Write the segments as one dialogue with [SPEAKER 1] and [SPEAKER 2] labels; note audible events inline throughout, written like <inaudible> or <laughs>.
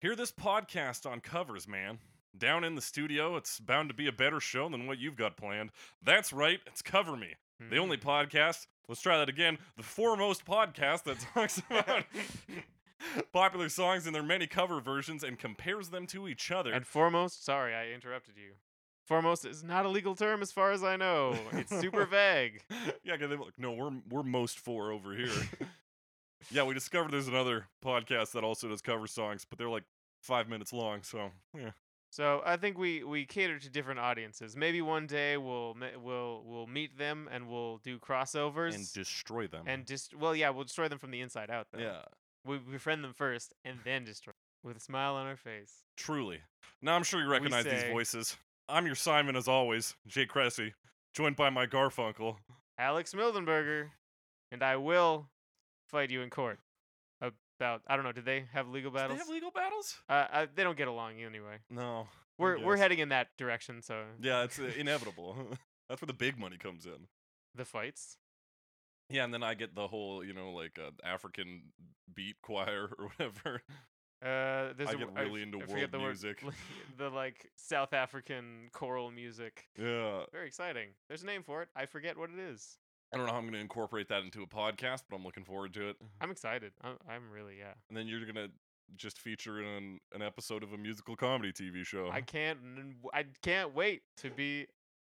[SPEAKER 1] Hear this podcast on covers, man. Down in the studio, it's bound to be a better show than what you've got planned. That's right, it's Cover Me,
[SPEAKER 2] Hmm.
[SPEAKER 1] the only
[SPEAKER 2] Mm.
[SPEAKER 1] podcast. Let's try that again. The foremost podcast that <laughs> talks
[SPEAKER 2] <laughs>
[SPEAKER 1] about popular songs and their many cover versions and compares them to each other.
[SPEAKER 2] And foremost, sorry, I interrupted you. Foremost is not a legal term as far as I know. It's
[SPEAKER 1] <laughs>
[SPEAKER 2] super vague.
[SPEAKER 1] <laughs> yeah, because they were like, no, we're we're most for over here.
[SPEAKER 2] <laughs>
[SPEAKER 1] yeah, we discovered there's another podcast that also does cover songs, but they're like five minutes long. So yeah,
[SPEAKER 2] So I think we we cater to different audiences. Maybe one day we'll me- we'll we'll meet them and we'll do crossovers
[SPEAKER 1] and destroy them.
[SPEAKER 2] and just well yeah we'll destroy them from the inside out. Though.
[SPEAKER 1] yeah,
[SPEAKER 2] we befriend them first and then destroy them with a smile on our face.
[SPEAKER 1] truly. Now I'm sure you recognize these
[SPEAKER 2] say-
[SPEAKER 1] voices. I'm your Simon, as always, Jay Cressy, joined by my Garfunkel.
[SPEAKER 2] Alex Mildenberger, and I will fight you in court about I don't know. Do they have legal
[SPEAKER 1] Do
[SPEAKER 2] battles?
[SPEAKER 1] they have legal battles?
[SPEAKER 2] uh, uh, they don't get along anyway.
[SPEAKER 1] No. I
[SPEAKER 2] We're we're
[SPEAKER 1] guess.
[SPEAKER 2] heading in that direction. So
[SPEAKER 1] Yeah, it's uh, inevitable. <laughs> That's where the big money comes in.
[SPEAKER 2] <laughs> the fights.
[SPEAKER 1] Yeah, and then I get the whole, you know, like uh, African beat choir <laughs> or whatever.
[SPEAKER 2] Uh, there's
[SPEAKER 1] I
[SPEAKER 2] a
[SPEAKER 1] get
[SPEAKER 2] w-
[SPEAKER 1] really
[SPEAKER 2] f-
[SPEAKER 1] into
[SPEAKER 2] I forget
[SPEAKER 1] world
[SPEAKER 2] the word-
[SPEAKER 1] music.
[SPEAKER 2] <laughs> the like South African choral music.
[SPEAKER 1] Yeah.
[SPEAKER 2] Very exciting. There's a name for it. I forget what it is.
[SPEAKER 1] I don't know how I'm going to incorporate that into a podcast, but I'm looking forward to it.
[SPEAKER 2] I'm excited. I'm, I'm really yeah.
[SPEAKER 1] And then you're going to just feature in an, an episode of a musical comedy TV show.
[SPEAKER 2] I can't n- w- I can't wait to be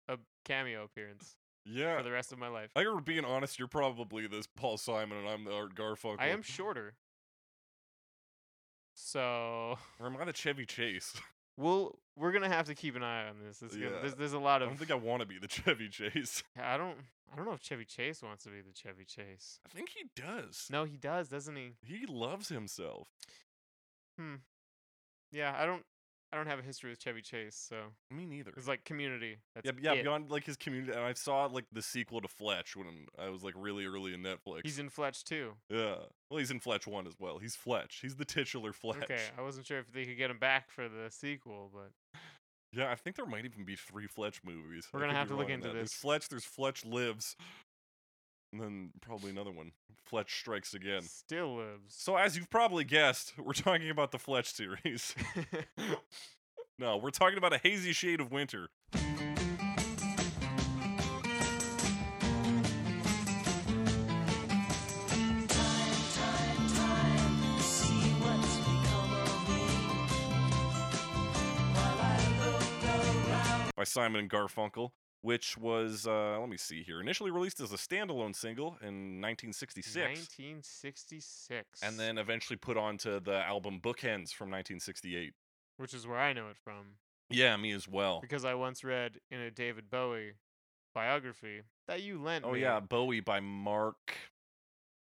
[SPEAKER 2] a cameo appearance
[SPEAKER 1] yeah.
[SPEAKER 2] for the rest of my life.
[SPEAKER 1] Uh, I think we're being honest, you're probably this Paul Simon and I'm the Art Garfunkel.
[SPEAKER 2] I am shorter. So <laughs>
[SPEAKER 1] Or am I the Chevy Chase?
[SPEAKER 2] we'll we're gonna have to keep an eye on this. It's
[SPEAKER 1] Yeah.
[SPEAKER 2] gonna, there's there's a lot
[SPEAKER 1] I
[SPEAKER 2] of
[SPEAKER 1] don't think I want to be the Chevy Chase. <laughs>
[SPEAKER 2] I don't I don't know if Chevy Chase wants to be the Chevy Chase.
[SPEAKER 1] I think he does.
[SPEAKER 2] No, he does, doesn't he?
[SPEAKER 1] He loves himself.
[SPEAKER 2] Yeah, I don't I don't have a history with Chevy Chase, so
[SPEAKER 1] Me neither.
[SPEAKER 2] it's like Community. That's
[SPEAKER 1] Yeah, yeah,
[SPEAKER 2] it.
[SPEAKER 1] beyond like his community, and I saw like the sequel to Fletch when I was like really early in Netflix.
[SPEAKER 2] He's in Fletch too.
[SPEAKER 1] yeah, well, he's in Fletch one as well. He's Fletch. He's the titular Fletch.
[SPEAKER 2] Okay, I wasn't sure if they could get him back for the sequel, but
[SPEAKER 1] Yeah, I think there might even be three Fletch movies.
[SPEAKER 2] We're
[SPEAKER 1] I
[SPEAKER 2] gonna
[SPEAKER 1] could
[SPEAKER 2] have
[SPEAKER 1] be
[SPEAKER 2] to look
[SPEAKER 1] wrong on
[SPEAKER 2] into
[SPEAKER 1] that. There's
[SPEAKER 2] this.
[SPEAKER 1] Fletch. There's Fletch Lives, and then probably another one. Fletch Strikes Again.
[SPEAKER 2] still lives.
[SPEAKER 1] So as you've probably guessed, we're talking about the Fletch series. <laughs> no, we're talking about a hazy shade of winter.
[SPEAKER 3] Time, time to see what's become of me. While I look around.
[SPEAKER 1] by Simon and Garfunkel, which was, uh, let me see here, initially released as a standalone single in 1966,
[SPEAKER 2] 1966.
[SPEAKER 1] and then eventually put onto the album Bookends from 1968.
[SPEAKER 2] which is where I know it from.
[SPEAKER 1] Yeah, me as well.
[SPEAKER 2] because I once read in a David Bowie biography that you lent
[SPEAKER 1] Oh
[SPEAKER 2] me.
[SPEAKER 1] yeah, Bowie by Mark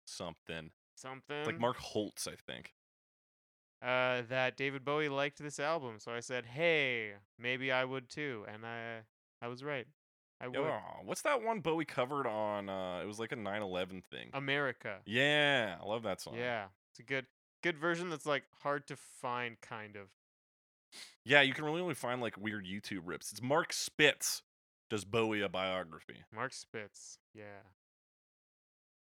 [SPEAKER 1] something,
[SPEAKER 2] something
[SPEAKER 1] like Mark Holtz, I think.
[SPEAKER 2] Uh, that David Bowie liked this album, so I said, "Hey, maybe I would too," and I I was right. I would.
[SPEAKER 1] Aw, what's that one Bowie covered on? Uh, it was like a 9/11 thing.
[SPEAKER 2] Um, America.
[SPEAKER 1] yeah, I love that song.
[SPEAKER 2] Yeah, it's a good good version that's like hard to find, kind of.
[SPEAKER 1] yeah, you can really only find like weird YouTube rips. It's Mark Spitz does Bowie a biography.
[SPEAKER 2] Mark Spitz. Yeah.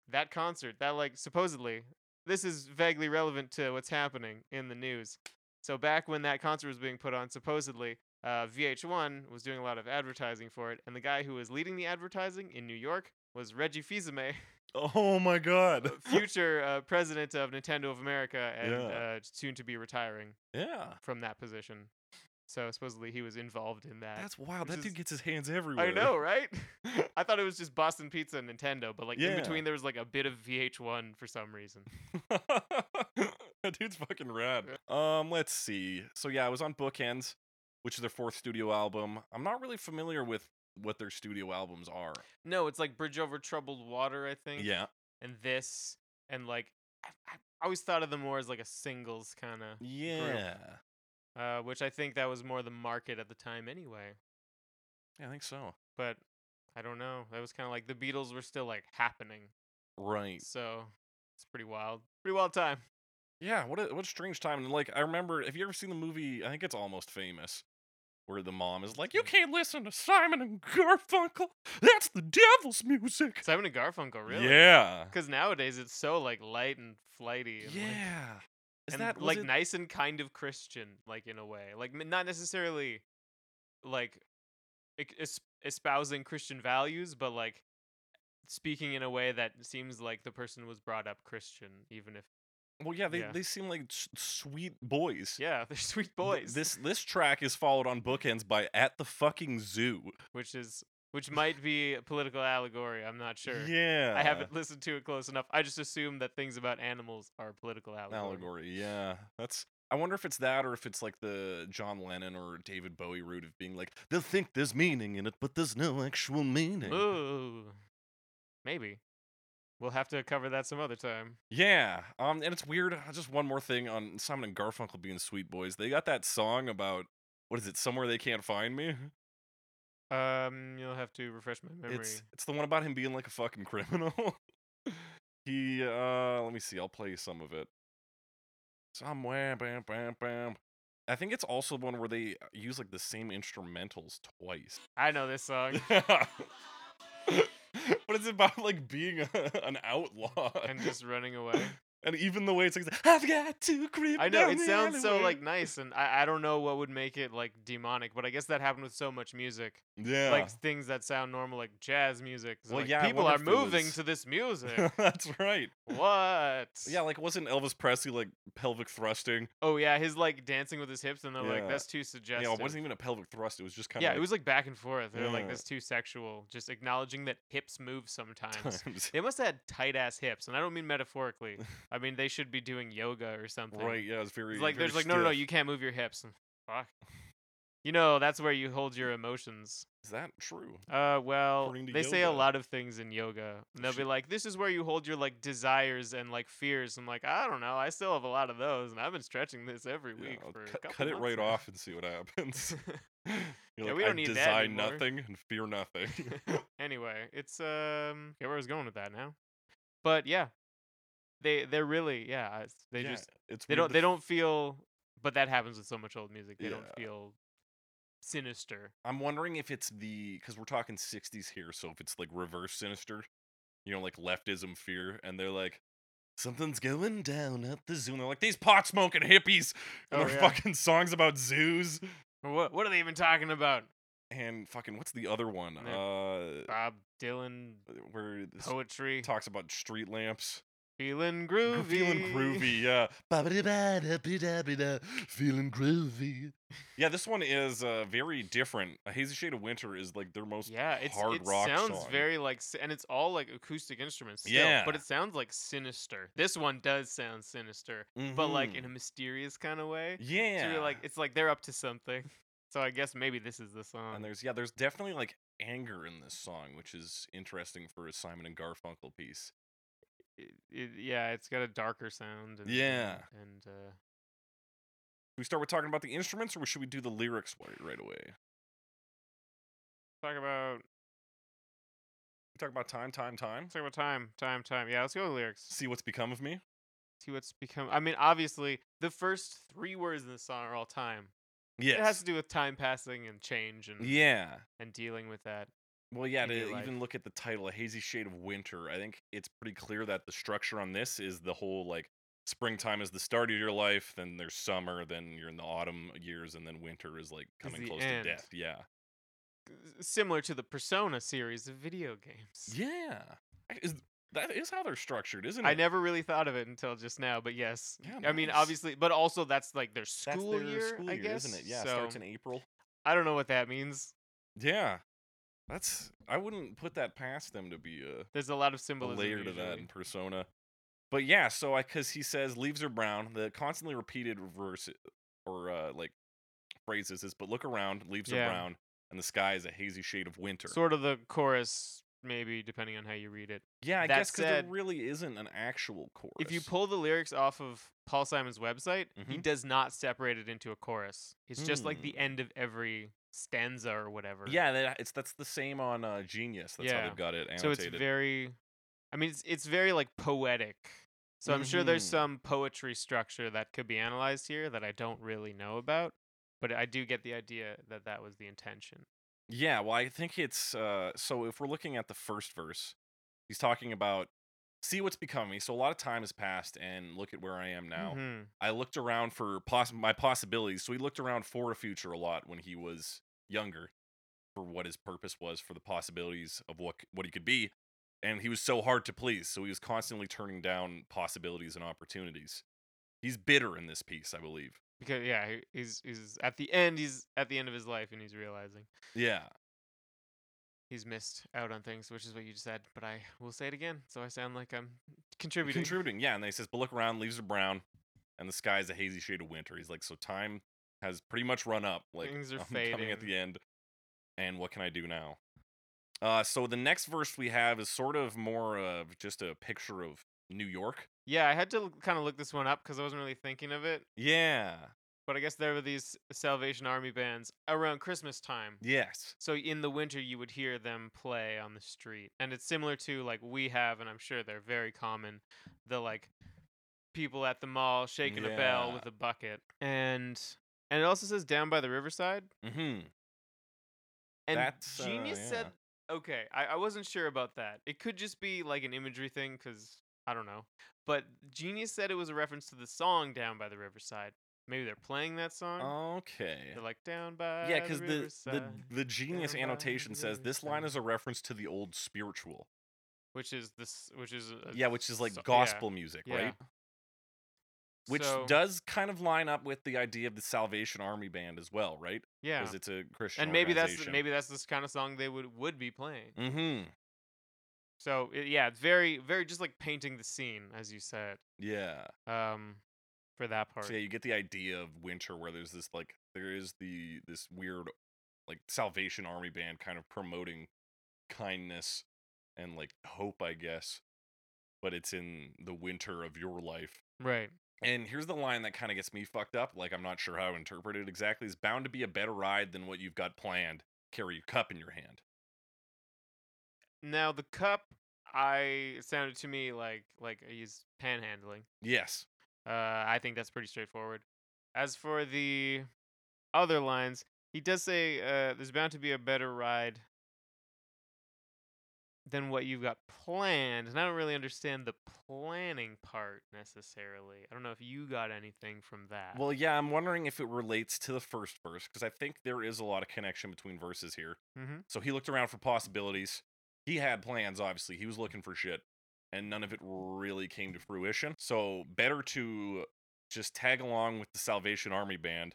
[SPEAKER 2] That concert, that like supposedly, this is vaguely relevant to what's happening in the news. So back when that concert was being put on, supposedly, uh, VH1 was doing a lot of advertising for it, and the guy who was leading the advertising in New York was Reggie Fils-Aimé,
[SPEAKER 1] Oh my god.
[SPEAKER 2] <laughs> future uh, president of Nintendo of America and
[SPEAKER 1] Yeah.
[SPEAKER 2] uh, soon to be retiring
[SPEAKER 1] yeah.
[SPEAKER 2] from that position. So supposedly he was involved in that.
[SPEAKER 1] That's wild.
[SPEAKER 2] which
[SPEAKER 1] That
[SPEAKER 2] is-
[SPEAKER 1] dude gets his hands everywhere.
[SPEAKER 2] I know, right? I thought it was just Boston Pizza and Nintendo, but like
[SPEAKER 1] Yeah.
[SPEAKER 2] in between there was like a bit of VH1 for some reason.
[SPEAKER 1] <laughs> that dude's fucking rad. Um, let's see. So yeah, I was on Bookends, which is their fourth studio album. I'm not really familiar with what their studio albums are.
[SPEAKER 2] No, it's like Bridge Over Troubled Water, I think.
[SPEAKER 1] Yeah.
[SPEAKER 2] And this and like I, I always thought of them more as like a singles kind of,
[SPEAKER 1] Yeah.
[SPEAKER 2] uh, which I think that was more the market at the time anyway.
[SPEAKER 1] Yeah, I think so.
[SPEAKER 2] But I don't know. That was kind of like the Beatles were still like happening,
[SPEAKER 1] Right.
[SPEAKER 2] so it's pretty wild. Pretty wild time.
[SPEAKER 1] Yeah, what a what a strange time. And like I remember have you ever seen the movie I think it's almost famous, where the mom is like, You
[SPEAKER 2] Mm-hmm.
[SPEAKER 1] can't listen to Simon and Garfunkel. That's the devil's music.
[SPEAKER 2] Simon and Garfunkel, really?
[SPEAKER 1] Yeah.
[SPEAKER 2] Because nowadays it's so like light and flighty. And, like,
[SPEAKER 1] Yeah. Is
[SPEAKER 2] and
[SPEAKER 1] that was
[SPEAKER 2] like
[SPEAKER 1] it-
[SPEAKER 2] nice and kind of Christian, like in a way, like m- not necessarily like ec- es- espousing Christian values, but like speaking in a way that seems like the person was brought up Christian, even if
[SPEAKER 1] Well, yeah, they,
[SPEAKER 2] Yeah.
[SPEAKER 1] they seem like s- sweet boys.
[SPEAKER 2] yeah, <laughs> they're sweet
[SPEAKER 1] Th-
[SPEAKER 2] boys.
[SPEAKER 1] This this track is followed on bookends by "At the Fucking Zoo."
[SPEAKER 2] which is which might be a political allegory. I'm not sure.
[SPEAKER 1] Yeah,
[SPEAKER 2] I haven't listened to it close enough. I just assume that things about animals are political allegory.
[SPEAKER 1] allegory. Yeah, that's. I wonder if it's that, or if it's like the John Lennon or David Bowie root of being like, they'll think there's meaning in it, but there's no actual meaning.
[SPEAKER 2] Ooh, maybe we'll have to cover that some other time.
[SPEAKER 1] Yeah, um, and it's weird. uh, Just one more thing on Simon and Garfunkel being sweet boys. They got that song about what is it? Somewhere they can't find me.
[SPEAKER 2] Um, you'll have to refresh my memory.
[SPEAKER 1] It's it's the one about him being like a fucking criminal. <laughs> he uh let me see, I'll play some of it. Somewhere bam bam bam. I think it's also one where they uh, use like the same instrumentals twice.
[SPEAKER 2] I know this
[SPEAKER 1] <laughs>
[SPEAKER 2] song.
[SPEAKER 1] but it's about like being a, an outlaw
[SPEAKER 2] and just
[SPEAKER 1] <laughs>
[SPEAKER 2] running away.
[SPEAKER 1] And even the way it's like I've got to creep.
[SPEAKER 2] I know
[SPEAKER 1] down
[SPEAKER 2] it
[SPEAKER 1] the
[SPEAKER 2] sounds so
[SPEAKER 1] alleyway."
[SPEAKER 2] like nice, and I, I don't know what would make it like demonic, but I guess that happened with so much music,
[SPEAKER 1] yeah.
[SPEAKER 2] like things that sound normal, like jazz music. So,
[SPEAKER 1] Well,
[SPEAKER 2] like,
[SPEAKER 1] yeah, I
[SPEAKER 2] people
[SPEAKER 1] wonder
[SPEAKER 2] are
[SPEAKER 1] if there
[SPEAKER 2] moving
[SPEAKER 1] was-
[SPEAKER 2] to this music.
[SPEAKER 1] <laughs> that's right.
[SPEAKER 2] what?
[SPEAKER 1] Yeah, like wasn't Elvis Presley like pelvic thrusting?
[SPEAKER 2] Oh yeah, his like dancing with his hips, and they're like,
[SPEAKER 1] Yeah.
[SPEAKER 2] "That's too
[SPEAKER 1] Yeah,
[SPEAKER 2] suggestive."
[SPEAKER 1] it wasn't even a pelvic thrust. It was just kind
[SPEAKER 2] Yeah,
[SPEAKER 1] of
[SPEAKER 2] it was like back and forth. They're like,
[SPEAKER 1] Yeah.
[SPEAKER 2] "That's too sexual." Just acknowledging that hips move sometimes.
[SPEAKER 1] <laughs> times.
[SPEAKER 2] they must have had tight ass hips, and I don't mean metaphorically. I mean they should be doing yoga or <laughs> something.
[SPEAKER 1] Right, yeah, it's very
[SPEAKER 2] It's like
[SPEAKER 1] very
[SPEAKER 2] there's like no, no, no,
[SPEAKER 1] stiff.
[SPEAKER 2] you can't move your hips. And Fuck. You know that's where you hold your emotions.
[SPEAKER 1] Is that true?
[SPEAKER 2] Uh, well,
[SPEAKER 1] According to
[SPEAKER 2] they say a
[SPEAKER 1] yoga.
[SPEAKER 2] lot of things in yoga. And they'll be
[SPEAKER 1] Shit.
[SPEAKER 2] like, "This is where you hold your like desires and like fears." I'm like, I don't know. I still have a lot of those, and I've been stretching this every
[SPEAKER 1] Yeah,
[SPEAKER 2] week
[SPEAKER 1] I'll
[SPEAKER 2] for a
[SPEAKER 1] cut,
[SPEAKER 2] couple
[SPEAKER 1] cut it
[SPEAKER 2] months
[SPEAKER 1] right
[SPEAKER 2] now." <laughs>
[SPEAKER 1] off <laughs> and see what happens. <laughs> You're
[SPEAKER 2] Yeah,
[SPEAKER 1] like,
[SPEAKER 2] we don't
[SPEAKER 1] I
[SPEAKER 2] need that
[SPEAKER 1] desire
[SPEAKER 2] anymore."
[SPEAKER 1] nothing and fear
[SPEAKER 2] <laughs>
[SPEAKER 1] nothing. <laughs>
[SPEAKER 2] anyway, it's um, yeah, where I was going with that now, but yeah, they they're really yeah, I- they
[SPEAKER 1] Yeah,
[SPEAKER 2] just
[SPEAKER 1] it's
[SPEAKER 2] they
[SPEAKER 1] weird
[SPEAKER 2] don't
[SPEAKER 1] to
[SPEAKER 2] they
[SPEAKER 1] f-
[SPEAKER 2] don't feel, but that happens with so much old music. They
[SPEAKER 1] Yeah.
[SPEAKER 2] don't feel sinister.
[SPEAKER 1] I'm wondering if it's the because we're talking 60s here, so if it's like reverse sinister, you know, like leftism fear, and they're like. Something's going down at the zoo. And they're like these pot smoking hippies, and
[SPEAKER 2] Oh,
[SPEAKER 1] their
[SPEAKER 2] yeah.
[SPEAKER 1] fucking songs about zoos.
[SPEAKER 2] Or What what are they even talking about?
[SPEAKER 1] And fucking what's the other one?
[SPEAKER 2] Yeah.
[SPEAKER 1] Uh,
[SPEAKER 2] Bob Dylan
[SPEAKER 1] where this
[SPEAKER 2] poetry,
[SPEAKER 1] talks about street lamps.
[SPEAKER 2] feeling
[SPEAKER 1] Gr-
[SPEAKER 2] groovy,
[SPEAKER 1] Feeling groovy, yeah. Ba-ba-da-ba-da-ba-da-ba-da, Feeling groovy. Yeah, this one is uh, very different. A Hazy Shade of Winter is like their most
[SPEAKER 2] <laughs> Yeah, it's,
[SPEAKER 1] hard
[SPEAKER 2] it
[SPEAKER 1] rock
[SPEAKER 2] sounds
[SPEAKER 1] song.
[SPEAKER 2] very like, s- and it's all like acoustic instruments. Still,
[SPEAKER 1] Yeah.
[SPEAKER 2] but it sounds like sinister. This one does sound sinister, but like in
[SPEAKER 1] Mhm.
[SPEAKER 2] a mysterious kind of way.
[SPEAKER 1] Mm-hmm. yeah,
[SPEAKER 2] So you're like, it's like they're up to something. <laughs> So I guess maybe this is the song.
[SPEAKER 1] and there's yeah, there's definitely like anger in this song, which is interesting for a Simon and Garfunkel piece.
[SPEAKER 2] It- it- yeah, it's got a darker sound. And,
[SPEAKER 1] Yeah.
[SPEAKER 2] and- And, uh,
[SPEAKER 1] Should we start with talking about the instruments, or should we do the lyrics right, right away?
[SPEAKER 2] talk about
[SPEAKER 1] We talk about time, time, time.
[SPEAKER 2] let's talk about time, time, time. Yeah, let's go with lyrics.
[SPEAKER 1] See what's become of me.
[SPEAKER 2] See what's become. I mean, obviously, the first three words in the song are all time.
[SPEAKER 1] Yes.
[SPEAKER 2] It has to do with time passing and change and
[SPEAKER 1] yeah.
[SPEAKER 2] and dealing with that.
[SPEAKER 1] Well, yeah,
[SPEAKER 2] in your
[SPEAKER 1] to
[SPEAKER 2] life.
[SPEAKER 1] even look at the title, A Hazy Shade of Winter, I think it's pretty clear that the structure on this is the whole like springtime is the start of your life, then there's summer, then you're in the autumn years, and then winter is like coming
[SPEAKER 2] the
[SPEAKER 1] close
[SPEAKER 2] end.
[SPEAKER 1] to death. Yeah.
[SPEAKER 2] S- Similar to the Persona series of video games.
[SPEAKER 1] Yeah. I- Is, that is how they're structured, isn't it?
[SPEAKER 2] I never really thought of it until just now, but yes.
[SPEAKER 1] Yeah,
[SPEAKER 2] I mean,
[SPEAKER 1] nice.
[SPEAKER 2] obviously, but also that's like their
[SPEAKER 1] That's
[SPEAKER 2] school
[SPEAKER 1] their
[SPEAKER 2] year,
[SPEAKER 1] school
[SPEAKER 2] I
[SPEAKER 1] year,
[SPEAKER 2] guess.
[SPEAKER 1] isn't it? Yeah, it
[SPEAKER 2] so
[SPEAKER 1] starts in April.
[SPEAKER 2] I don't know what that means.
[SPEAKER 1] Yeah. That's I wouldn't put that past them to be a
[SPEAKER 2] There's a lot of
[SPEAKER 1] a
[SPEAKER 2] symbolism.
[SPEAKER 1] layer to that
[SPEAKER 2] usually.
[SPEAKER 1] in persona but yeah so i because he says leaves are brown the constantly repeated verse or uh like phrases is but look around leaves
[SPEAKER 2] Yeah.
[SPEAKER 1] are brown and the sky is a hazy shade of winter
[SPEAKER 2] Sort of the chorus, maybe depending on how you read it.
[SPEAKER 1] yeah i
[SPEAKER 2] that
[SPEAKER 1] guess because there
[SPEAKER 2] said,
[SPEAKER 1] really isn't an actual chorus
[SPEAKER 2] If you pull the lyrics off of Paul Simon's website, he
[SPEAKER 1] Mhm.
[SPEAKER 2] does not separate it into a chorus. It's just like the
[SPEAKER 1] Hmm.
[SPEAKER 2] end of every stanza or whatever.
[SPEAKER 1] yeah that, it's that's the same on uh genius that's
[SPEAKER 2] Yeah.
[SPEAKER 1] how they've got it annotated
[SPEAKER 2] so it's very i mean it's it's very like poetic so i'm sure there's
[SPEAKER 1] Mhm.
[SPEAKER 2] some poetry structure that could be analyzed here that i don't really know about but i do get the idea that that was the intention
[SPEAKER 1] Yeah, well, I think it's uh, so. If we're looking at the first verse, he's talking about see what's become of me. So a lot of time has passed, and look at where I am now.
[SPEAKER 2] Mhm.
[SPEAKER 1] I looked around for poss- my possibilities. So he looked around for a future a lot when he was younger for what his purpose was, for the possibilities of what c- what he could be. And he was so hard to please. So he was constantly turning down possibilities and opportunities. He's bitter in this piece, I believe.
[SPEAKER 2] Because yeah, he- he's he's at the end. He's at the end of his life, and he's realizing
[SPEAKER 1] Yeah.
[SPEAKER 2] he's missed out on things, which is what you just said. But I will say it again, so I sound like I'm contributing.
[SPEAKER 1] Contributing. Yeah. And then he says, but look around, leaves are brown, and the sky's a hazy shade of winter. He's like, so time has pretty much run up. Like
[SPEAKER 2] Things are
[SPEAKER 1] I'm coming at
[SPEAKER 2] fading.
[SPEAKER 1] the end. And what can I do now? Uh, so the next verse we have is sort of more of just a picture of New York.
[SPEAKER 2] yeah, I had to kind of look this one up because I wasn't really thinking of it.
[SPEAKER 1] Yeah.
[SPEAKER 2] But I guess there were these Salvation Army bands around Christmas time.
[SPEAKER 1] Yes.
[SPEAKER 2] So in the winter, you would hear them play on the street, and it's similar to like we have, and I'm sure they're very common. The like people at the mall shaking a bell
[SPEAKER 1] Yeah.
[SPEAKER 2] with a bucket, and and it also says down by the riverside.
[SPEAKER 1] hmm
[SPEAKER 2] And
[SPEAKER 1] That's, uh,
[SPEAKER 2] Genius
[SPEAKER 1] yeah.
[SPEAKER 2] said, okay, I, I wasn't sure about that. It could just be like an imagery thing, because I don't know. But Genius said it was a reference to the song Down by the Riverside. Maybe they're playing that song.
[SPEAKER 1] Okay.
[SPEAKER 2] They're like, Down by
[SPEAKER 1] Oh, Yeah,
[SPEAKER 2] because
[SPEAKER 1] because the, the the genius
[SPEAKER 2] down by
[SPEAKER 1] annotation
[SPEAKER 2] the
[SPEAKER 1] says this line
[SPEAKER 2] riverside."
[SPEAKER 1] is a reference to the old spiritual.
[SPEAKER 2] Which is this, which is. A,
[SPEAKER 1] Yeah, which is like
[SPEAKER 2] so- yeah,
[SPEAKER 1] gospel music,
[SPEAKER 2] yeah.
[SPEAKER 1] right? Which
[SPEAKER 2] So-
[SPEAKER 1] does kind of line up with the idea of the Salvation Army band as well, right?
[SPEAKER 2] Yeah.
[SPEAKER 1] Because it's a Christian.
[SPEAKER 2] And maybe that's the, maybe that's this kind of song they would would be playing.
[SPEAKER 1] Mm-hmm.
[SPEAKER 2] So it, yeah, it's very very just like painting the scene as you said.
[SPEAKER 1] Yeah.
[SPEAKER 2] Um, for that part.
[SPEAKER 1] So yeah, you get the idea of winter where there's this like there is the this weird like Salvation Army band kind of promoting kindness and like hope, I guess. But it's in the winter of your life.
[SPEAKER 2] Right.
[SPEAKER 1] And here's the line that kind of gets me fucked up. Like I'm not sure how to interpret it exactly. Is bound to be a better ride than what you've got planned. Carry your cup in your hand.
[SPEAKER 2] Now the cup, I it sounded to me like like he's panhandling.
[SPEAKER 1] Yes.
[SPEAKER 2] Uh, I think that's pretty straightforward. As for the other lines, he does say uh, there's bound to be a better ride than what you've got planned, and I don't really understand the planning part necessarily. I don't know if you got anything from that.
[SPEAKER 1] Well, yeah, I'm wondering if it relates to the first verse because I think there is a lot of connection between verses here.
[SPEAKER 2] mm-hmm.
[SPEAKER 1] So he looked around for possibilities. He had plans, obviously. He was looking for shit, and none of it really came to fruition. So better to just tag along with the Salvation Army band.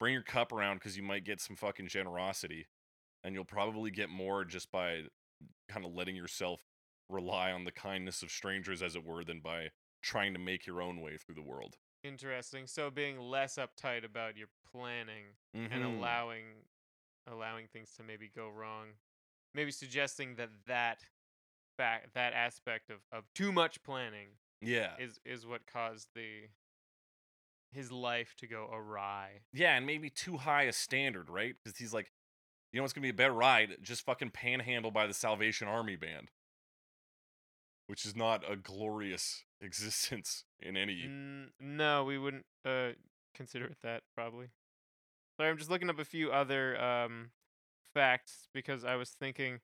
[SPEAKER 1] Bring your cup around because you might get some fucking generosity, and you'll probably get more just by kind of letting yourself rely on the kindness of strangers, as it were, than by trying to make your own way through the world.
[SPEAKER 2] interesting. So being less uptight about your planning and
[SPEAKER 1] Mhm.
[SPEAKER 2] allowing allowing things to maybe go wrong maybe suggesting that that fact that aspect of, of too much planning
[SPEAKER 1] yeah,
[SPEAKER 2] is is what caused the his life to go awry
[SPEAKER 1] Yeah, and maybe too high a standard, right? Because he's like, you know, it's gonna be a better ride. Just fucking panhandle by the Salvation Army band, which is not a glorious <laughs> existence in any.
[SPEAKER 2] N- no we wouldn't uh consider it that probably sorry i'm just looking up a few other um facts because i was thinking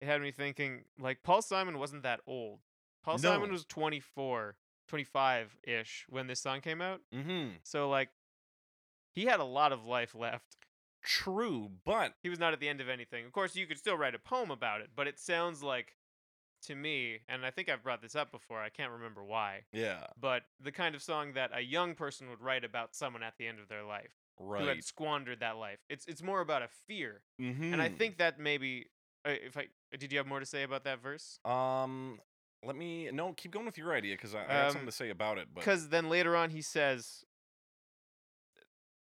[SPEAKER 2] it had me thinking like paul simon wasn't that old paul simon
[SPEAKER 1] No.
[SPEAKER 2] was 24 25-ish when this song came out
[SPEAKER 1] Mm-hmm.
[SPEAKER 2] So like he had a lot of life left.
[SPEAKER 1] True, but
[SPEAKER 2] He was not at the end of anything. Of course, you could still write a poem about it, but it sounds like to me, and I think I've brought this up before, I can't remember why,
[SPEAKER 1] yeah,
[SPEAKER 2] but the kind of song that a young person would write about someone at the end of their life who
[SPEAKER 1] right.
[SPEAKER 2] had squandered that life. It's it's more about a fear.
[SPEAKER 1] Mm-hmm.
[SPEAKER 2] And I think that maybe uh, if I did you have more to say about that verse?
[SPEAKER 1] um, let me no keep going with your idea because I, I got something
[SPEAKER 2] Um,
[SPEAKER 1] to say about it. But
[SPEAKER 2] Because then later on he says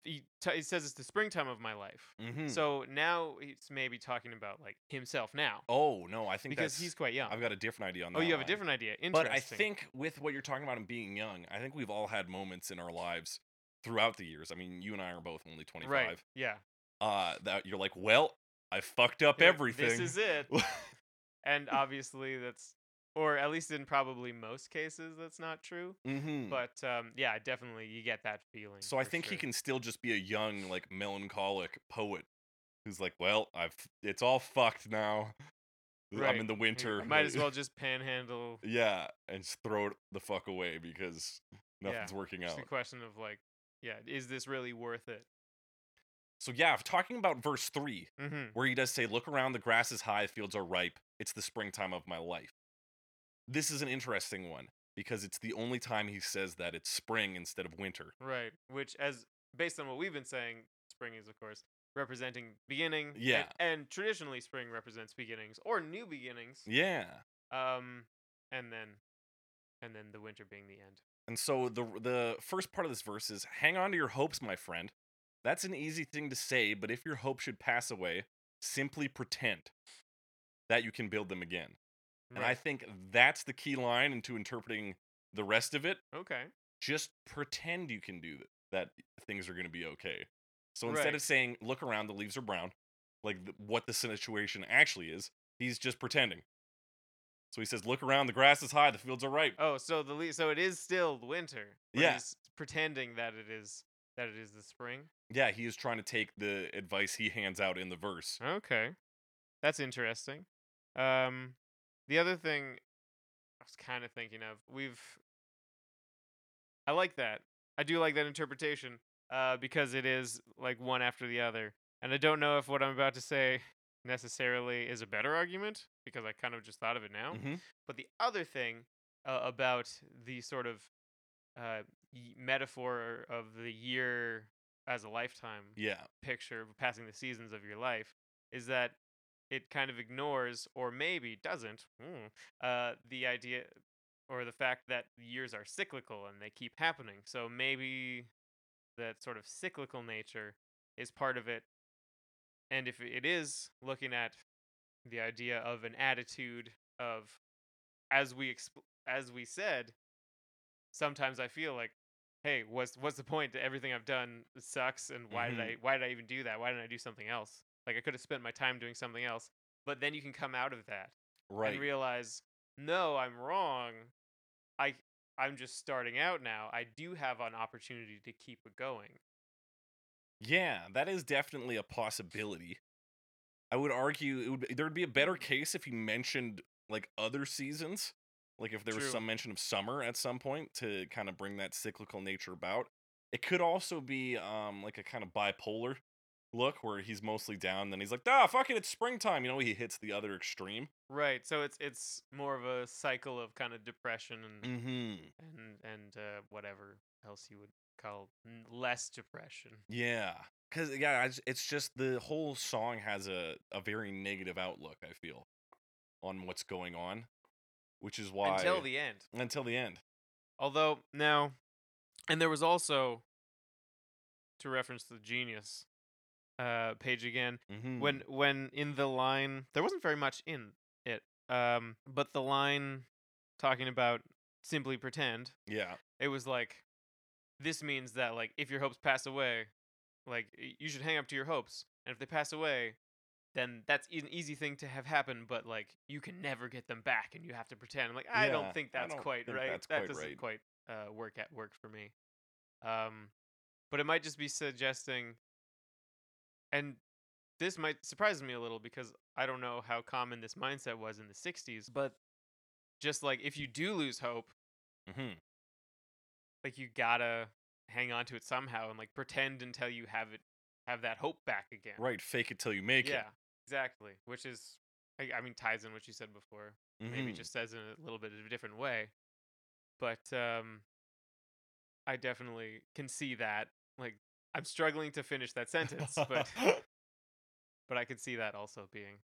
[SPEAKER 2] he, t- he says it's the springtime of my life.
[SPEAKER 1] Mhm.
[SPEAKER 2] So now he's maybe talking about like himself now
[SPEAKER 1] oh no, I think
[SPEAKER 2] because
[SPEAKER 1] that's-
[SPEAKER 2] he's quite young.
[SPEAKER 1] I've got a different idea on that.
[SPEAKER 2] oh, you have a
[SPEAKER 1] line.
[SPEAKER 2] different idea. Interesting.
[SPEAKER 1] But I think with what you're talking about and being young, I think we've all had moments in our lives throughout the years. I mean, you and I are both only 25.
[SPEAKER 2] right. Yeah.
[SPEAKER 1] Uh, that you're like, well, I fucked up
[SPEAKER 2] You're like,
[SPEAKER 1] everything.
[SPEAKER 2] This
[SPEAKER 1] <laughs>
[SPEAKER 2] is it. and obviously that's, or at least in probably most cases, that's not true.
[SPEAKER 1] Mhm.
[SPEAKER 2] But um, yeah, definitely you get that feeling.
[SPEAKER 1] so I
[SPEAKER 2] for
[SPEAKER 1] think he
[SPEAKER 2] sure.
[SPEAKER 1] can still just be a young, like melancholic poet who's like, well, I've it's all fucked now. I'm in
[SPEAKER 2] Right.
[SPEAKER 1] the winter.
[SPEAKER 2] I
[SPEAKER 1] <laughs>
[SPEAKER 2] might as well just panhandle.
[SPEAKER 1] Yeah, and just throw it the fuck away because
[SPEAKER 2] Yeah,
[SPEAKER 1] nothing's working out.
[SPEAKER 2] Just a question of like, yeah, is this really worth it?
[SPEAKER 1] So yeah, if talking about verse three,
[SPEAKER 2] Mm-hmm.
[SPEAKER 1] where he does say, "Look around, the grass is high, fields are ripe. It's the springtime of my life." This is an interesting one because it's the only time he says that it's spring instead of winter.
[SPEAKER 2] Right. Which, as based on what we've been saying, spring is of course representing beginning. and-
[SPEAKER 1] Yeah.
[SPEAKER 2] And, traditionally, spring represents beginnings or new beginnings.
[SPEAKER 1] Yeah.
[SPEAKER 2] Um, and then, and then the winter being the end.
[SPEAKER 1] And so the the first part of this verse is hang on to your hopes, my friend. That's an easy thing to say, but if your hope should pass away, simply pretend that you can build them again. And I
[SPEAKER 2] Right.
[SPEAKER 1] think that's the key line into interpreting the rest of it.
[SPEAKER 2] okay.
[SPEAKER 1] Just pretend you can do th- that things are going to be okay. So instead
[SPEAKER 2] Right.
[SPEAKER 1] of saying look around, the leaves are brown, like th- what the situation actually is, he's just pretending. So he says look around, the grass is high, the fields are ripe.
[SPEAKER 2] Oh, so the le- so it is still winter. but
[SPEAKER 1] Yeah.
[SPEAKER 2] he's pretending that it is that it is the spring.
[SPEAKER 1] Yeah, he is trying to take the advice he hands out in the verse.
[SPEAKER 2] Okay, that's interesting. Um, the other thing I was kind of thinking of we've. I like that. I do like that interpretation. Uh, because it is like one after the other, and I don't know if what I'm about to say <laughs> necessarily is a better argument because I kind of just thought of it now.
[SPEAKER 1] Mhm.
[SPEAKER 2] But the other thing uh, about the sort of uh, y- metaphor of the year as a lifetime
[SPEAKER 1] Yeah.
[SPEAKER 2] picture of passing the seasons of your life is that it kind of ignores or maybe doesn't mm, uh, the idea or the fact that years are cyclical and they keep happening. So maybe that sort of cyclical nature is part of it. And if it is looking at the idea of an attitude of, as we exp- as we said, sometimes I feel like, hey, what's what's the point? Everything I've done sucks, and why
[SPEAKER 1] Mhm.
[SPEAKER 2] did I why did I even do that? Why didn't I do something else? Like I could have spent my time doing something else. But then you can come out of that
[SPEAKER 1] Right.
[SPEAKER 2] and realize no i'm wrong i i'm just starting out now i do have an opportunity to keep it going
[SPEAKER 1] yeah, that is definitely a possibility. I would argue it would there would be a better case if he mentioned like other seasons, like if there was
[SPEAKER 2] True.
[SPEAKER 1] some mention of summer at some point to kind of bring that cyclical nature about. It could also be um like a kind of bipolar look where he's mostly down then he's like, "Ah, fuck it, it's springtime." You know, he hits the other extreme.
[SPEAKER 2] right so it's it's more of a cycle of kind of depression and
[SPEAKER 1] Mhm.
[SPEAKER 2] and and uh, whatever else you would call n- less depression
[SPEAKER 1] Yeah, because yeah, I j- it's just the whole song has a a very negative outlook. I feel on what's going on, which is why
[SPEAKER 2] until the end
[SPEAKER 1] until the end.
[SPEAKER 2] although now and there was also to reference the genius uh page again
[SPEAKER 1] Mm-hmm.
[SPEAKER 2] when when in the line there wasn't very much in it um but the line talking about simply pretend
[SPEAKER 1] yeah,
[SPEAKER 2] it was like this means that like if your hopes pass away like y- you should hang up to your hopes and if they pass away then that's e- an easy thing to have happen but like you can never get them back and you have to pretend I'm like i
[SPEAKER 1] Yeah,
[SPEAKER 2] don't think
[SPEAKER 1] I
[SPEAKER 2] that's
[SPEAKER 1] don't
[SPEAKER 2] quite
[SPEAKER 1] think
[SPEAKER 2] right
[SPEAKER 1] that's
[SPEAKER 2] that
[SPEAKER 1] quite
[SPEAKER 2] doesn't
[SPEAKER 1] right.
[SPEAKER 2] quite uh, work at work for me um but it might just be suggesting and this might surprise me a little because I don't know how common this mindset was in the 60s, but just like if you do lose hope,
[SPEAKER 1] hmm
[SPEAKER 2] like you gotta hang on to it somehow and like pretend until you have it, have that hope back again.
[SPEAKER 1] right. Fake it till you make
[SPEAKER 2] yeah, exactly. Which is, I, I mean, ties in what you said before.
[SPEAKER 1] it.
[SPEAKER 2] Maybe
[SPEAKER 1] Mhm. <laughs>
[SPEAKER 2] just says in a little bit of a different way, but um, I definitely can see that. Like I'm struggling to finish that sentence,
[SPEAKER 1] <laughs>
[SPEAKER 2] but but I could see that also being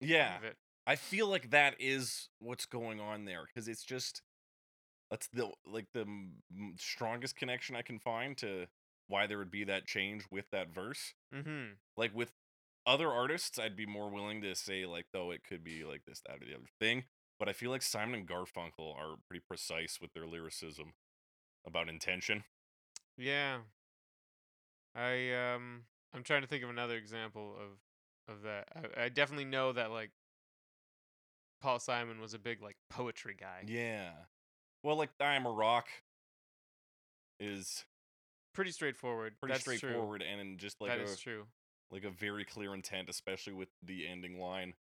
[SPEAKER 1] yeah.
[SPEAKER 2] kind of it.
[SPEAKER 1] I feel like that is what's going on there because it's just that's the like the m- m- strongest connection I can find to why there would be that change with that verse.
[SPEAKER 2] Mm-hmm.
[SPEAKER 1] like with other artists i'd be more willing to say like though it could be like this that or the other thing but i feel like simon and garfunkel are pretty precise with their lyricism about intention
[SPEAKER 2] Yeah. I um I'm trying to think of another example of of that. I, I definitely know that like Paul Simon was a big like poetry guy.
[SPEAKER 1] yeah well like i am a rock is
[SPEAKER 2] Pretty straightforward.
[SPEAKER 1] pretty
[SPEAKER 2] That's
[SPEAKER 1] straightforward and in just
[SPEAKER 2] True.
[SPEAKER 1] like
[SPEAKER 2] that
[SPEAKER 1] a,
[SPEAKER 2] is true.
[SPEAKER 1] like a very clear intent especially with the ending line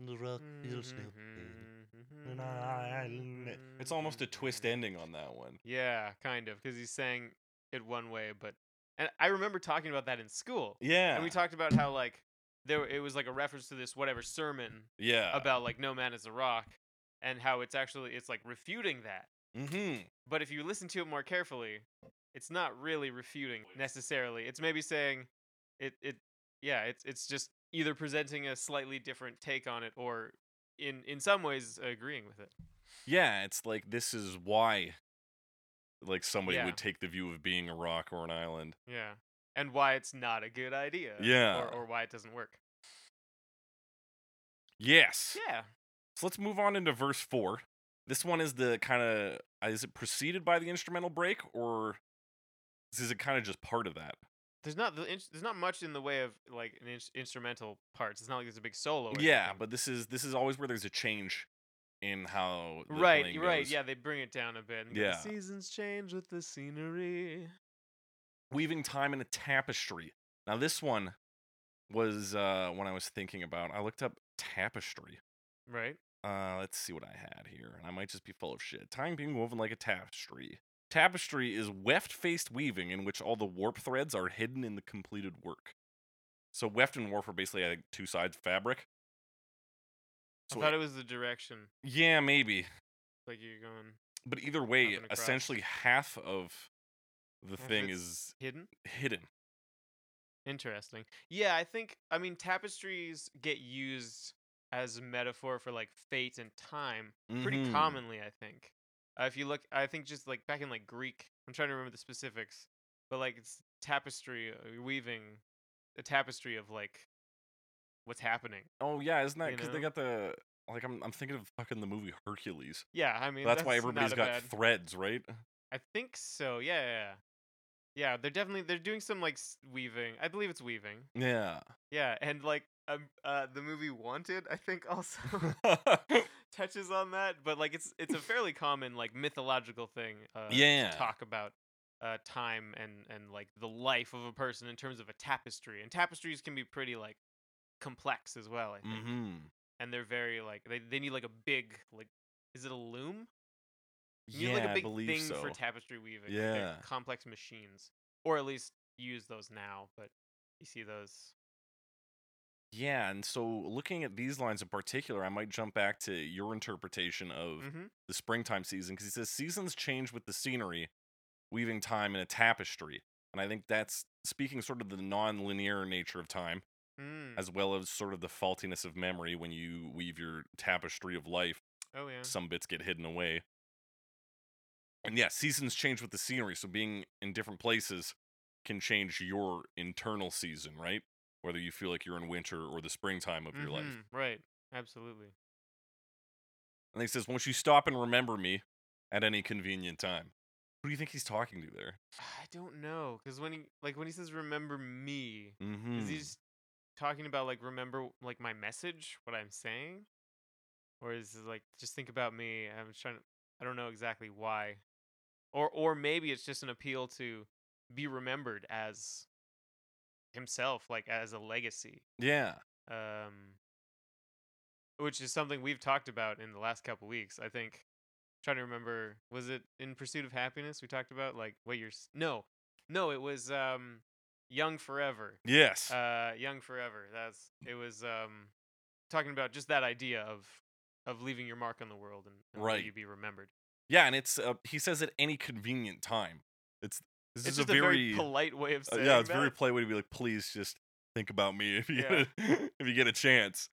[SPEAKER 4] on the rock feels no pain.
[SPEAKER 1] Mm-hmm. It's almost a twist ending on that one.
[SPEAKER 2] Mm-hmm. Yeah, kind of, because he's saying it one way, but and I remember talking about that in school,
[SPEAKER 1] Yeah.
[SPEAKER 2] and we talked about how like there it was like a reference to this whatever sermon
[SPEAKER 1] yeah.
[SPEAKER 2] about like no man is a rock, and how it's actually it's like refuting that.
[SPEAKER 1] mm-hmm.
[SPEAKER 2] But if you listen to it more carefully, it's not really refuting necessarily. It's maybe saying it it yeah, it's it's just either presenting a slightly different take on it or in in some ways agreeing with it.
[SPEAKER 1] Yeah, it's like this is why like somebody
[SPEAKER 2] Yeah.
[SPEAKER 1] would take the view of being a rock or an island.
[SPEAKER 2] Yeah. And why it's not a good idea.
[SPEAKER 1] Yeah.
[SPEAKER 2] Or or why it doesn't work.
[SPEAKER 1] Yes.
[SPEAKER 2] Yeah.
[SPEAKER 1] So let's move on into verse 4. This one is the kind of is it preceded by the instrumental break or is it kind of just part of that?
[SPEAKER 2] There's not the ins- there's not much in the way of like an ins- instrumental parts. It's not like there's a big solo. Or
[SPEAKER 1] yeah,
[SPEAKER 2] anything.
[SPEAKER 1] but this is this is always where there's a change in how the
[SPEAKER 2] right,
[SPEAKER 1] playing
[SPEAKER 2] you're right.
[SPEAKER 1] goes.
[SPEAKER 2] Yeah, they bring it down a bit. And go,
[SPEAKER 1] Yeah.
[SPEAKER 2] The seasons change with the scenery.
[SPEAKER 1] weaving time in a tapestry. Now this one was uh when I was thinking about. I looked up tapestry.
[SPEAKER 2] Right.
[SPEAKER 1] Uh let's see what I had here. And I might just be full of shit. Time being woven like a tapestry. Tapestry is weft-faced weaving in which all the warp threads are hidden in the completed work. So weft and warp are basically I think two sides of fabric.
[SPEAKER 2] I thought it was the direction.
[SPEAKER 1] yeah, maybe.
[SPEAKER 2] Like you're going
[SPEAKER 1] But either way,
[SPEAKER 2] and across.
[SPEAKER 1] essentially half of the
[SPEAKER 2] Half
[SPEAKER 1] thing
[SPEAKER 2] Mm-hmm, it's-
[SPEAKER 1] is
[SPEAKER 2] hidden.
[SPEAKER 1] hidden.
[SPEAKER 2] Interesting. Yeah, I think I mean tapestries get used as a metaphor for like fate and time pretty
[SPEAKER 1] Mhm.
[SPEAKER 2] commonly. I think uh, if you look, I think just like back in like Greek, I'm trying to remember the specifics, but like it's tapestry uh, weaving, a tapestry of like what's happening.
[SPEAKER 1] Oh yeah, isn't that
[SPEAKER 2] you
[SPEAKER 1] because they
[SPEAKER 2] know?
[SPEAKER 1] got the like I'm I'm thinking of fucking the movie Hercules.
[SPEAKER 2] Yeah, I mean
[SPEAKER 1] that's, why
[SPEAKER 2] not
[SPEAKER 1] everybody's
[SPEAKER 2] a
[SPEAKER 1] got
[SPEAKER 2] bad-
[SPEAKER 1] threads, right?
[SPEAKER 2] I think so. Yeah, yeah, yeah. Yeah, they're definitely they're doing some like s- weaving. I believe it's weaving.
[SPEAKER 1] Yeah.
[SPEAKER 2] Yeah, and like um, uh, the movie Wanted, I think <laughs>
[SPEAKER 1] <laughs>
[SPEAKER 2] also touches on that, but like it's it's a fairly common like mythological thing. Uh, to
[SPEAKER 1] Yeah.
[SPEAKER 2] talk about uh, time and and like the life of a person in terms of a tapestry, and tapestries can be pretty like complex as well. I think,
[SPEAKER 1] mm-hmm.
[SPEAKER 2] and they're very like they they need like a big like is it a loom? You
[SPEAKER 1] Yeah,
[SPEAKER 2] need like a
[SPEAKER 1] I
[SPEAKER 2] big
[SPEAKER 1] believe
[SPEAKER 2] thing
[SPEAKER 1] so.
[SPEAKER 2] for tapestry weaving. like, they're
[SPEAKER 1] Yeah.
[SPEAKER 2] complex machines, or at least use those now. But you see those
[SPEAKER 1] yeah, and so looking at these lines in particular, I might jump back to your interpretation of
[SPEAKER 2] Mhm.
[SPEAKER 1] the springtime season because he says seasons change with the scenery, weaving time in a tapestry, and I think that's speaking sort of the non-linear nature of time.
[SPEAKER 2] Mm.
[SPEAKER 1] as well as sort of the faultiness of memory when you weave your tapestry of life
[SPEAKER 2] Oh yeah.
[SPEAKER 1] some bits get hidden away and yeah seasons change with the scenery so being in different places can change your internal season right whether you feel like you're in winter or the springtime of your life
[SPEAKER 2] Mhm, Right. Absolutely. <sighs>
[SPEAKER 1] and he says once you stop and remember me at any convenient time who do you think he's talking to there
[SPEAKER 2] I don't know, cause when he like when he says "remember me,"
[SPEAKER 1] mm-hmm.
[SPEAKER 2] is he just talking about like remember like my message, what I'm saying, or is it like just think about me? I'm just trying to. I don't know exactly why, or or maybe it's just an appeal to be remembered as himself, like as a legacy,
[SPEAKER 1] yeah
[SPEAKER 2] um, which is something we've talked about in the last couple weeks. I think trying to remember was it in Pursuit of Happiness we talked about like what you're s- no no it was um Young Forever
[SPEAKER 1] yes
[SPEAKER 2] uh Young Forever that's it was um talking about just that idea of of leaving your mark on the world and, and how
[SPEAKER 1] Right.
[SPEAKER 2] you be remembered.
[SPEAKER 1] yeah and it's uh, he says at any convenient time it's this
[SPEAKER 2] it's
[SPEAKER 1] is
[SPEAKER 2] just
[SPEAKER 1] a very,
[SPEAKER 2] polite way of
[SPEAKER 1] Uh,
[SPEAKER 2] saying
[SPEAKER 1] yeah, it's
[SPEAKER 2] that.
[SPEAKER 1] very play way to be like, please just think about me if you
[SPEAKER 2] Yeah.
[SPEAKER 1] get a, if you <laughs> get a chance.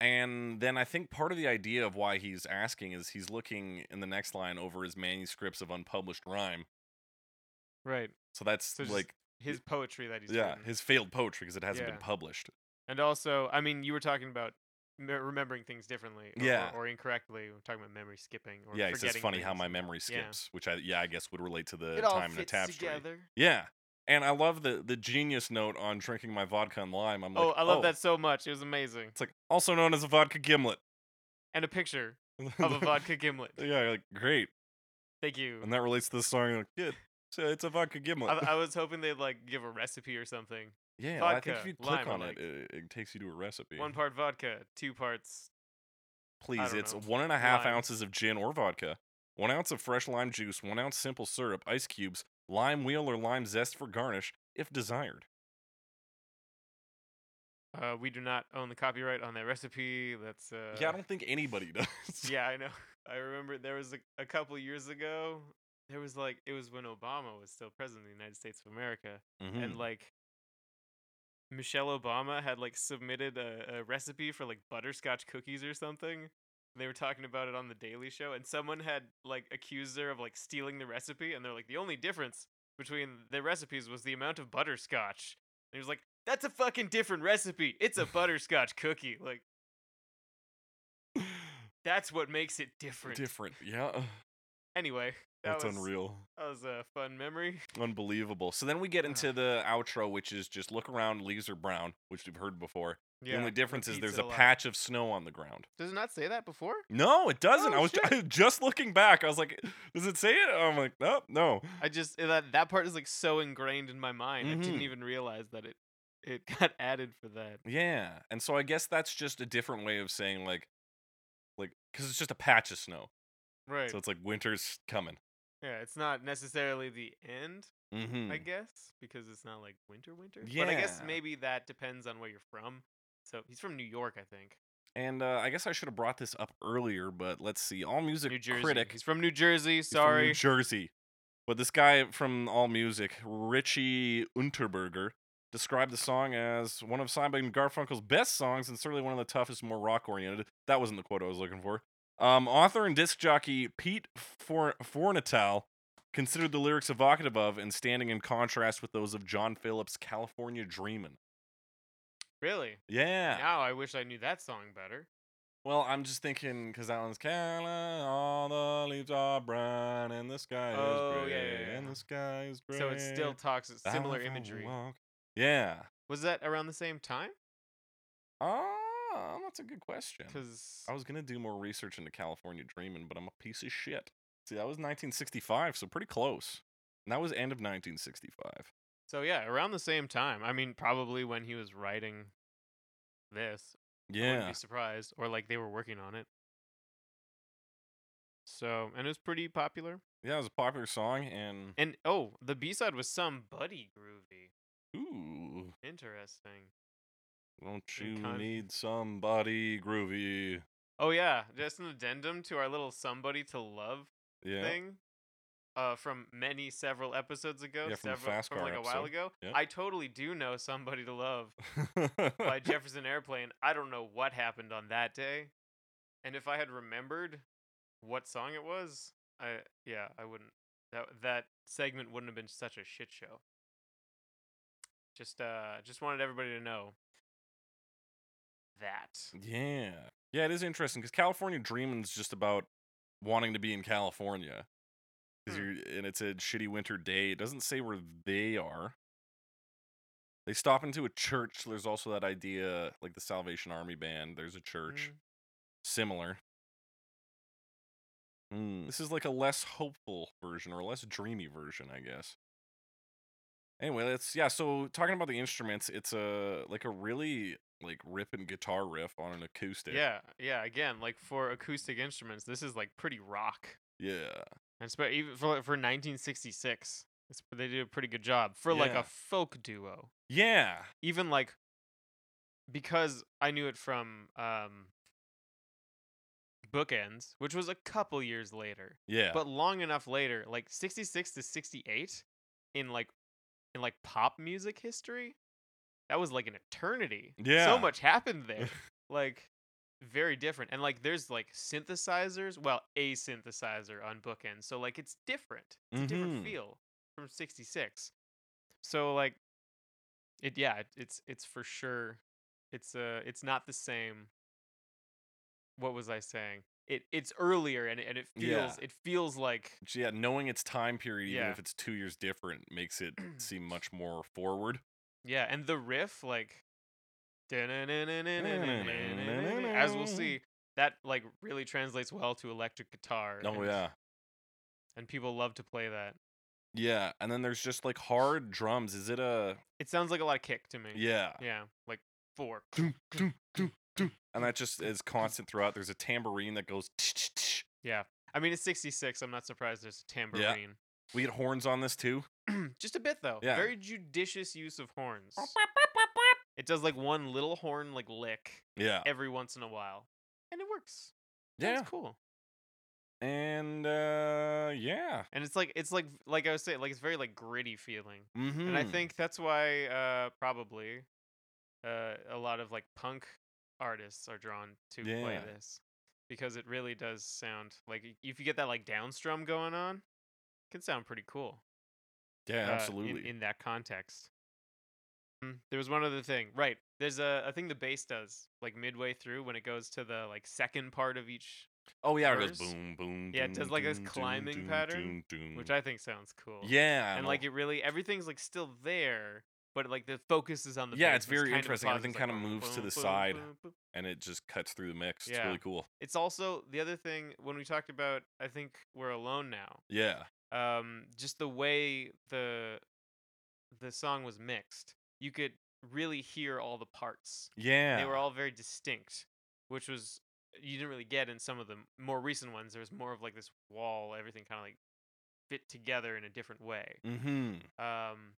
[SPEAKER 1] And then I think part of the idea of why he's asking is he's looking in the next line over his manuscripts of unpublished rhyme.
[SPEAKER 2] right.
[SPEAKER 1] So that's
[SPEAKER 2] So just
[SPEAKER 1] like
[SPEAKER 2] His poetry that he's
[SPEAKER 1] yeah,
[SPEAKER 2] written.
[SPEAKER 1] his failed poetry because it hasn't
[SPEAKER 2] Yeah.
[SPEAKER 1] been published.
[SPEAKER 2] And also, I mean, you were talking about me- remembering things differently or, or-
[SPEAKER 1] Yeah.
[SPEAKER 2] or, incorrectly. We're talking about memory skipping or
[SPEAKER 1] yeah, he
[SPEAKER 2] forgetting
[SPEAKER 1] says funny how
[SPEAKER 2] things.
[SPEAKER 1] my memory
[SPEAKER 2] Yeah.
[SPEAKER 1] skips, which I yeah, I guess would relate to the
[SPEAKER 2] it all
[SPEAKER 1] time in a
[SPEAKER 2] fits
[SPEAKER 1] tapestry.
[SPEAKER 2] together.
[SPEAKER 1] Yeah. And I love the the genius note on drinking my vodka and lime. I'm like,
[SPEAKER 2] oh, I love that so much. It was amazing.
[SPEAKER 1] It's like also known as a vodka gimlet.
[SPEAKER 2] And
[SPEAKER 1] <laughs>
[SPEAKER 2] a picture of a vodka gimlet.
[SPEAKER 1] Yeah, you're like great.
[SPEAKER 2] Thank you.
[SPEAKER 1] And that relates to the song. Like, yeah, so it's a vodka gimlet.
[SPEAKER 2] I, I was hoping they'd like give a recipe or something
[SPEAKER 1] Yeah, well, I think if
[SPEAKER 2] Vodka,
[SPEAKER 1] you click
[SPEAKER 2] lime, I
[SPEAKER 1] on
[SPEAKER 2] like.
[SPEAKER 1] it, it, it takes you to a recipe.
[SPEAKER 2] One part vodka, two parts.
[SPEAKER 1] Please,
[SPEAKER 2] don't
[SPEAKER 1] it's
[SPEAKER 2] know.
[SPEAKER 1] one and a half
[SPEAKER 2] Lime.
[SPEAKER 1] ounces of gin or vodka, one ounce of fresh lime juice, one ounce simple syrup, ice cubes, lime wheel or lime zest for garnish, if desired.
[SPEAKER 2] Uh, we do not own the copyright on that recipe. That's uh,
[SPEAKER 1] yeah, I don't think anybody <laughs> does.
[SPEAKER 2] <laughs> yeah, I know. <laughs> I remember there was a, a couple years ago. There was like it was when Obama was still president of the United States of America,
[SPEAKER 1] Mhm. <laughs>
[SPEAKER 2] and like Michelle Obama had like submitted a, a recipe for like butterscotch cookies or something. They were talking about it on the Daily Show, and someone had like accused her of like stealing the recipe, and they're like, the only difference between the recipes was the amount of butterscotch. And he was like, that's a fucking different recipe. It's a butterscotch cookie. Like, that's what makes it different.
[SPEAKER 1] Different. Yeah.
[SPEAKER 2] Anyway, that
[SPEAKER 1] That's
[SPEAKER 2] was,
[SPEAKER 1] unreal.
[SPEAKER 2] That was a fun memory.
[SPEAKER 1] Unbelievable. So then we get
[SPEAKER 2] Ugh.
[SPEAKER 1] into the outro, which is just look around, leaves are brown, which we've heard before. the only difference is
[SPEAKER 2] repeats
[SPEAKER 1] there's
[SPEAKER 2] it
[SPEAKER 1] a
[SPEAKER 2] lot.
[SPEAKER 1] patch of snow on the ground.
[SPEAKER 2] Does it not say that before?
[SPEAKER 1] No, it doesn't.
[SPEAKER 2] Oh,
[SPEAKER 1] I was
[SPEAKER 2] shit.
[SPEAKER 1] I was just looking back. I was like, does it say it? I'm like, no, no.
[SPEAKER 2] I just eh, that that part is like so ingrained in my mind. I didn't
[SPEAKER 1] Mhm.
[SPEAKER 2] even realize that it it <laughs> got added for that.
[SPEAKER 1] Yeah. And so I guess that's just a different way of saying like like cuz it's just a patch of snow.
[SPEAKER 2] Right.
[SPEAKER 1] So it's like winter's coming.
[SPEAKER 2] yeah, it's not necessarily the end,
[SPEAKER 1] Mhm.
[SPEAKER 2] I guess, because it's not like winter winter. But I guess
[SPEAKER 1] Yeah.
[SPEAKER 2] maybe that depends on where you're from. So he's from New York, I think.
[SPEAKER 1] and uh, I guess I should have brought this up earlier, but let's see. All Music
[SPEAKER 2] New Jersey.
[SPEAKER 1] critic
[SPEAKER 2] He's from New Jersey,
[SPEAKER 1] He's from
[SPEAKER 2] sorry.
[SPEAKER 1] New Jersey. But this guy from All Music, Richie Unterberger, described the song as one of Simon and Garfunkel's best songs and certainly one of the toughest, more rock oriented. That wasn't the quote I was looking for. Um, author and disc jockey Pete For- Fornital considered the lyrics evocative of and standing in contrast with those of John Phillips' California Dreamin'.
[SPEAKER 2] really?
[SPEAKER 1] Yeah.
[SPEAKER 2] Now I wish I knew that song better.
[SPEAKER 1] Well, I'm just thinking because that one's Cali, all the leaves are brown and the sky
[SPEAKER 2] Oh,
[SPEAKER 1] is
[SPEAKER 2] yeah,
[SPEAKER 1] gray
[SPEAKER 2] yeah,
[SPEAKER 1] and
[SPEAKER 2] yeah.
[SPEAKER 1] the sky is gray.
[SPEAKER 2] So it still talks
[SPEAKER 1] Down
[SPEAKER 2] similar
[SPEAKER 1] for a
[SPEAKER 2] imagery.
[SPEAKER 1] walk. Yeah.
[SPEAKER 2] Was that around the same time?
[SPEAKER 1] Ah, that's a good question.
[SPEAKER 2] Because
[SPEAKER 1] I was gonna do more research into California Dreamin', but I'm a piece of shit. See, that was 1965, so pretty close. And that was end of 1965.
[SPEAKER 2] so yeah, around the same time. I mean, probably when he was writing this. I wouldn't
[SPEAKER 1] Yeah.
[SPEAKER 2] be surprised, or like they were working on it. So and it was pretty popular.
[SPEAKER 1] Yeah, it was a popular song, and
[SPEAKER 2] And oh, the B side was somebody groovy.
[SPEAKER 1] ooh,
[SPEAKER 2] Interesting.
[SPEAKER 1] don't
[SPEAKER 2] And
[SPEAKER 1] you
[SPEAKER 2] con-
[SPEAKER 1] need somebody groovy?
[SPEAKER 2] Oh yeah, just an addendum to our little somebody to love
[SPEAKER 1] Yeah.
[SPEAKER 2] thing uh, from many several episodes ago,
[SPEAKER 1] Yeah, from the
[SPEAKER 2] several
[SPEAKER 1] Fast
[SPEAKER 2] from like
[SPEAKER 1] Car
[SPEAKER 2] a while
[SPEAKER 1] episode.
[SPEAKER 2] ago.
[SPEAKER 1] Yep.
[SPEAKER 2] I totally do know "Somebody to Love"
[SPEAKER 1] <laughs>
[SPEAKER 2] by Jefferson Airplane. I don't know what happened on that day, and if I had remembered what song it was, I yeah, I wouldn't. That that segment wouldn't have been such a shit show. Just uh, just wanted everybody to know that.
[SPEAKER 1] Yeah. Yeah, it is interesting because California Dreamin's just about wanting to be in California. 'Cause
[SPEAKER 2] Hmm.
[SPEAKER 1] you're, and it's a shitty winter day. It doesn't say where they are. They stop into a church. so There's also that idea, like the Salvation Army band, there's a church.
[SPEAKER 2] Mm.
[SPEAKER 1] Similar. Mm, This is like a less hopeful version or a less dreamy version, I guess. Anyway, that's yeah. So talking about the instruments, it's a like a really like ripping guitar riff on an acoustic.
[SPEAKER 2] Yeah, yeah. Again, like for acoustic instruments, this is like pretty rock.
[SPEAKER 1] Yeah.
[SPEAKER 2] And spe- even for for 1966, it's, they did a pretty good job for like
[SPEAKER 1] Yeah.
[SPEAKER 2] a folk duo.
[SPEAKER 1] Yeah.
[SPEAKER 2] Even like because I knew it from um, Bookends, which was a couple years later,
[SPEAKER 1] Yeah.
[SPEAKER 2] but long enough later, like 66 to 68, in like in like pop music history, that was like an eternity.
[SPEAKER 1] Yeah.
[SPEAKER 2] so much happened
[SPEAKER 1] <laughs>
[SPEAKER 2] there. like very different and like there's like synthesizers well a synthesizer on bookend so like it's different it's a
[SPEAKER 1] Mhm.
[SPEAKER 2] different feel from 66 so like it yeah it, it's it's for sure it's uh it's not the same what was i saying it it's earlier and it, and it feels
[SPEAKER 1] Yeah.
[SPEAKER 2] it feels like
[SPEAKER 1] Which, yeah, knowing its time period, even
[SPEAKER 2] Yeah.
[SPEAKER 1] if it's two years different, makes
[SPEAKER 2] <clears throat>
[SPEAKER 1] it seem much more forward.
[SPEAKER 2] yeah and the riff like as we'll see that like really translates well to electric guitar
[SPEAKER 1] Oh
[SPEAKER 2] and-
[SPEAKER 1] yeah.
[SPEAKER 2] and people love to play that.
[SPEAKER 1] Yeah, and then there's just like hard drums. Is it a
[SPEAKER 2] It sounds like a lot of kick to me.
[SPEAKER 1] yeah?
[SPEAKER 2] Yeah, like four.
[SPEAKER 1] Doom, doom, doom, doom. And that just is constant throughout. There's a tambourine that goes. tch, tch, tch.
[SPEAKER 2] I mean, it's 66. I'm not surprised there's a tambourine.
[SPEAKER 1] We get horns on this too.
[SPEAKER 2] Just a bit though.
[SPEAKER 1] Yeah.
[SPEAKER 2] Very judicious use of horns. It does like one little horn like lick
[SPEAKER 1] Yeah,
[SPEAKER 2] every once in a while, and it works.
[SPEAKER 1] yeah,
[SPEAKER 2] That's cool.
[SPEAKER 1] and uh, yeah.
[SPEAKER 2] And it's like it's like like I was saying, like it's very like gritty feeling.
[SPEAKER 1] Mm-hmm.
[SPEAKER 2] And I think that's why uh probably uh a lot of like punk artists are drawn to play
[SPEAKER 1] Yeah.
[SPEAKER 2] this because it really does sound like i- if you get that like down strum going on, it can sound pretty cool.
[SPEAKER 1] yeah,
[SPEAKER 2] uh, in-
[SPEAKER 1] absolutely.
[SPEAKER 2] in, that context. Mm, There was one other thing. Right. There's a, a thing the bass does like midway through when it goes to the like second part of each,
[SPEAKER 1] oh yeah, it goes
[SPEAKER 2] verse.
[SPEAKER 1] boom, boom.
[SPEAKER 2] Yeah, it does, like, this
[SPEAKER 1] doom, doom,
[SPEAKER 2] climbing
[SPEAKER 1] doom,
[SPEAKER 2] pattern,
[SPEAKER 1] doom, doom.
[SPEAKER 2] which I think sounds cool.
[SPEAKER 1] yeah,
[SPEAKER 2] and like it really everything's like still there but like the focus is on the
[SPEAKER 1] Yeah, it's
[SPEAKER 2] bass, and kind
[SPEAKER 1] very
[SPEAKER 2] of
[SPEAKER 1] interesting.
[SPEAKER 2] pauses,
[SPEAKER 1] Everything
[SPEAKER 2] like,
[SPEAKER 1] kinda
[SPEAKER 2] boom,
[SPEAKER 1] moves to
[SPEAKER 2] boom,
[SPEAKER 1] the
[SPEAKER 2] boom,
[SPEAKER 1] side.
[SPEAKER 2] boom, boom.
[SPEAKER 1] and it just cuts through the mix. It's
[SPEAKER 2] Yeah.
[SPEAKER 1] really cool.
[SPEAKER 2] it's also the other thing when we talked about i think we're alone now
[SPEAKER 1] Yeah,
[SPEAKER 2] um just the way the the song was mixed you could really hear all the parts
[SPEAKER 1] yeah.
[SPEAKER 2] they were all very distinct which was you didn't really get in some of the m- more recent ones there was more of like this wall everything kind of like fit together in a different way
[SPEAKER 1] Mm-hmm.
[SPEAKER 2] um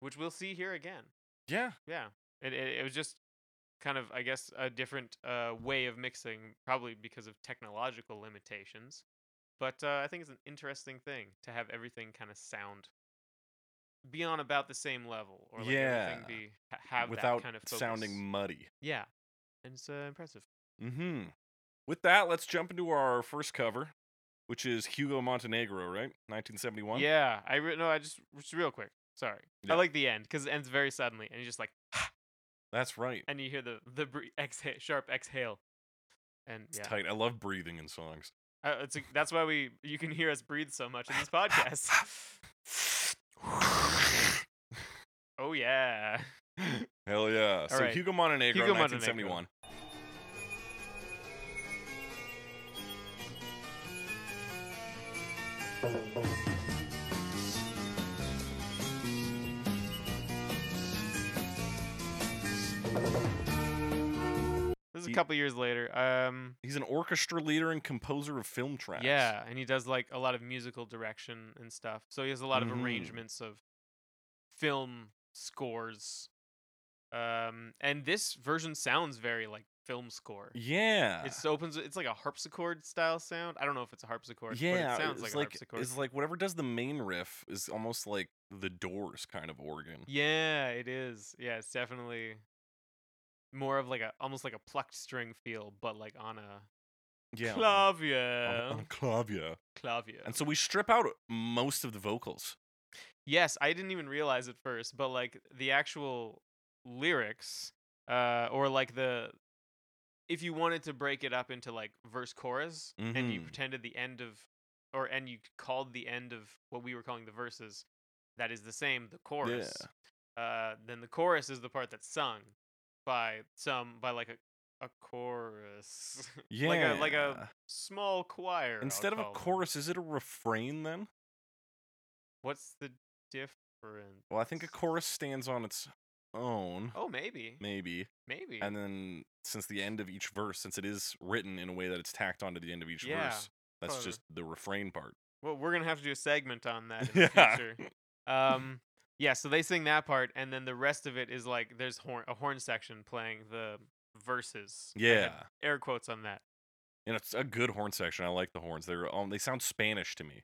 [SPEAKER 2] which we'll see here again
[SPEAKER 1] Yeah.
[SPEAKER 2] yeah it, it, it was just kind of i guess a different uh, way of mixing probably because of technological limitations but uh, i think it's an interesting thing to have everything kind of sound be on about the same level or like everything
[SPEAKER 1] Yeah.
[SPEAKER 2] be ha- have
[SPEAKER 1] Without
[SPEAKER 2] that kind of focus.
[SPEAKER 1] sounding muddy.
[SPEAKER 2] yeah and it's uh, impressive
[SPEAKER 1] Mm-hmm. With that, let's jump into our first cover, which is Hugo Montenegro, right? 1971.
[SPEAKER 2] yeah i re- no i just just real quick sorry
[SPEAKER 1] Yeah.
[SPEAKER 2] i like the end because it ends very suddenly and you just like <sighs>
[SPEAKER 1] That's right.
[SPEAKER 2] and you hear the the <laughs> bre- exhale sharp exhale and
[SPEAKER 1] It's
[SPEAKER 2] yeah
[SPEAKER 1] tight. I love breathing in songs.
[SPEAKER 2] Uh, it's a, that's why we you can hear us breathe so much in
[SPEAKER 1] <laughs>
[SPEAKER 2] this podcast. oh yeah.
[SPEAKER 1] Hell yeah. So
[SPEAKER 2] right.
[SPEAKER 1] Hugo Montenegro,
[SPEAKER 2] Hugo Montenegro.
[SPEAKER 1] 1971.
[SPEAKER 2] This is a
[SPEAKER 1] Ye-
[SPEAKER 2] couple years later. Um
[SPEAKER 1] He's an orchestra leader and composer of film tracks.
[SPEAKER 2] yeah, and he does like a lot of musical direction and stuff. So he has a lot of
[SPEAKER 1] Mhm.
[SPEAKER 2] arrangements of film scores. Um and this version sounds very like film score.
[SPEAKER 1] Yeah.
[SPEAKER 2] It's opens it's like a harpsichord style sound. I don't know if it's a harpsichord,
[SPEAKER 1] yeah,
[SPEAKER 2] but it sounds
[SPEAKER 1] it's
[SPEAKER 2] like, a harpsichord.
[SPEAKER 1] it's like whatever does the main riff is almost like the Doors kind of organ.
[SPEAKER 2] Yeah, it is. Yeah, it's definitely more of like a almost like a plucked string feel, but like on a
[SPEAKER 1] Yeah, on- on-
[SPEAKER 2] clavier.
[SPEAKER 1] on clavier.
[SPEAKER 2] clavier.
[SPEAKER 1] And so we strip out most of the vocals.
[SPEAKER 2] yes, I didn't even realize at first, but like the actual lyrics, uh, or like the if you wanted to break it up into like verse chorus, and you
[SPEAKER 1] Mhm.
[SPEAKER 2] pretended the end of, or and you called the end of what we were calling the verses, that is the same the chorus. Uh, then the chorus is the part that's sung by some by like a a chorus. <laughs>
[SPEAKER 1] Yeah.
[SPEAKER 2] Like a like a small choir. I'll
[SPEAKER 1] Instead of a
[SPEAKER 2] call them.
[SPEAKER 1] chorus, is it a refrain then?
[SPEAKER 2] what's the difference?
[SPEAKER 1] Well, I think a chorus stands on its own,
[SPEAKER 2] Oh, maybe,
[SPEAKER 1] maybe.
[SPEAKER 2] maybe.
[SPEAKER 1] And then since the end of each verse, since it is written in a way that it's tacked onto the end of each
[SPEAKER 2] Yeah,
[SPEAKER 1] verse, that's
[SPEAKER 2] probably.
[SPEAKER 1] just the refrain part.
[SPEAKER 2] well, we're gonna have to do a segment on that in
[SPEAKER 1] <laughs> Yeah.
[SPEAKER 2] the future. Um, yeah. So they sing that part, and then the rest of it is like there's horn a horn section playing the verses. I had
[SPEAKER 1] Yeah.
[SPEAKER 2] air quotes on that.
[SPEAKER 1] And it's a good horn section. I like the horns. They're um, they sound Spanish to me.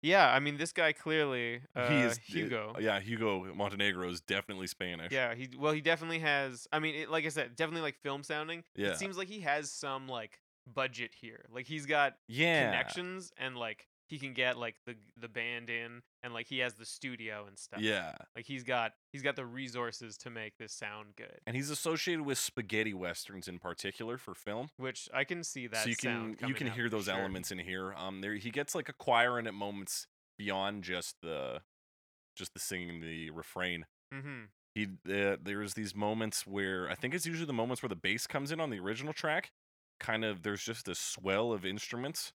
[SPEAKER 2] Yeah, I mean this guy clearly uh,
[SPEAKER 1] he is uh,
[SPEAKER 2] Hugo.
[SPEAKER 1] yeah, Hugo Montenegro is definitely Spanish.
[SPEAKER 2] Yeah, he well, he definitely has. I mean, it, like I said, definitely like film sounding.
[SPEAKER 1] Yeah.
[SPEAKER 2] It seems like he has some like budget here. Like he's got
[SPEAKER 1] Yeah.
[SPEAKER 2] connections and like he can get like the the band in and like he has the studio and stuff.
[SPEAKER 1] Yeah.
[SPEAKER 2] Like he's got he's got the resources to make this sound good,
[SPEAKER 1] And he's associated with spaghetti westerns in particular for film.
[SPEAKER 2] which I can see that.
[SPEAKER 1] so you can
[SPEAKER 2] sound
[SPEAKER 1] you
[SPEAKER 2] coming
[SPEAKER 1] can
[SPEAKER 2] out
[SPEAKER 1] hear
[SPEAKER 2] for
[SPEAKER 1] those
[SPEAKER 2] sure.
[SPEAKER 1] elements in here. Um, there he gets like a choir in at moments beyond just the just the singing the refrain.
[SPEAKER 2] Mhm.
[SPEAKER 1] He uh, there's these moments where I think it's usually the moments where the bass comes in on the original track. Kind of there's just a swell of instruments,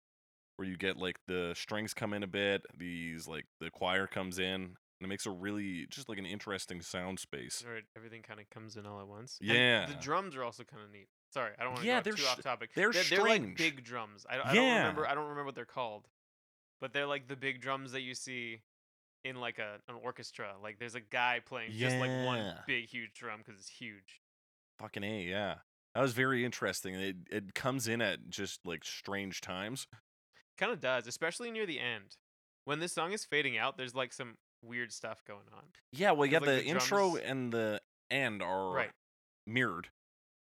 [SPEAKER 1] where you get like the strings come in a bit, these like the choir comes in, and it makes a really just like an interesting sound space.
[SPEAKER 2] Where everything kind of comes in all at once. And
[SPEAKER 1] Yeah.
[SPEAKER 2] the drums are also kind of neat. Sorry, I don't want to
[SPEAKER 1] Yeah,
[SPEAKER 2] go
[SPEAKER 1] they're
[SPEAKER 2] too
[SPEAKER 1] sh-
[SPEAKER 2] off topic.
[SPEAKER 1] they're
[SPEAKER 2] like
[SPEAKER 1] strange.
[SPEAKER 2] big drums. I, I don't
[SPEAKER 1] Yeah.
[SPEAKER 2] remember. I don't remember what they're called, but they're like the big drums that you see in like a an orchestra. Like there's a guy playing just like one
[SPEAKER 1] Yeah.
[SPEAKER 2] big huge drum because it's huge.
[SPEAKER 1] Fucking A, yeah. That was very interesting. It it comes in at just like strange times.
[SPEAKER 2] Kind of does, especially near the end when this song is fading out. There's like some weird stuff going on.
[SPEAKER 1] Yeah, well, yeah,
[SPEAKER 2] Because, like,
[SPEAKER 1] the,
[SPEAKER 2] the
[SPEAKER 1] intro
[SPEAKER 2] drums-
[SPEAKER 1] and the end are
[SPEAKER 2] Right.
[SPEAKER 1] mirrored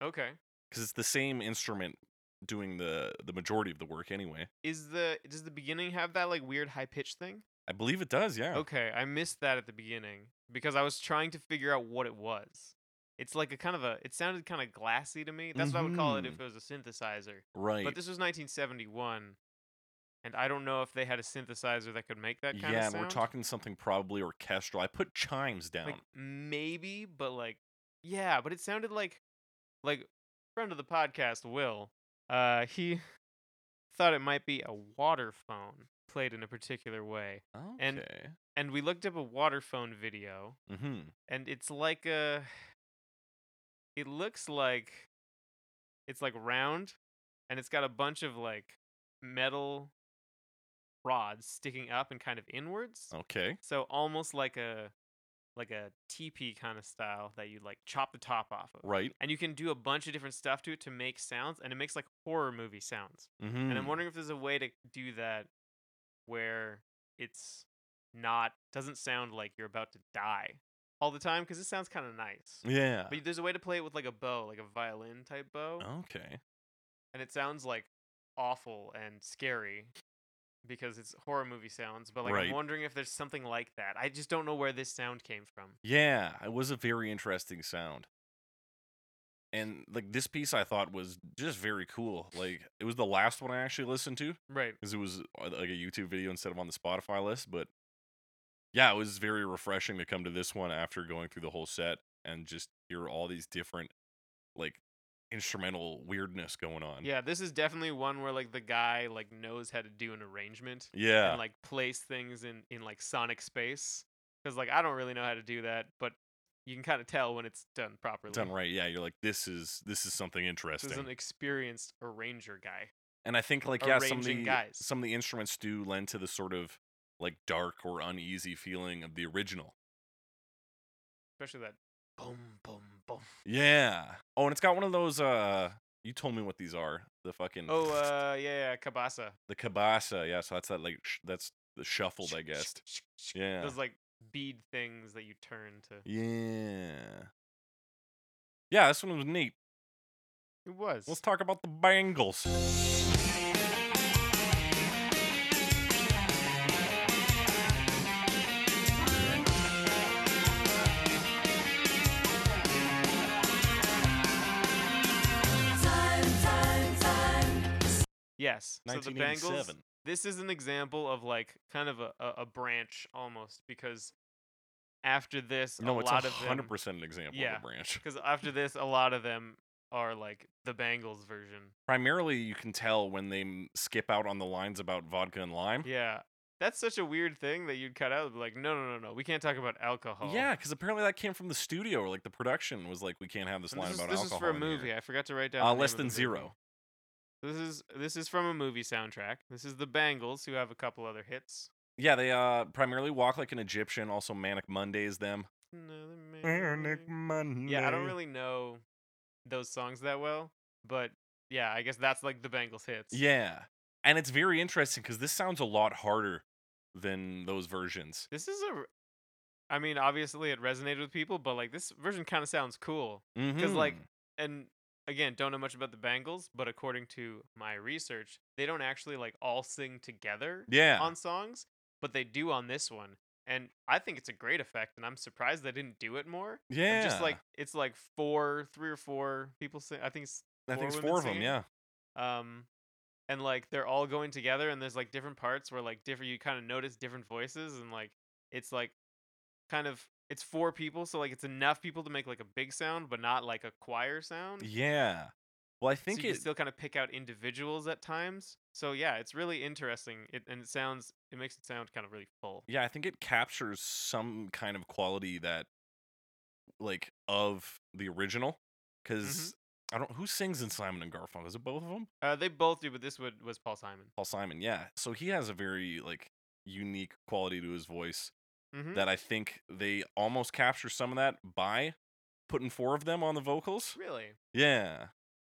[SPEAKER 2] Okay.
[SPEAKER 1] because it's the same instrument doing the the majority of the work anyway.
[SPEAKER 2] Is the does the beginning have that like weird high pitched thing?
[SPEAKER 1] I believe it does. Yeah.
[SPEAKER 2] Okay, I missed that at the beginning because I was trying to figure out what it was. It's like a kind of a. It sounded kind of glassy to me. That's what I would call it if
[SPEAKER 1] Mhm.
[SPEAKER 2] it was a synthesizer.
[SPEAKER 1] Right.
[SPEAKER 2] But this was 1971, and I don't know if they had a synthesizer that could make that kind
[SPEAKER 1] yeah,
[SPEAKER 2] of sound.
[SPEAKER 1] and we're talking something probably orchestral. I put chimes down.
[SPEAKER 2] like maybe, but like yeah, but it sounded like like friend of the podcast Will. Uh, he <laughs> thought it might be a water phone played in a particular way,
[SPEAKER 1] okay.
[SPEAKER 2] and- and we looked up a water phone video.
[SPEAKER 1] mm-hmm.
[SPEAKER 2] and it's like a it looks like it's like round and it's got a bunch of like metal rods sticking up and kind of inwards
[SPEAKER 1] Okay.
[SPEAKER 2] so almost like a like a teepee kind of style that you like chop the top off of
[SPEAKER 1] Right.
[SPEAKER 2] and you can do a bunch of different stuff to it to make sounds and it makes like horror movie sounds
[SPEAKER 1] Mm-hmm.
[SPEAKER 2] and i'm wondering if there's a way to do that where it's not doesn't sound like you're about to die all the time because it sounds kind of nice
[SPEAKER 1] Yeah. Oh.
[SPEAKER 2] but there's a way to play it with like a bow like a violin type bow
[SPEAKER 1] Okay.
[SPEAKER 2] and it sounds like awful and scary because it's horror movie sounds but like i'm
[SPEAKER 1] Right.
[SPEAKER 2] wondering if there's something like that i just don't know where this sound came from
[SPEAKER 1] Yeah, it was a very interesting sound. And like this piece, I thought was just very cool. Like it was the last one I actually listened to
[SPEAKER 2] right
[SPEAKER 1] because it was uh, like a YouTube video instead of on the Spotify list. But yeah, it was very refreshing to come to this one after going through the whole set and just hear all these different like instrumental weirdness going on.
[SPEAKER 2] yeah this is definitely one where like the guy like knows how to do an arrangement
[SPEAKER 1] Yeah.
[SPEAKER 2] and like place things in in like sonic space because like i don't really know how to do that but you can kind of tell when it's done properly
[SPEAKER 1] done right. Yeah, you're like this is this is something
[SPEAKER 2] this
[SPEAKER 1] interesting.
[SPEAKER 2] is an experienced arranger guy
[SPEAKER 1] And I think like yeah, some of
[SPEAKER 2] arranging
[SPEAKER 1] the
[SPEAKER 2] guys.
[SPEAKER 1] some of the instruments do lend to the sort of like dark or uneasy feeling of the original.
[SPEAKER 2] especially that boom boom boom
[SPEAKER 1] Yeah. Oh, and it's got one of those. uh You told me what these are. The fucking
[SPEAKER 2] oh uh yeah, yeah kabasa
[SPEAKER 1] the kibasa. Yeah, so that's that like sh- that's the shuffled, I guess. Yeah.
[SPEAKER 2] those like bead things that you turn to
[SPEAKER 1] Yeah. Yeah, this one was neat.
[SPEAKER 2] it was
[SPEAKER 1] Let's talk about the Bangles.
[SPEAKER 3] Time, time, time.
[SPEAKER 2] yes so the bangles
[SPEAKER 1] 1987.
[SPEAKER 2] this is an example of like kind of a, a, a branch almost because after this
[SPEAKER 1] No,
[SPEAKER 2] a
[SPEAKER 1] it's
[SPEAKER 2] lot
[SPEAKER 1] a
[SPEAKER 2] of
[SPEAKER 1] hundred
[SPEAKER 2] them-
[SPEAKER 1] percent an example
[SPEAKER 2] Yeah.
[SPEAKER 1] of a branch.
[SPEAKER 2] Because after this, a lot of them are like the Bangles version.
[SPEAKER 1] Primarily, you can tell when they m- skip out on the lines about vodka and lime.
[SPEAKER 2] Yeah. That's such a weird thing that you'd cut out. be Like, no, no, no, no. We can't talk about alcohol.
[SPEAKER 1] Yeah, because apparently that came from the studio, or like the production was like, we can't have this
[SPEAKER 2] And
[SPEAKER 1] line
[SPEAKER 2] this is,
[SPEAKER 1] about
[SPEAKER 2] this
[SPEAKER 1] alcohol.
[SPEAKER 2] is for a
[SPEAKER 1] in here."
[SPEAKER 2] movie. I forgot to write down. the
[SPEAKER 1] Uh,
[SPEAKER 2] name
[SPEAKER 1] less
[SPEAKER 2] of
[SPEAKER 1] than
[SPEAKER 2] the movie.
[SPEAKER 1] zero.
[SPEAKER 2] This is this is from a movie soundtrack. This is the Bangles, who have a couple other hits.
[SPEAKER 1] Yeah, they uh primarily walk like an Egyptian. Also, Manic Monday is them.
[SPEAKER 2] Another Manic
[SPEAKER 1] Monday.
[SPEAKER 2] Yeah, I don't really know those songs that well, but yeah, I guess that's like the Bangles hits.
[SPEAKER 1] Yeah, and it's very interesting because this sounds a lot harder than those versions.
[SPEAKER 2] This is a. r- I mean, obviously it resonated with people, but like this version kind of sounds cool. because like
[SPEAKER 1] Mhm.
[SPEAKER 2] and again don't know much about the bangles but according to my research they don't actually like all sing together
[SPEAKER 1] yeah,
[SPEAKER 2] on songs but they do on this one and i think it's a great effect and i'm surprised they didn't do it more
[SPEAKER 1] yeah,
[SPEAKER 2] And just like it's like four three or four people sing i think it's
[SPEAKER 1] I think it's
[SPEAKER 2] women
[SPEAKER 1] four of them.
[SPEAKER 2] singing.
[SPEAKER 1] Yeah,
[SPEAKER 2] um and like they're all going together and there's like different parts where like different you kind of notice different voices and like it's like kind of it's four people so like it's enough people to make like a big sound but not like a choir sound
[SPEAKER 1] yeah. Well, I
[SPEAKER 2] So
[SPEAKER 1] think
[SPEAKER 2] you can
[SPEAKER 1] it.
[SPEAKER 2] still kind of pick out individuals at times. So yeah, it's really interesting. It and it sounds it makes it sound kind of really full.
[SPEAKER 1] yeah, I think it captures some kind of quality that, like, of the original, because.
[SPEAKER 2] Mm-hmm.
[SPEAKER 1] I don't who sings in Simon and Garfunkel. Is it both of them?
[SPEAKER 2] Uh, they both do, but this would was Paul Simon.
[SPEAKER 1] Paul Simon, yeah. So he has a very like unique quality to his voice
[SPEAKER 2] hmm
[SPEAKER 1] that I think they almost capture some of that by putting four of them on the vocals.
[SPEAKER 2] really
[SPEAKER 1] Yeah.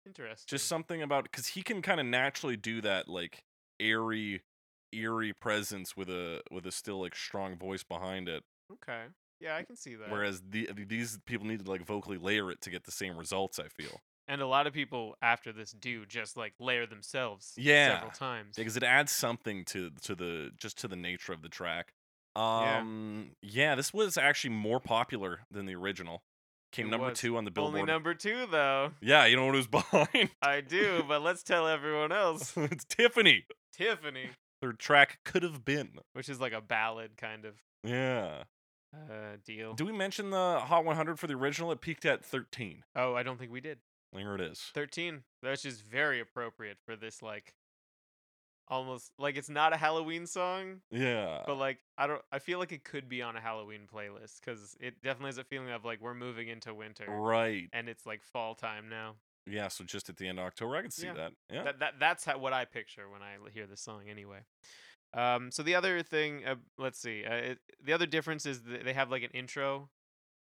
[SPEAKER 2] interesting.
[SPEAKER 1] Just something about cuz he can kind of naturally do that like airy eerie presence with a with a still like strong voice behind it
[SPEAKER 2] Okay. Yeah, I can see that.
[SPEAKER 1] whereas the, these people need to like vocally layer it to get the same results I feel.
[SPEAKER 2] and a lot of people after this do just like layer themselves.
[SPEAKER 1] Yeah.
[SPEAKER 2] Several times.
[SPEAKER 1] because it adds something to to the just to the nature of the track. Um, yeah. this was actually more popular than the original. Came
[SPEAKER 2] It
[SPEAKER 1] number
[SPEAKER 2] was.
[SPEAKER 1] two on the Billboard.
[SPEAKER 2] Only number two
[SPEAKER 1] <laughs>
[SPEAKER 2] though.
[SPEAKER 1] yeah, you know what it was behind?
[SPEAKER 2] I do, but let's tell
[SPEAKER 1] <laughs>
[SPEAKER 2] everyone else.
[SPEAKER 1] it's Tiffany.
[SPEAKER 2] Tiffany,
[SPEAKER 1] Their track could have been.
[SPEAKER 2] which is like a ballad kind of
[SPEAKER 1] Yeah.
[SPEAKER 2] uh, deal.
[SPEAKER 1] Do we mention the Hot 100 for the original? It peaked at 13.
[SPEAKER 2] oh, I don't think we did.
[SPEAKER 1] There it is.
[SPEAKER 2] 13 that's just very appropriate for this like almost like it's not a halloween song
[SPEAKER 1] Yeah.
[SPEAKER 2] but like i don't i feel like it could be on a halloween playlist because it definitely has a feeling of like we're moving into winter
[SPEAKER 1] Right.
[SPEAKER 2] and it's like fall time now
[SPEAKER 1] Yeah. So just at the end of October, I can see
[SPEAKER 2] Yeah.
[SPEAKER 1] that. Yeah.
[SPEAKER 2] that, that that's how, what i picture when i l- hear this song anyway um so the other thing uh, let's see uh, it, the other difference is th- they have like an intro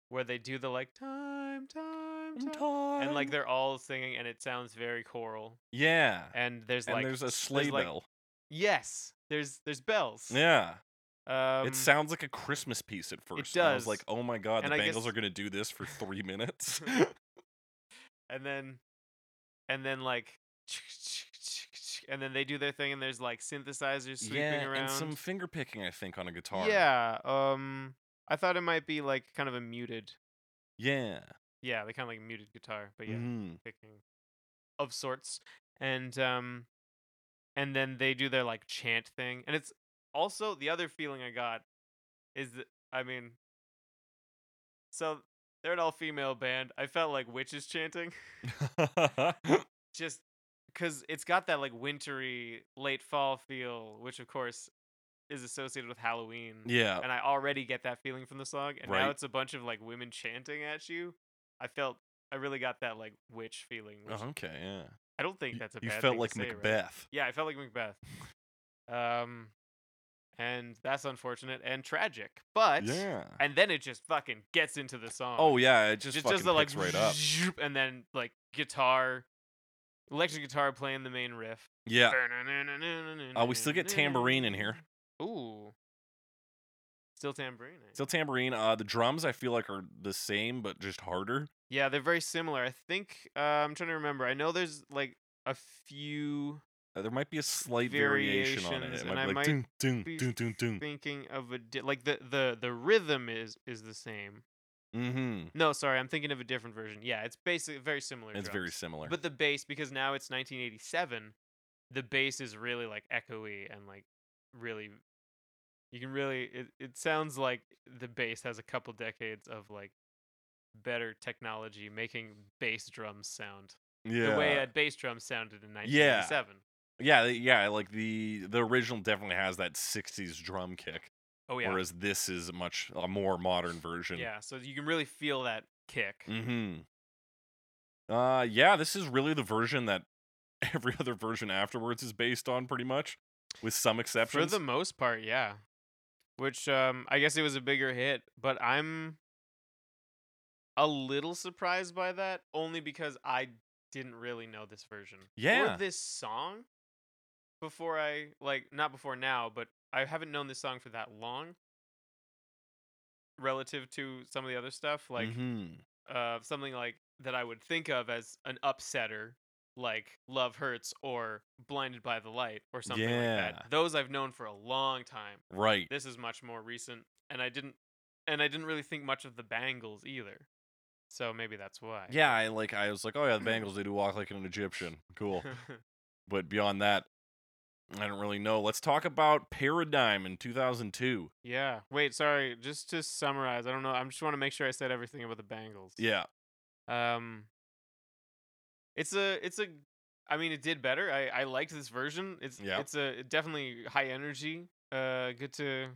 [SPEAKER 2] where they do the like time time time, and like they're all singing and it sounds very choral
[SPEAKER 1] yeah.
[SPEAKER 2] and there's
[SPEAKER 1] And
[SPEAKER 2] like
[SPEAKER 1] there's a sleigh
[SPEAKER 2] like-
[SPEAKER 1] bell.
[SPEAKER 2] Yes, there's there's bells.
[SPEAKER 1] yeah.
[SPEAKER 2] Um,
[SPEAKER 1] it sounds like a Christmas piece at first. and I was
[SPEAKER 2] does.
[SPEAKER 1] like, oh my god,
[SPEAKER 2] And
[SPEAKER 1] the
[SPEAKER 2] I
[SPEAKER 1] Bengals
[SPEAKER 2] guess-
[SPEAKER 1] are gonna do this for
[SPEAKER 2] <laughs>
[SPEAKER 1] three minutes.
[SPEAKER 2] and then, and then like, <laughs> and then they do their thing, and there's like synthesizers sweeping
[SPEAKER 1] yeah,
[SPEAKER 2] around.
[SPEAKER 1] and some finger picking, I think, on a guitar.
[SPEAKER 2] Yeah. Um, I thought it might be like kind of a muted.
[SPEAKER 1] yeah,
[SPEAKER 2] Yeah, they kind of like muted guitar, but yeah,
[SPEAKER 1] Mhm. <laughs>
[SPEAKER 2] picking of sorts, and um, and then they do their like chant thing, and it's also the other feeling I got is that I mean, so they're an all female band. I felt like witches chanting, <laughs> Mm-hmm. just because it's got that like wintry late fall feel, which of course is associated with Halloween.
[SPEAKER 1] yeah,
[SPEAKER 2] And I already get that feeling from the song, and
[SPEAKER 1] Right.
[SPEAKER 2] now it's a bunch of like women chanting at you. I felt I really got that like witch feeling. Which
[SPEAKER 1] Oh, okay, yeah.
[SPEAKER 2] I don't
[SPEAKER 1] Y-
[SPEAKER 2] think that's a
[SPEAKER 1] you
[SPEAKER 2] bad
[SPEAKER 1] felt
[SPEAKER 2] thing
[SPEAKER 1] like
[SPEAKER 2] to say, right?
[SPEAKER 1] Macbeth.
[SPEAKER 2] Yeah, I felt like Macbeth. Um, and that's unfortunate and tragic. But
[SPEAKER 1] Yeah.
[SPEAKER 2] and then it just fucking gets into the song.
[SPEAKER 1] Oh yeah, it just,
[SPEAKER 2] just
[SPEAKER 1] fucking
[SPEAKER 2] does the like
[SPEAKER 1] picks right
[SPEAKER 2] <laughs>
[SPEAKER 1] up.
[SPEAKER 2] zoop, and then like guitar, electric guitar playing the main riff.
[SPEAKER 1] Yeah. Uh, we still get tambourine in here.
[SPEAKER 2] Ooh, still tambourine. eh?
[SPEAKER 1] Still tambourine. Uh, the drums I feel like are the same, but just harder.
[SPEAKER 2] Yeah, they're very similar. I think uh, I'm trying to remember. I know there's like a few
[SPEAKER 1] Uh, there might be a slight variation on it.
[SPEAKER 2] Variations,
[SPEAKER 1] It
[SPEAKER 2] and
[SPEAKER 1] might
[SPEAKER 2] I
[SPEAKER 1] be like
[SPEAKER 2] might
[SPEAKER 1] dun, dun,
[SPEAKER 2] be
[SPEAKER 1] dun, dun, dun.
[SPEAKER 2] thinking of a di- like the the the rhythm is is the same.
[SPEAKER 1] Mm-hmm.
[SPEAKER 2] No, sorry, I'm thinking of a different version. Yeah, it's basically very similar.
[SPEAKER 1] It's very
[SPEAKER 2] drums.
[SPEAKER 1] similar.
[SPEAKER 2] But the bass, because now it's 1987, the bass is really like echoey and like really, you can really. It it sounds like the bass has a couple decades of like better technology making bass drums sound
[SPEAKER 1] yeah.
[SPEAKER 2] the way a bass drum sounded in
[SPEAKER 1] Yeah.
[SPEAKER 2] 1987.
[SPEAKER 1] Yeah, th- yeah, like the the original definitely has that '60s drum kick,
[SPEAKER 2] Oh yeah.
[SPEAKER 1] whereas this is a much a more modern version.
[SPEAKER 2] yeah, so you can really feel that kick.
[SPEAKER 1] Mm-hmm. Uh, yeah, this is really the version that <laughs> every other version afterwards is based on, pretty much, with some exceptions.
[SPEAKER 2] For the most part, yeah. Which um I guess it was a bigger hit, but I'm a little surprised by that only because I didn't really know this version
[SPEAKER 1] Yeah.
[SPEAKER 2] or this song before I like not before now, but I haven't known this song for that long relative to some of the other stuff like
[SPEAKER 1] Mhm.
[SPEAKER 2] uh, something like that I would think of as an upsetter, like Love Hurts or Blinded by the Light or something like
[SPEAKER 1] Yeah.
[SPEAKER 2] that. Those I've known for a long time.
[SPEAKER 1] right.
[SPEAKER 2] This is much more recent, and I didn't, and I didn't really think much of the Bangles either. So maybe that's why. <laughs>
[SPEAKER 1] Yeah, I like. I was like, oh yeah, the Bengals they do walk like an Egyptian.
[SPEAKER 2] <laughs>
[SPEAKER 1] Cool. but beyond that, I don't really know. Let's talk about Paradigm in 2002.
[SPEAKER 2] yeah. Wait, sorry. Just to summarize, I don't know. I am just want to make sure I said everything about the Bangles.
[SPEAKER 1] Yeah.
[SPEAKER 2] Um. It's a it's a I mean it did better. I I liked this version. It's
[SPEAKER 1] Yeah.
[SPEAKER 2] it's a definitely high energy. Uh good to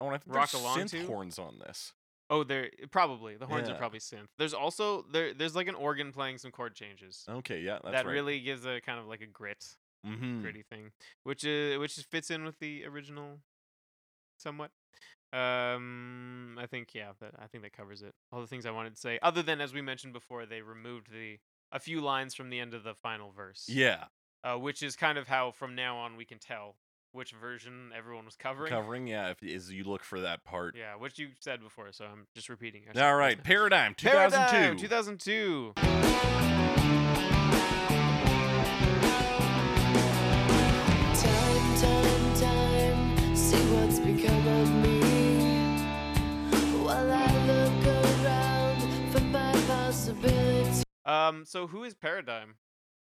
[SPEAKER 1] Oh, and I think
[SPEAKER 2] Rock
[SPEAKER 1] there's
[SPEAKER 2] along
[SPEAKER 1] synth
[SPEAKER 2] to?
[SPEAKER 1] horns on this.
[SPEAKER 2] Oh, there probably. The horns
[SPEAKER 1] Yeah.
[SPEAKER 2] are probably synth. There's also there there's like an organ playing some chord changes.
[SPEAKER 1] Okay, yeah, Oh, that's
[SPEAKER 2] that
[SPEAKER 1] right.
[SPEAKER 2] really gives a kind of like a grit,
[SPEAKER 1] Mhm.
[SPEAKER 2] gritty thing, which is which is- fits in with the original somewhat. Um I think yeah, that I think that covers it. All the things I wanted to say other than as we mentioned before they removed the a few lines from the end of the final verse.
[SPEAKER 1] Yeah,
[SPEAKER 2] uh, which is kind of how from now on we can tell which version everyone was covering.
[SPEAKER 1] covering. Yeah, if is you look for that part.
[SPEAKER 2] Yeah, which you said before, so I'm just repeating. I should-
[SPEAKER 1] All right, Paradigm 2002.
[SPEAKER 2] <laughs> Paradigm, 2002.
[SPEAKER 5] Time, time, time, see what's become of me. While I look around for my possibilities.
[SPEAKER 2] Um, so who is Paradigm?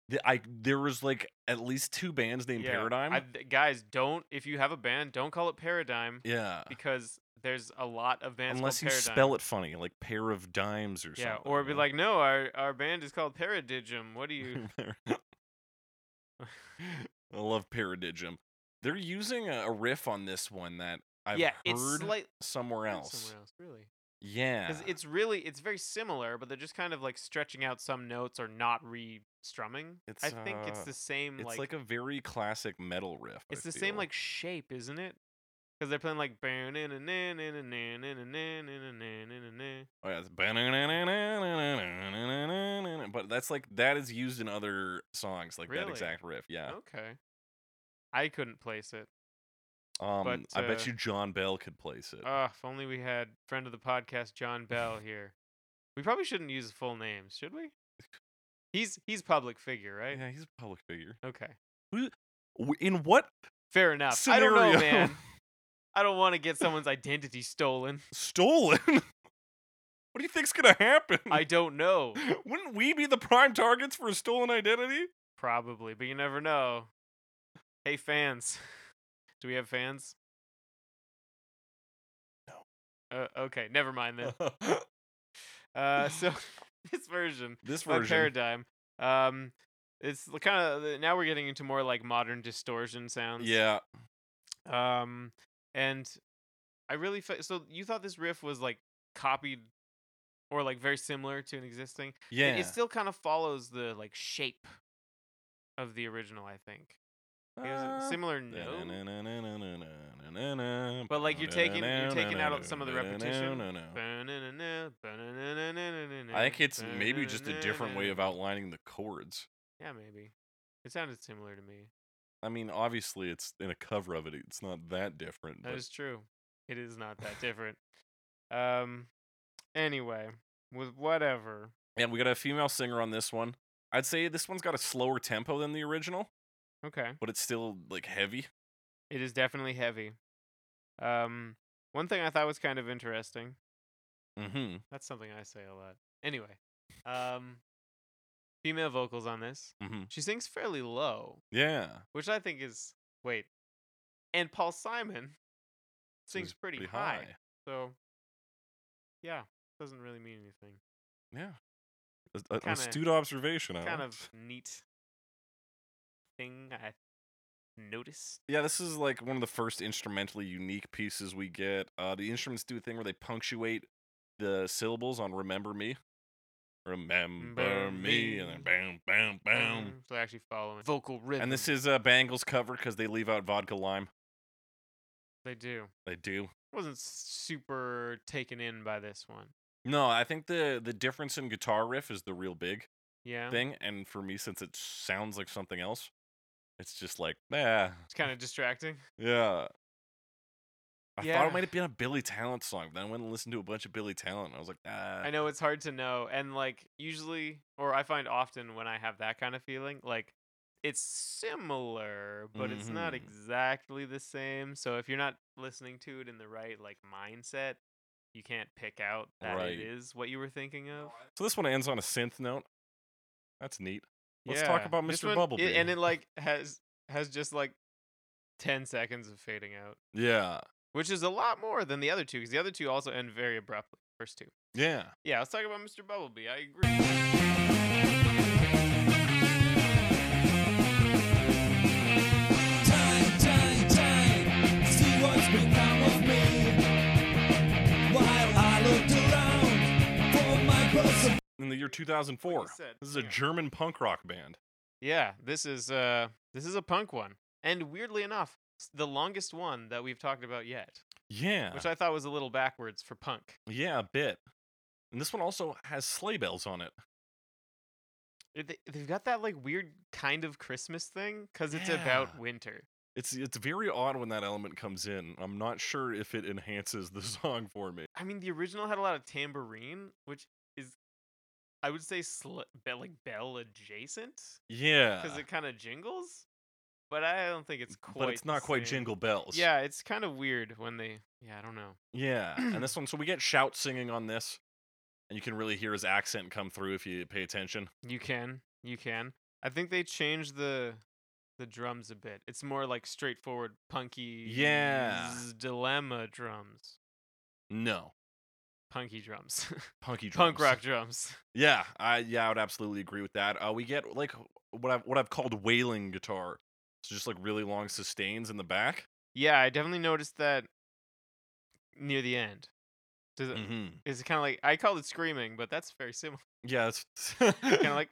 [SPEAKER 1] Th- I there was like at least two bands named
[SPEAKER 2] Yeah,
[SPEAKER 1] Paradigm.
[SPEAKER 2] I, th- guys, don't if you have a band, don't call it Paradigm
[SPEAKER 1] yeah,
[SPEAKER 2] because there's a lot of bands
[SPEAKER 1] unless you
[SPEAKER 2] called Paradigm.
[SPEAKER 1] spell it funny, like pair of dimes or
[SPEAKER 2] yeah,
[SPEAKER 1] something.
[SPEAKER 2] or be
[SPEAKER 1] yeah.
[SPEAKER 2] like, no, our our band is called Paradigm. What
[SPEAKER 1] <laughs>
[SPEAKER 2] do you?
[SPEAKER 1] I love Paradigm. They're using a, a riff on this one that I've
[SPEAKER 2] yeah,
[SPEAKER 1] heard
[SPEAKER 2] it's slight-
[SPEAKER 1] somewhere else.
[SPEAKER 2] Somewhere else, really.
[SPEAKER 1] Yeah,
[SPEAKER 2] because it's really it's very similar but they're just kind of like stretching out some notes or not re-strumming
[SPEAKER 1] It's,
[SPEAKER 2] i think it's
[SPEAKER 1] uh,
[SPEAKER 2] the same
[SPEAKER 1] it's
[SPEAKER 2] like,
[SPEAKER 1] like, a very classic metal riff. I
[SPEAKER 2] it's the same
[SPEAKER 1] feel.
[SPEAKER 2] like shape isn't it because they're playing like yeah
[SPEAKER 1] Oh, yeah, it's but that's like that is used in other songs, like that
[SPEAKER 2] Really?
[SPEAKER 1] exact riff. Yeah.
[SPEAKER 2] okay i couldn't place it
[SPEAKER 1] Um,
[SPEAKER 2] But,
[SPEAKER 1] I bet
[SPEAKER 2] uh,
[SPEAKER 1] you John Bell could place it.
[SPEAKER 2] Ah, if only we had friend of the podcast john
[SPEAKER 1] <laughs>
[SPEAKER 2] bell here we probably shouldn't use full names should we he's he's public figure right
[SPEAKER 1] yeah, he's a public figure.
[SPEAKER 2] okay
[SPEAKER 1] W- In what
[SPEAKER 2] fair enough i don't know
[SPEAKER 1] Scenario. <laughs>
[SPEAKER 2] man i don't want to get someone's identity stolen
[SPEAKER 1] stolen? what do you think's gonna happen? <laughs>
[SPEAKER 2] I don't know.
[SPEAKER 1] Wouldn't we be the prime targets for a stolen identity?
[SPEAKER 2] Probably, but you never know. Hey, fans. Do we have fans?
[SPEAKER 1] No.
[SPEAKER 2] Uh, okay, never mind then.
[SPEAKER 1] <laughs>
[SPEAKER 2] Uh, so, <laughs> this version,
[SPEAKER 1] this
[SPEAKER 2] of
[SPEAKER 1] version.
[SPEAKER 2] Paradigm, um, it's kind of now we're getting into more like modern distortion sounds.
[SPEAKER 1] Yeah.
[SPEAKER 2] Um, and I really fe- so you thought this riff was like copied or like very similar to an existing.
[SPEAKER 1] Yeah.
[SPEAKER 2] It, it still kind of follows the like shape of the original, I think. It was a
[SPEAKER 1] Uh,
[SPEAKER 2] similar note. But, like, you're taking- you're taking out some of the repetition.
[SPEAKER 1] I
[SPEAKER 2] I
[SPEAKER 1] think it's maybe just a different way of outlining the chords.
[SPEAKER 2] Yeah, maybe. It sounded similar to me.
[SPEAKER 1] I mean, obviously, it's in a cover of it. It's not that different.
[SPEAKER 2] That
[SPEAKER 1] But
[SPEAKER 2] is true. It is not that different. Um anyway, with whatever.
[SPEAKER 1] yeah, we got a female singer on this one. I'd say this one's got a slower tempo than the original,
[SPEAKER 2] Okay.
[SPEAKER 1] but it's still like heavy.
[SPEAKER 2] It is definitely heavy. Um one thing I thought was kind of interesting.
[SPEAKER 1] Mm-hmm.
[SPEAKER 2] That's something I say a lot. Anyway, um female vocals on this.
[SPEAKER 1] Mhm.
[SPEAKER 2] She sings fairly low.
[SPEAKER 1] Yeah,
[SPEAKER 2] which I think is wait. And Paul Simon sings
[SPEAKER 1] Sings
[SPEAKER 2] pretty,
[SPEAKER 1] pretty
[SPEAKER 2] high.
[SPEAKER 1] high.
[SPEAKER 2] So yeah, doesn't really mean anything.
[SPEAKER 1] yeah. A- a-
[SPEAKER 2] Kinda-
[SPEAKER 1] astute observation. Alan.
[SPEAKER 2] Kind of neat thing I noticed.
[SPEAKER 1] Yeah, this is like one of the first instrumentally unique pieces we get. Uh, the instruments do a thing where they punctuate the syllables on "Remember Me," "Remember Me," and then
[SPEAKER 2] me. Mm-hmm.
[SPEAKER 1] "Bam, bam, bam."
[SPEAKER 2] So they're actually following Um, vocal rhythm.
[SPEAKER 1] And this is uh, Bangles cover because they leave out vodka lime.
[SPEAKER 2] they do.
[SPEAKER 1] They do.
[SPEAKER 2] Wasn't super taken in by this one.
[SPEAKER 1] No, I think the the difference in guitar riff is the real big
[SPEAKER 2] Yeah,
[SPEAKER 1] thing. And for me, since it sounds like something else, it's just like, nah,
[SPEAKER 2] it's kind of distracting.
[SPEAKER 1] yeah. I thought
[SPEAKER 2] Yeah.
[SPEAKER 1] it might have been a Billy Talent song, but then I went and listened to a bunch of Billy Talent. And I was like, ah.
[SPEAKER 2] I know it's hard to know. And like usually or I find often when I have that kind of feeling, like it's similar, but it's not
[SPEAKER 1] Mhm.
[SPEAKER 2] exactly the same. So if you're not listening to it in the right like mindset, you can't pick out that
[SPEAKER 1] Right.
[SPEAKER 2] it is what you were thinking of.
[SPEAKER 1] So this one ends on a synth note. That's neat. Let's talk about
[SPEAKER 2] This
[SPEAKER 1] Mr.
[SPEAKER 2] one- it- and
[SPEAKER 1] Bumblebee.
[SPEAKER 2] it like has has just like 10 seconds of fading out,
[SPEAKER 1] Yeah.
[SPEAKER 2] which is a lot more than the other two cuz the other two also end very abruptly. First two.
[SPEAKER 1] Yeah.
[SPEAKER 2] Yeah, let's talk about Mr. Bumblebee. I agree.
[SPEAKER 6] Become of me while I looked around for my person.
[SPEAKER 1] in the year 2004.
[SPEAKER 2] Like you said,
[SPEAKER 1] This is a
[SPEAKER 2] yeah.
[SPEAKER 1] German punk rock band.
[SPEAKER 2] Yeah, this is uh this is a punk one. And weirdly enough, s- the longest one that we've talked about yet,
[SPEAKER 1] Yeah.
[SPEAKER 2] which I thought was a little backwards for punk.
[SPEAKER 1] yeah, a bit. And this one also has sleigh bells on it.
[SPEAKER 2] Uh, They, they've got that like weird kind of Christmas thing cuz it's about
[SPEAKER 1] Yeah.
[SPEAKER 2] winter.
[SPEAKER 1] It's it's very odd when that element comes in. I'm not sure if it enhances the <laughs> song for me.
[SPEAKER 2] I mean, the original had a lot of tambourine, which is I would say sl- be- like bell adjacent
[SPEAKER 1] Yeah.
[SPEAKER 2] cuz it kind of jingles, but I don't think it's quite
[SPEAKER 1] Ah. but it's
[SPEAKER 2] the
[SPEAKER 1] not quite
[SPEAKER 2] same.
[SPEAKER 1] jingle bells.
[SPEAKER 2] Yeah, it's kind of weird when they Yeah, I don't know.
[SPEAKER 1] Yeah. and
[SPEAKER 2] <clears throat>
[SPEAKER 1] this one so we get shout singing on this and you can really hear his accent come through if you pay attention.
[SPEAKER 2] You can. You can. I think they changed the the drums a bit. It's more like straightforward punky
[SPEAKER 1] Yeah.
[SPEAKER 2] z- dilemma drums.
[SPEAKER 1] No.
[SPEAKER 2] Punky drums. <laughs>
[SPEAKER 1] Punky drums.
[SPEAKER 2] Punk rock drums.
[SPEAKER 1] Yeah, I yeah, I would absolutely agree with that. Uh, we get like what I've what I've called wailing guitar. So just like really long sustains in the back.
[SPEAKER 2] Yeah, I definitely noticed that near the end. Does it,
[SPEAKER 1] Mm-hmm.
[SPEAKER 2] It's kind of like I called it screaming, but that's very similar.
[SPEAKER 1] Yeah, it's
[SPEAKER 2] kind of like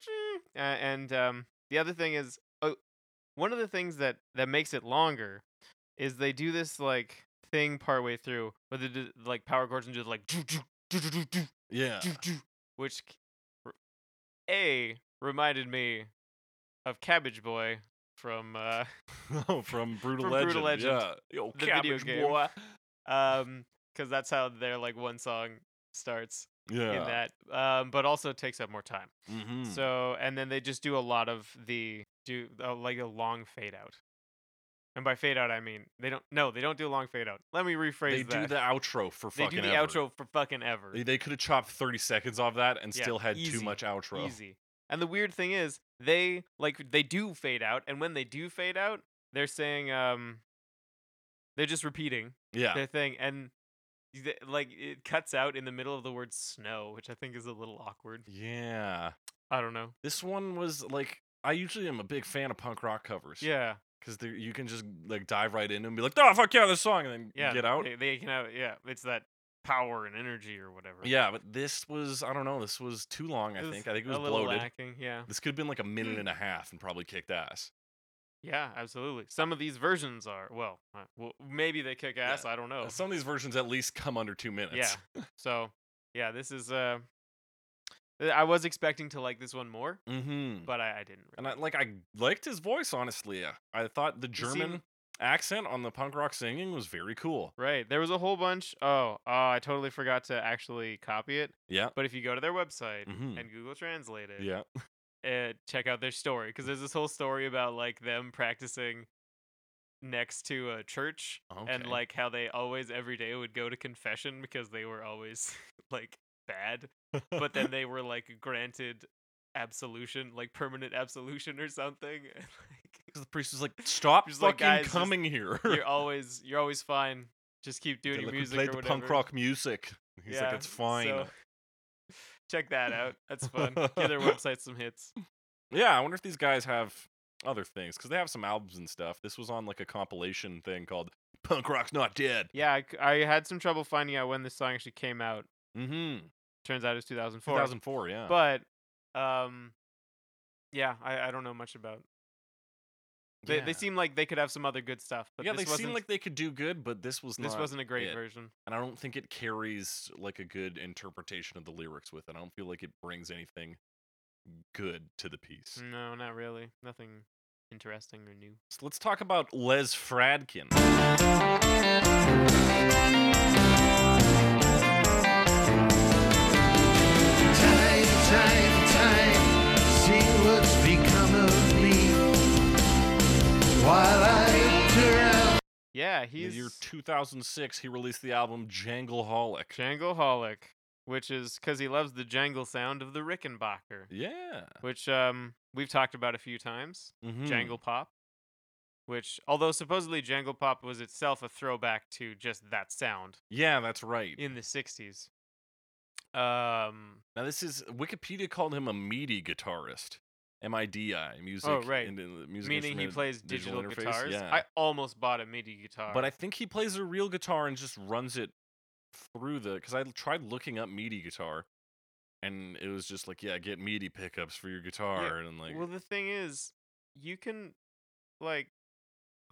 [SPEAKER 2] uh, and um the other thing is oh, one of the things that that makes it longer is they do this like thing partway through where they do like power chords and do like "Doo, doo, doo, doo, doo, doo,
[SPEAKER 1] <laughs>
[SPEAKER 2] <laughs>
[SPEAKER 1] yeah, <laughs>
[SPEAKER 2] doo, doo," which c- r- a reminded me of Cabbage Boy from uh <laughs>
[SPEAKER 1] Oh, from Brutal Legend.
[SPEAKER 2] Brutal Legend,
[SPEAKER 1] Yeah, Yo,
[SPEAKER 2] the video
[SPEAKER 1] Cabbage
[SPEAKER 2] game
[SPEAKER 1] Boy.
[SPEAKER 2] um cuz that's how their like one song starts
[SPEAKER 1] Yeah.
[SPEAKER 2] in that um but also takes up more time
[SPEAKER 1] Mhm.
[SPEAKER 2] So and then they just do a lot of the do uh, like a long fade out. And by fade out I mean they don't no, they don't do a long fade out. Let me rephrase
[SPEAKER 1] they
[SPEAKER 2] that.
[SPEAKER 1] do the outro for
[SPEAKER 2] <laughs> they
[SPEAKER 1] fucking
[SPEAKER 2] do the
[SPEAKER 1] ever.
[SPEAKER 2] outro for fucking ever.
[SPEAKER 1] They, they could have chopped thirty seconds off that and
[SPEAKER 2] Yeah,
[SPEAKER 1] still had too
[SPEAKER 2] easy,
[SPEAKER 1] much outro.
[SPEAKER 2] Easy. And the weird thing is they like they do fade out and when they do fade out, they're saying um they're just repeating <laughs>
[SPEAKER 1] Yeah,
[SPEAKER 2] their thing and th- like it cuts out in the middle of the word snow, which I think is a little awkward.
[SPEAKER 1] yeah.
[SPEAKER 2] I don't know.
[SPEAKER 1] This one was like I usually am a big fan of punk rock covers.
[SPEAKER 2] Yeah.
[SPEAKER 1] because you can just like dive right in and be like, "Oh fuck yeah, this song," and then
[SPEAKER 2] Yeah.
[SPEAKER 1] get out.
[SPEAKER 2] They, they can have yeah, it's that power and energy or whatever.
[SPEAKER 1] Yeah, but this was I don't know. This was too long. I
[SPEAKER 2] It was
[SPEAKER 1] think. I think it
[SPEAKER 2] a
[SPEAKER 1] was
[SPEAKER 2] little Mm.
[SPEAKER 1] bloated.
[SPEAKER 2] lacking, Yeah,
[SPEAKER 1] This could have been like a minute and a half and probably kicked ass.
[SPEAKER 2] yeah, absolutely. Some of these versions are well, uh, well maybe they kick ass. I don't know.
[SPEAKER 1] Uh, Some of these versions at least come under two minutes.
[SPEAKER 2] Oh. yeah.
[SPEAKER 1] <laughs>
[SPEAKER 2] so, yeah, this is. Uh, uh, I was expecting to like this one more,
[SPEAKER 1] Mm-hmm.
[SPEAKER 2] but I, I didn't. Really.
[SPEAKER 1] And I like I liked his voice honestly. I- I thought the
[SPEAKER 2] seemed-
[SPEAKER 1] German accent on the punk rock singing was very cool.
[SPEAKER 2] Right, there was a whole bunch. Oh, oh, I totally forgot to actually copy it.
[SPEAKER 1] Yeah.
[SPEAKER 2] But if you go to their website
[SPEAKER 1] Mhm.
[SPEAKER 2] and Google Translate it,
[SPEAKER 1] Yeah.
[SPEAKER 2] uh, check out their story because there's this whole story about like them practicing next to a church and
[SPEAKER 1] Okay.
[SPEAKER 2] like how they always every day would go to confession because they were always <laughs> like bad but then they were like granted absolution like permanent absolution or something and, like
[SPEAKER 1] <laughs> <laughs> 'Cause the priest was like, "Stop
[SPEAKER 2] Just
[SPEAKER 1] fucking
[SPEAKER 2] like, "Guys, just-
[SPEAKER 1] coming <laughs> here."
[SPEAKER 2] you're always you're always fine just keep
[SPEAKER 1] They're
[SPEAKER 2] doing your
[SPEAKER 1] like, "We
[SPEAKER 2] music
[SPEAKER 1] played
[SPEAKER 2] or
[SPEAKER 1] the
[SPEAKER 2] whatever
[SPEAKER 1] punk rock music. He's like, "It's fine."
[SPEAKER 2] so- check
[SPEAKER 1] <laughs>
[SPEAKER 2] that out that's fun give their website some hits
[SPEAKER 1] Yeah, I wonder if these guys have other things because they have some albums and stuff. This was on like a compilation thing called "Punk Rock's Not Dead."
[SPEAKER 2] Yeah, I, c- I had some trouble finding out when this song actually came out.
[SPEAKER 1] Mm-hmm.
[SPEAKER 2] Turns out it was 2004.
[SPEAKER 1] 2004, yeah.
[SPEAKER 2] But, um, yeah, I, I don't know much about. They
[SPEAKER 1] Yeah.
[SPEAKER 2] they seem like they could have some other good stuff, but
[SPEAKER 1] yeah,
[SPEAKER 2] this
[SPEAKER 1] they
[SPEAKER 2] wasn't,
[SPEAKER 1] seem like they could do good, but this was
[SPEAKER 2] this
[SPEAKER 1] not,
[SPEAKER 2] wasn't a great
[SPEAKER 1] it.
[SPEAKER 2] version.
[SPEAKER 1] and I don't think it carries like a good interpretation of the lyrics with it. I don't feel like it brings anything good to the piece.
[SPEAKER 2] No, not really. Nothing interesting or new.
[SPEAKER 1] So let's talk about Les Fradkin.
[SPEAKER 6] Time, time, time, see what's become of me while I looked around.
[SPEAKER 2] Yeah,
[SPEAKER 1] In the year
[SPEAKER 2] he's
[SPEAKER 1] 2006, he released the album Jangleholic.
[SPEAKER 2] Jangleholic, which is because he loves the jangle sound of the Rickenbacker,
[SPEAKER 1] yeah.
[SPEAKER 2] which um we've talked about a few times.
[SPEAKER 1] Mhm.
[SPEAKER 2] Jangle Pop, which, although supposedly Jangle Pop was itself a throwback to just that sound
[SPEAKER 1] Yeah, that's right.
[SPEAKER 2] in the um, 60s. Um,
[SPEAKER 1] Now this is Wikipedia called him a meaty guitarist, MIDI music.
[SPEAKER 2] Oh, right.
[SPEAKER 1] And, then the music
[SPEAKER 2] Meaning he
[SPEAKER 1] instrument
[SPEAKER 2] plays digital,
[SPEAKER 1] digital interface,
[SPEAKER 2] guitars.
[SPEAKER 1] yeah.
[SPEAKER 2] I uh almost bought a MIDI guitar.
[SPEAKER 1] But I think he plays a real guitar and just runs it through the. Because I l- tried looking up MIDI guitar, and it was just like, yeah, get MIDI pickups for your guitar, and like,
[SPEAKER 2] well, the thing is, you can, like,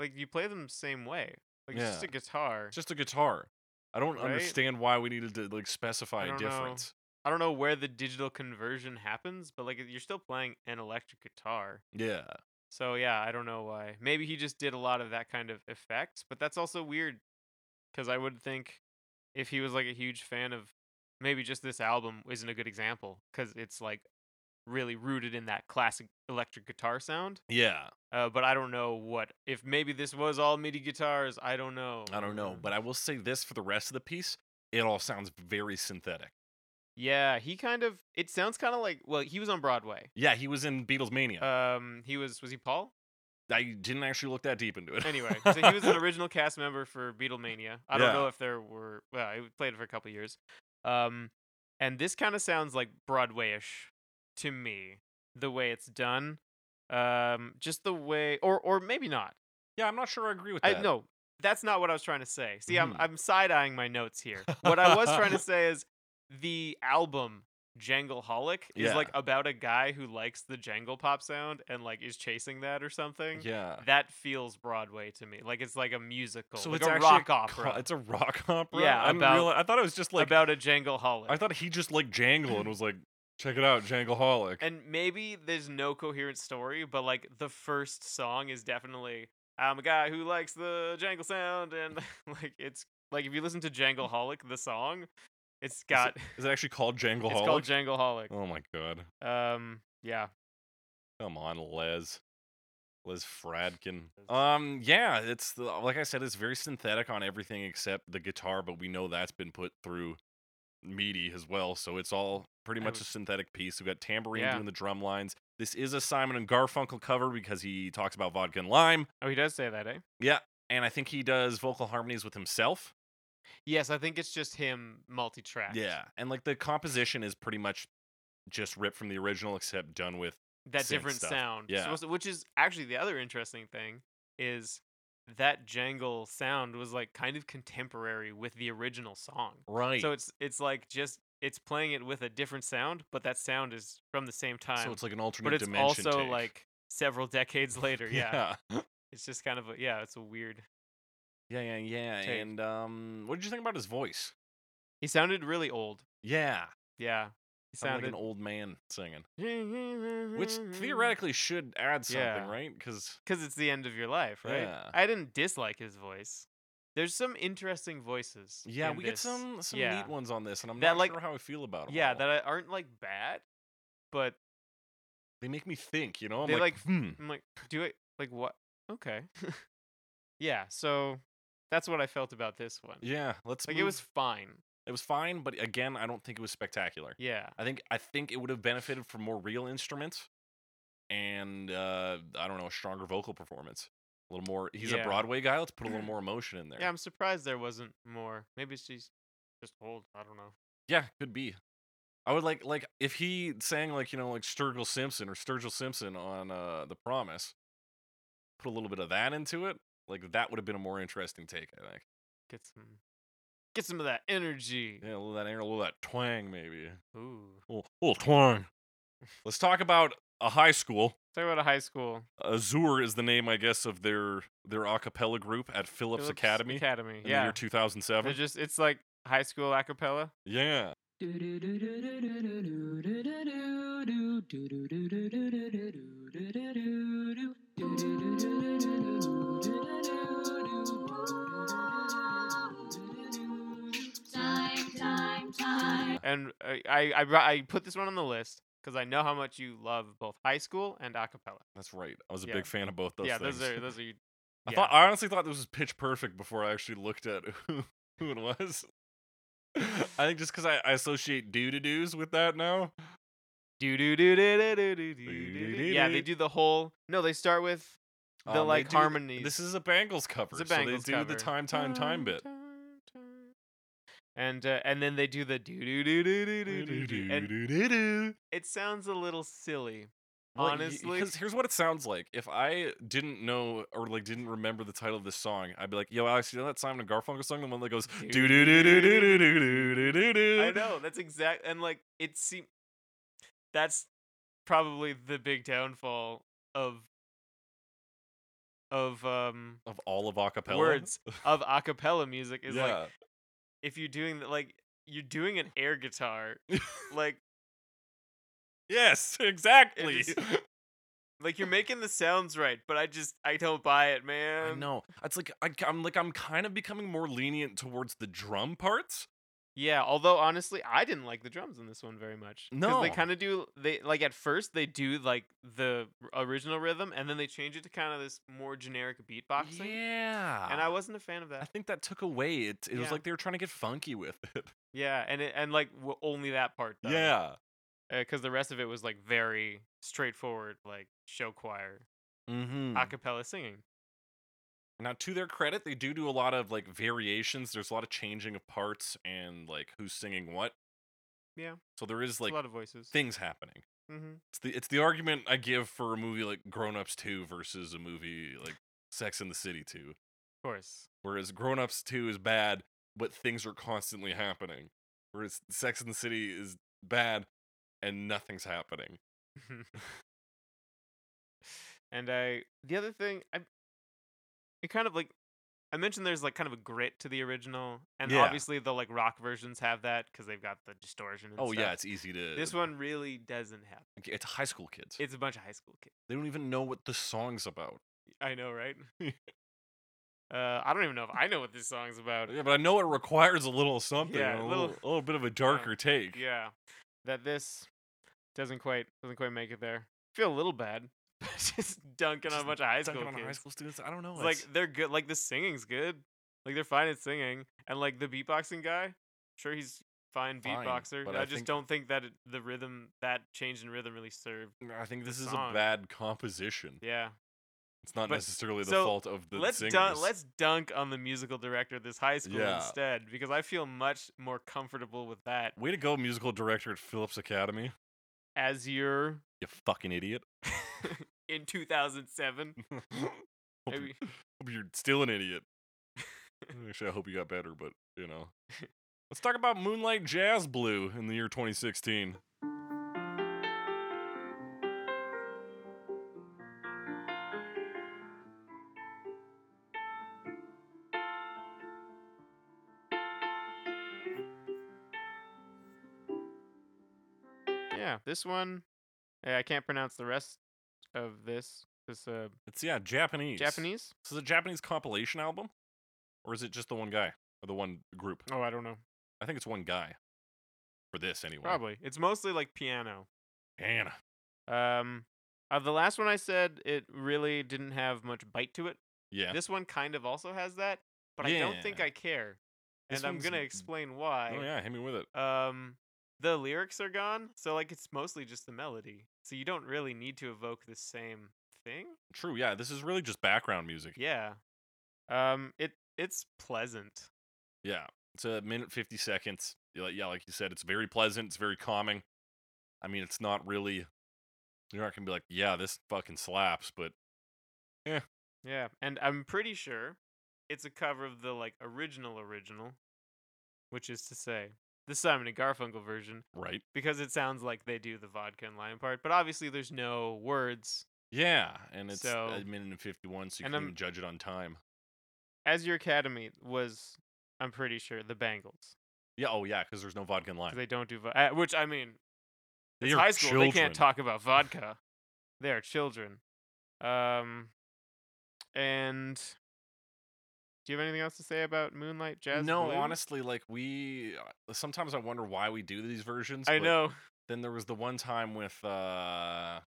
[SPEAKER 2] like you play them same way. Like it's just
[SPEAKER 1] Yeah.
[SPEAKER 2] a guitar.
[SPEAKER 1] it's just a guitar. I don't
[SPEAKER 2] Right?
[SPEAKER 1] understand why we needed to like specify a
[SPEAKER 2] don't know.
[SPEAKER 1] difference.
[SPEAKER 2] I don't know where the digital conversion happens, but like you're still playing an electric guitar.
[SPEAKER 1] Yeah,
[SPEAKER 2] So yeah, I don't know why. Maybe he just did a lot of that kind of effects, but that's also weird cuz I would think if he was like a huge fan of maybe just this album isn't a good example cuz it's like really rooted in that classic electric guitar sound.
[SPEAKER 1] yeah.
[SPEAKER 2] Uh, but I don't know what if maybe this was all MIDI guitars, I don't know. Um,
[SPEAKER 1] I don't
[SPEAKER 2] Mm.
[SPEAKER 1] know, but I will say this for the rest of the piece: it all sounds very synthetic.
[SPEAKER 2] Yeah, he kind of it sounds kind of like well, he was on Broadway.
[SPEAKER 1] Yeah, he was in Beatles Mania.
[SPEAKER 2] Um he was was he Paul?
[SPEAKER 1] I didn't actually look that deep into it.
[SPEAKER 2] Anyway, so
[SPEAKER 1] <laughs>
[SPEAKER 2] he was an original cast member for Beatlemania. I don't
[SPEAKER 1] Yeah.
[SPEAKER 2] know if there were. Well, I played it for a couple years, um, and this kind of sounds like Broadwayish to me, the way it's done, um, just the way, or or maybe not.
[SPEAKER 1] yeah, I'm not sure I agree with
[SPEAKER 2] I
[SPEAKER 1] that.
[SPEAKER 2] no, that's not what I was trying to say. See, I'm
[SPEAKER 1] Mhm.
[SPEAKER 2] I'm side eyeing my notes here. What I was
[SPEAKER 1] <laughs>
[SPEAKER 2] trying to say is the album. Jangleholic is
[SPEAKER 1] Yeah.
[SPEAKER 2] like about a guy who likes the jangle pop sound and like is chasing that or something
[SPEAKER 1] Yeah.
[SPEAKER 2] that feels Broadway to me. Like it's like a musical,
[SPEAKER 1] Uh. So
[SPEAKER 2] like
[SPEAKER 1] it's
[SPEAKER 2] a
[SPEAKER 1] actually
[SPEAKER 2] rock
[SPEAKER 1] co-
[SPEAKER 2] opera
[SPEAKER 1] it's a rock <laughs> opera.
[SPEAKER 2] Yeah,
[SPEAKER 1] I, didn't
[SPEAKER 2] about-
[SPEAKER 1] reali- I thought it was just like
[SPEAKER 2] about a jangleholic.
[SPEAKER 1] I thought he just like jangle and was like, check it out, jangleholic.
[SPEAKER 2] and maybe there's no coherent story, but like the first song is definitely I'm a guy who likes the jangle sound, and <laughs> like it's like if you listen to Jangleholic, the song, it's got
[SPEAKER 1] Mm. Is it actually called jangleholic?
[SPEAKER 2] it's called Jangleholic.
[SPEAKER 1] oh my god!
[SPEAKER 2] Um, yeah,
[SPEAKER 1] Come on, Les. Les Fradkin. Um, yeah, it's the, like I said, it's very synthetic on everything except the guitar, but we know that's been put through MIDI as well, so it's all pretty
[SPEAKER 2] I
[SPEAKER 1] much a
[SPEAKER 2] would-
[SPEAKER 1] synthetic piece. We've got tambourine
[SPEAKER 2] Yeah.
[SPEAKER 1] doing the drum lines. This is a Simon and Garfunkel cover because he talks about vodka and lime,
[SPEAKER 2] oh, he does say that, eh?
[SPEAKER 1] and I think he does vocal harmonies with himself.
[SPEAKER 2] Yes, I think it's just him multi-track.
[SPEAKER 1] Yeah, and like the composition is pretty much just ripped from the original, except done with.
[SPEAKER 2] that
[SPEAKER 1] synth
[SPEAKER 2] different
[SPEAKER 1] stuff.
[SPEAKER 2] sound.
[SPEAKER 1] Yeah.
[SPEAKER 2] supposed to- which is actually the other interesting thing is that jangle sound was like kind of contemporary with the original song.
[SPEAKER 1] Right.
[SPEAKER 2] So it's it's like just it's playing it with a different sound, but that sound is from the same time.
[SPEAKER 1] so it's like an alternate
[SPEAKER 2] but it's
[SPEAKER 1] dimension.
[SPEAKER 2] also
[SPEAKER 1] take. <laughs>
[SPEAKER 2] like several decades later. Yeah.
[SPEAKER 1] yeah,
[SPEAKER 2] It's just kind of a, yeah, it's a weird.
[SPEAKER 1] yeah, yeah, yeah.
[SPEAKER 2] Take.
[SPEAKER 1] And um, what did you think about his voice?
[SPEAKER 2] He sounded really old.
[SPEAKER 1] Yeah,
[SPEAKER 2] Yeah. He
[SPEAKER 1] sounded
[SPEAKER 2] sounded Mm-hmm.
[SPEAKER 1] like an old man singing, which theoretically should add something,
[SPEAKER 2] Yeah.
[SPEAKER 1] right? Because
[SPEAKER 2] because it's the end of your life, right?
[SPEAKER 1] Yeah.
[SPEAKER 2] I didn't dislike his voice. There's some interesting voices.
[SPEAKER 1] yeah,
[SPEAKER 2] in
[SPEAKER 1] we
[SPEAKER 2] this.
[SPEAKER 1] get some some
[SPEAKER 2] yeah.
[SPEAKER 1] neat ones on this, and I'm
[SPEAKER 2] That,
[SPEAKER 1] not
[SPEAKER 2] like-
[SPEAKER 1] sure how I feel about them.
[SPEAKER 2] yeah that I- aren't like bad, but
[SPEAKER 1] they make me think. You know, I'm
[SPEAKER 2] they
[SPEAKER 1] like,
[SPEAKER 2] like,
[SPEAKER 1] hmm.
[SPEAKER 2] I'm like do it like what? Okay, <laughs> yeah. So that's what I felt about this one.
[SPEAKER 1] Yeah, let's.
[SPEAKER 2] like it was
[SPEAKER 1] move-
[SPEAKER 2] fine.
[SPEAKER 1] It was fine, but again, I don't think it was spectacular.
[SPEAKER 2] Yeah,
[SPEAKER 1] I think I think it would have benefited from more real instruments and uh, I don't know, a stronger vocal performance. A little more. He's
[SPEAKER 2] Yeah.
[SPEAKER 1] a Broadway guy. Let's put a
[SPEAKER 2] <clears throat>
[SPEAKER 1] little more emotion in there.
[SPEAKER 2] yeah. I'm surprised there wasn't more. Maybe she's just old. I don't know.
[SPEAKER 1] Yeah, could be. I would like like if he sang like you know like Sturgill Simpson or Sturgill Simpson on uh, The Promise. Put a little bit of that into it. Like that would have been a more interesting take. I think.
[SPEAKER 2] Get some, get some of that energy.
[SPEAKER 1] Yeah, a little of that air, a little of that twang, maybe.
[SPEAKER 2] Ooh,
[SPEAKER 1] A little, little twang. Let's talk about a high school.
[SPEAKER 2] talk about a high school.
[SPEAKER 1] Azure is the name, I guess, of their their a cappella group at Phillips,
[SPEAKER 2] Phillips
[SPEAKER 1] Academy
[SPEAKER 2] Academy.
[SPEAKER 1] in the
[SPEAKER 2] Yeah,
[SPEAKER 1] year 2007.
[SPEAKER 2] they're just it's like high school acapella.
[SPEAKER 1] yeah.
[SPEAKER 2] And uh, I I, brought, I put this one on the list because I know how much you love both high school and acapella.
[SPEAKER 1] That's right. I was a
[SPEAKER 2] Yeah.
[SPEAKER 1] big fan of both those
[SPEAKER 2] yeah,
[SPEAKER 1] things.
[SPEAKER 2] those are those are. You,
[SPEAKER 1] <laughs> I
[SPEAKER 2] yeah.
[SPEAKER 1] thought I honestly thought this was pitch perfect before I actually looked at who, who it was. I think just because I, I associate doo doo doos with that now.
[SPEAKER 2] do do do do do do do do do. Yeah, they
[SPEAKER 1] Do-do-do-do.
[SPEAKER 2] do the whole. No, they start with the
[SPEAKER 1] Um, they
[SPEAKER 2] like
[SPEAKER 1] do-
[SPEAKER 2] harmonies.
[SPEAKER 1] This is a Bangles cover,
[SPEAKER 2] It's a Bangles
[SPEAKER 1] so they do
[SPEAKER 2] cover.
[SPEAKER 1] the time, time, time bit.
[SPEAKER 2] Time, time. And uh, and then they do the do do do do do do do, and
[SPEAKER 1] Doo-doo-doo-doo-doo.
[SPEAKER 2] it sounds a little silly, Honestly?
[SPEAKER 1] because here's what it sounds like. If I didn't know or like didn't remember the title of this song, I'd be like, "Yo, Alex, you know that Simon and Garfunkel song, the one that goes do do do do do do do do do do."
[SPEAKER 2] I know that's exact, and like it seem that's probably the big downfall of of um
[SPEAKER 1] of all of acapella
[SPEAKER 2] words of acapella music is like
[SPEAKER 1] yeah,
[SPEAKER 2] if you're doing the, like you're doing an
[SPEAKER 1] <laughs>
[SPEAKER 2] air guitar, like
[SPEAKER 1] yes,
[SPEAKER 2] it
[SPEAKER 1] exactly.
[SPEAKER 2] is- like you're making the sounds right, but I just I don't buy it,
[SPEAKER 1] I
[SPEAKER 2] man.
[SPEAKER 1] know. It's like I, I'm like I'm kind of becoming more lenient towards the drum parts.
[SPEAKER 2] Yeah, although honestly, I didn't like the drums in this one very much. 'Cause they
[SPEAKER 1] No.
[SPEAKER 2] kind of do they like at first they do like the r- original rhythm, and then they change it to kind of this more generic beatboxing.
[SPEAKER 1] Yeah,
[SPEAKER 2] And I wasn't a fan of
[SPEAKER 1] I
[SPEAKER 2] that.
[SPEAKER 1] think that took away it. It
[SPEAKER 2] Yeah.
[SPEAKER 1] was like they were trying to get funky with <laughs> it.
[SPEAKER 2] Yeah, and it, and like w- only that part. Though.
[SPEAKER 1] Yeah.
[SPEAKER 2] because the rest of it was like very straightforward, like show choir,
[SPEAKER 1] Mm-hmm.
[SPEAKER 2] a cappella singing.
[SPEAKER 1] Now, to their credit, they do do a lot of like variations. There's a lot of changing of parts and like who's singing what.
[SPEAKER 2] Yeah.
[SPEAKER 1] So there is
[SPEAKER 2] It's
[SPEAKER 1] like
[SPEAKER 2] a lot of voices.
[SPEAKER 1] things happening.
[SPEAKER 2] mm-hmm.
[SPEAKER 1] It's the it's the argument I give for a movie like Grown Ups Two versus a movie like Sex in the City Two.
[SPEAKER 2] Of
[SPEAKER 1] <laughs>
[SPEAKER 2] course.
[SPEAKER 1] Whereas Grown Ups Two is bad, but things are constantly happening. Whereas Sex in the City is bad and nothing's happening.
[SPEAKER 2] And I the other thing I it kind of like I mentioned there's like kind of a grit to the original and
[SPEAKER 1] Yeah.
[SPEAKER 2] obviously the like rock versions have that cuz they've got the distortion and
[SPEAKER 1] Oh yeah,
[SPEAKER 2] stuff.
[SPEAKER 1] it's easy to.
[SPEAKER 2] This one really doesn't have. that.
[SPEAKER 1] it's high school kids.
[SPEAKER 2] It's a bunch of high school kids.
[SPEAKER 1] they don't even know what the song's about.
[SPEAKER 2] I know, right? <laughs> uh I don't even know if I know what this song's about.
[SPEAKER 1] Yeah, but I know it requires a little something,
[SPEAKER 2] Yeah,
[SPEAKER 1] and
[SPEAKER 2] a
[SPEAKER 1] a
[SPEAKER 2] little- uh,
[SPEAKER 1] little, a little bit of a darker take.
[SPEAKER 2] Yeah. That this doesn't quite doesn't quite make it there. Feel a little bad. <laughs> Just dunking on a
[SPEAKER 1] Just
[SPEAKER 2] bunch of high
[SPEAKER 1] Dunking
[SPEAKER 2] school
[SPEAKER 1] on
[SPEAKER 2] kids.
[SPEAKER 1] high school students, I don't know.
[SPEAKER 2] It's
[SPEAKER 1] It's
[SPEAKER 2] like they're good. Like the singing's good. Like they're fine at singing, and like the beatboxing guy, sure he's fine,
[SPEAKER 1] Fine,
[SPEAKER 2] beatboxer.
[SPEAKER 1] but
[SPEAKER 2] I,
[SPEAKER 1] I
[SPEAKER 2] just
[SPEAKER 1] think-
[SPEAKER 2] don't think that it, the rhythm, that change in rhythm, really served.
[SPEAKER 1] mm, I think this is
[SPEAKER 2] song.
[SPEAKER 1] a bad composition.
[SPEAKER 2] Yeah.
[SPEAKER 1] It's not
[SPEAKER 2] But-
[SPEAKER 1] necessarily the
[SPEAKER 2] so,
[SPEAKER 1] fault of the
[SPEAKER 2] let's
[SPEAKER 1] singers.
[SPEAKER 2] dun- let's dunk on the musical director of this high school
[SPEAKER 1] Yeah.
[SPEAKER 2] instead, because I feel much more comfortable with that
[SPEAKER 1] Way to go, musical director at Phillips Academy. <laughs>
[SPEAKER 2] as you're
[SPEAKER 1] You fucking idiot.
[SPEAKER 2] <laughs> in 2007.
[SPEAKER 1] hope, you,
[SPEAKER 2] Maybe.
[SPEAKER 1] hope you're still an
[SPEAKER 2] <laughs>
[SPEAKER 1] idiot. Actually, I hope you got better, but you know. Let's talk about Moonlight Jazz Blue in the year 2016.
[SPEAKER 2] Yeah, this one. Yeah, I can't pronounce the rest of this. This uh,
[SPEAKER 1] It's yeah, Japanese.
[SPEAKER 2] Japanese.
[SPEAKER 1] This is a Japanese compilation album, or is it just the one guy or the one group?
[SPEAKER 2] Oh, I don't know.
[SPEAKER 1] I think it's one guy for this anyway.
[SPEAKER 2] Probably. It's mostly like piano.
[SPEAKER 1] Anna.
[SPEAKER 2] Um, uh, the last one I said it really didn't have much bite to it.
[SPEAKER 1] Yeah.
[SPEAKER 2] This one kind of also has that, but I don't think
[SPEAKER 1] Yeah.
[SPEAKER 2] I care,
[SPEAKER 1] This
[SPEAKER 2] and I'm
[SPEAKER 1] one's
[SPEAKER 2] gonna
[SPEAKER 1] n-
[SPEAKER 2] explain
[SPEAKER 1] oh
[SPEAKER 2] why.
[SPEAKER 1] yeah, hit me with it.
[SPEAKER 2] Um, the lyrics are gone, so like it's mostly just the melody, so you don't really need to evoke the same thing.
[SPEAKER 1] True. Yeah, this is really just background music.
[SPEAKER 2] Yeah. Um, it it's pleasant.
[SPEAKER 1] Yeah. It's a minute fifty seconds. Yeah, like- yeah, like you said, it's very pleasant. It's very calming. I mean, it's not really. You're not gonna be like, yeah, this fucking slaps, but
[SPEAKER 2] Yeah, and I'm pretty sure it's a cover of the like original original, which is to say the Simon and Garfunkel version,
[SPEAKER 1] right.
[SPEAKER 2] because it sounds like they do the vodka and lime part. But obviously, there's no words.
[SPEAKER 1] Yeah, and it's
[SPEAKER 2] So-
[SPEAKER 1] a minute and fifty-one, so you
[SPEAKER 2] and
[SPEAKER 1] can
[SPEAKER 2] I'm-
[SPEAKER 1] even judge it on time.
[SPEAKER 2] As your academy was, I'm pretty sure the Bangles,
[SPEAKER 1] Yeah. Oh yeah, because there's no vodka in
[SPEAKER 2] 'cause
[SPEAKER 1] line.
[SPEAKER 2] they don't do vo- uh, which I mean,
[SPEAKER 1] They
[SPEAKER 2] it's
[SPEAKER 1] are
[SPEAKER 2] high school. They
[SPEAKER 1] children.
[SPEAKER 2] can't talk about vodka. they are children. Um, and do you have anything else to say about Moonlight Jazz?
[SPEAKER 1] no,
[SPEAKER 2] Blue?
[SPEAKER 1] honestly, like we uh, sometimes I wonder why we do these versions.
[SPEAKER 2] I
[SPEAKER 1] but
[SPEAKER 2] know.
[SPEAKER 1] Then there was the one time with uh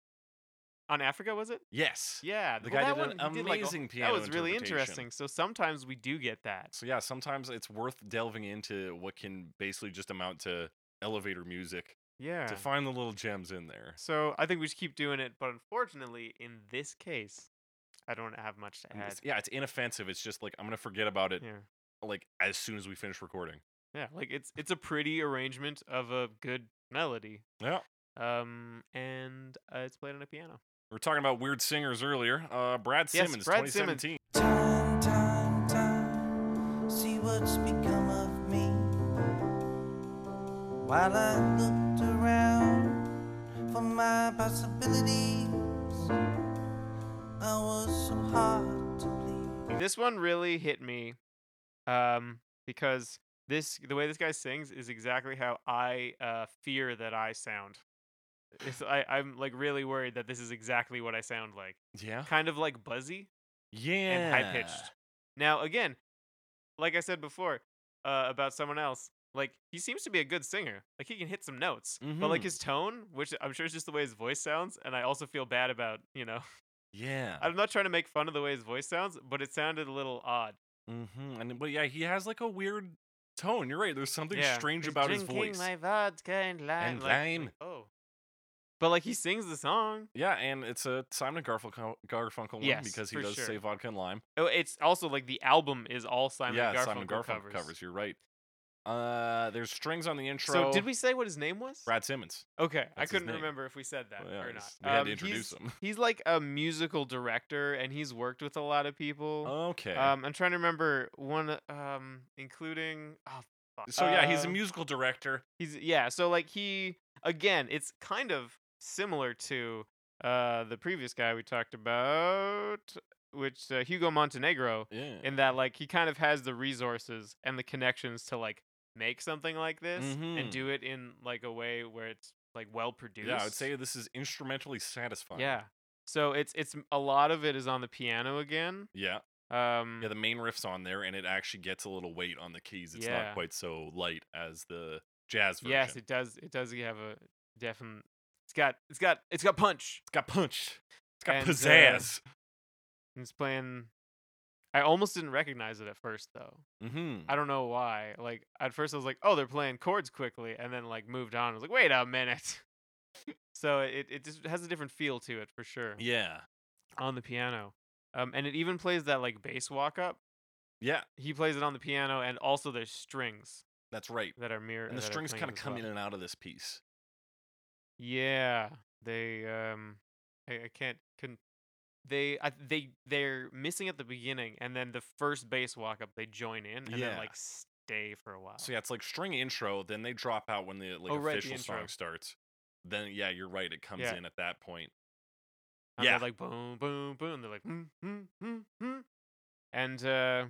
[SPEAKER 2] On Africa, was it?
[SPEAKER 1] yes,
[SPEAKER 2] Yeah,
[SPEAKER 1] The
[SPEAKER 2] well,
[SPEAKER 1] guy
[SPEAKER 2] that
[SPEAKER 1] did an
[SPEAKER 2] one, he did, like, a-
[SPEAKER 1] amazing
[SPEAKER 2] That
[SPEAKER 1] piano
[SPEAKER 2] was really
[SPEAKER 1] interpretation.
[SPEAKER 2] interesting. So sometimes we do get that.
[SPEAKER 1] So yeah, sometimes it's worth delving into what can basically just amount to elevator music
[SPEAKER 2] Yeah.
[SPEAKER 1] to find the little gems in there.
[SPEAKER 2] so I think we should keep doing it, but unfortunately, in this case, I don't have much to
[SPEAKER 1] And
[SPEAKER 2] add.
[SPEAKER 1] it's- yeah, it's inoffensive. It's just like I'm gonna forget about it
[SPEAKER 2] Yeah,
[SPEAKER 1] like as soon as we finish recording.
[SPEAKER 2] yeah. Like it's it's a pretty arrangement of a good melody.
[SPEAKER 1] Yeah.
[SPEAKER 2] um, and uh, it's played on a piano.
[SPEAKER 1] We are talking about weird singers earlier. Uh, Brad
[SPEAKER 2] Yes,
[SPEAKER 1] Simmons,
[SPEAKER 2] Brad Simmons.
[SPEAKER 1] 2017.
[SPEAKER 3] Time, time, time, see what's become of me. While I looked around for my possibilities, I was so hard to please.
[SPEAKER 2] This one really hit me, um, because this the way this guy sings is exactly how I uh, fear that I sound. It's, I, I'm like really worried that this is exactly what I sound like,
[SPEAKER 1] Yeah.
[SPEAKER 2] kind of like Buzzy,
[SPEAKER 1] Yeah.
[SPEAKER 2] and high pitched. Now again, like I said before uh, about someone else, like he seems to be a good singer. Like he can hit some notes, but like
[SPEAKER 1] Mhm.
[SPEAKER 2] his tone, which I'm sure is just the way his voice sounds, and I also feel bad about. You know,
[SPEAKER 1] Yeah.
[SPEAKER 2] I'm not trying to make fun of the way his voice sounds, but it sounded a little odd.
[SPEAKER 1] Mm-hmm. And but yeah, he has like a weird tone. You're right. There's something
[SPEAKER 2] Yeah,
[SPEAKER 1] strange
[SPEAKER 2] he's
[SPEAKER 1] about his
[SPEAKER 2] drinking
[SPEAKER 1] voice.
[SPEAKER 2] my vodka and lime.
[SPEAKER 1] And
[SPEAKER 2] like, like,
[SPEAKER 1] lime.
[SPEAKER 2] oh, but like he sings the song.
[SPEAKER 1] Yeah, and it's a Simon and Garfunkel Garfunkel one
[SPEAKER 2] Yes,
[SPEAKER 1] because he
[SPEAKER 2] for
[SPEAKER 1] does
[SPEAKER 2] sure.
[SPEAKER 1] say vodka and lime.
[SPEAKER 2] Oh, it's also like the album is all Simon
[SPEAKER 1] yeah,
[SPEAKER 2] and Garfunkel
[SPEAKER 1] Simon and Garfunkel
[SPEAKER 2] covers.
[SPEAKER 1] covers. You're right. Uh, there's strings on the intro.
[SPEAKER 2] So did we say what his name was?
[SPEAKER 1] Brad Simmons.
[SPEAKER 2] Okay, I
[SPEAKER 1] That's his
[SPEAKER 2] couldn't
[SPEAKER 1] name.
[SPEAKER 2] remember if we said that
[SPEAKER 1] Well, yeah,
[SPEAKER 2] or not.
[SPEAKER 1] it's- we had to
[SPEAKER 2] Um,
[SPEAKER 1] introduce
[SPEAKER 2] he's,
[SPEAKER 1] him. <laughs>
[SPEAKER 2] He's like a musical director, and he's worked with a lot of people.
[SPEAKER 1] Okay.
[SPEAKER 2] Um, I'm trying to remember one, um, including. Oh, fuck.
[SPEAKER 1] so yeah, he's a
[SPEAKER 2] uh,
[SPEAKER 1] musical director.
[SPEAKER 2] He's yeah. So like he again, it's kind of similar to uh the previous guy we talked about, which uh, Hugo Montenegro,
[SPEAKER 1] Yeah.
[SPEAKER 2] in that like he kind of has the resources and the connections to like make something like this
[SPEAKER 1] Mhm.
[SPEAKER 2] and do it in like a way where it's like well produced.
[SPEAKER 1] yeah, I would say this is instrumentally satisfying.
[SPEAKER 2] Yeah. So it's it's a lot of it is on the piano again.
[SPEAKER 1] Yeah.
[SPEAKER 2] Um
[SPEAKER 1] Yeah, the main riff's on there, and it actually gets a little weight on the keys. It's
[SPEAKER 2] Yeah.
[SPEAKER 1] not quite so light as the jazz version.
[SPEAKER 2] yes, it does it does have a definite it's got it's got it's got punch.
[SPEAKER 1] it's got punch. It's got
[SPEAKER 2] And, uh,
[SPEAKER 1] pizzazz.
[SPEAKER 2] And It's playing I almost didn't recognize it at first though.
[SPEAKER 1] mm-hmm.
[SPEAKER 2] I don't know why. Like at first I was like, "Oh, they're playing chords quickly," and then like moved on. I was like, "Wait a minute." <laughs> so it it just has a different feel to it for sure
[SPEAKER 1] Yeah.
[SPEAKER 2] on the piano. Um and it even plays that like bass walk up.
[SPEAKER 1] Yeah,
[SPEAKER 2] He plays it on the piano and also there's strings
[SPEAKER 1] that's right.
[SPEAKER 2] that are mirrored.
[SPEAKER 1] And the strings kind of come in and out of this piece.
[SPEAKER 2] Yeah, they um, I, I can't can, they I, they they're missing at the beginning, and then the first bass walk up they join in, and
[SPEAKER 1] Yeah.
[SPEAKER 2] then like stay for a while.
[SPEAKER 1] So yeah, it's like string intro, then they drop out when the like
[SPEAKER 2] Oh, right, the
[SPEAKER 1] official song
[SPEAKER 2] intro.
[SPEAKER 1] starts. Then yeah, you're right. It comes
[SPEAKER 2] Yeah.
[SPEAKER 1] in at that point.
[SPEAKER 2] And they're
[SPEAKER 1] yeah.
[SPEAKER 2] like boom, boom, boom. They're like mm, mm, mm, mm. and uh,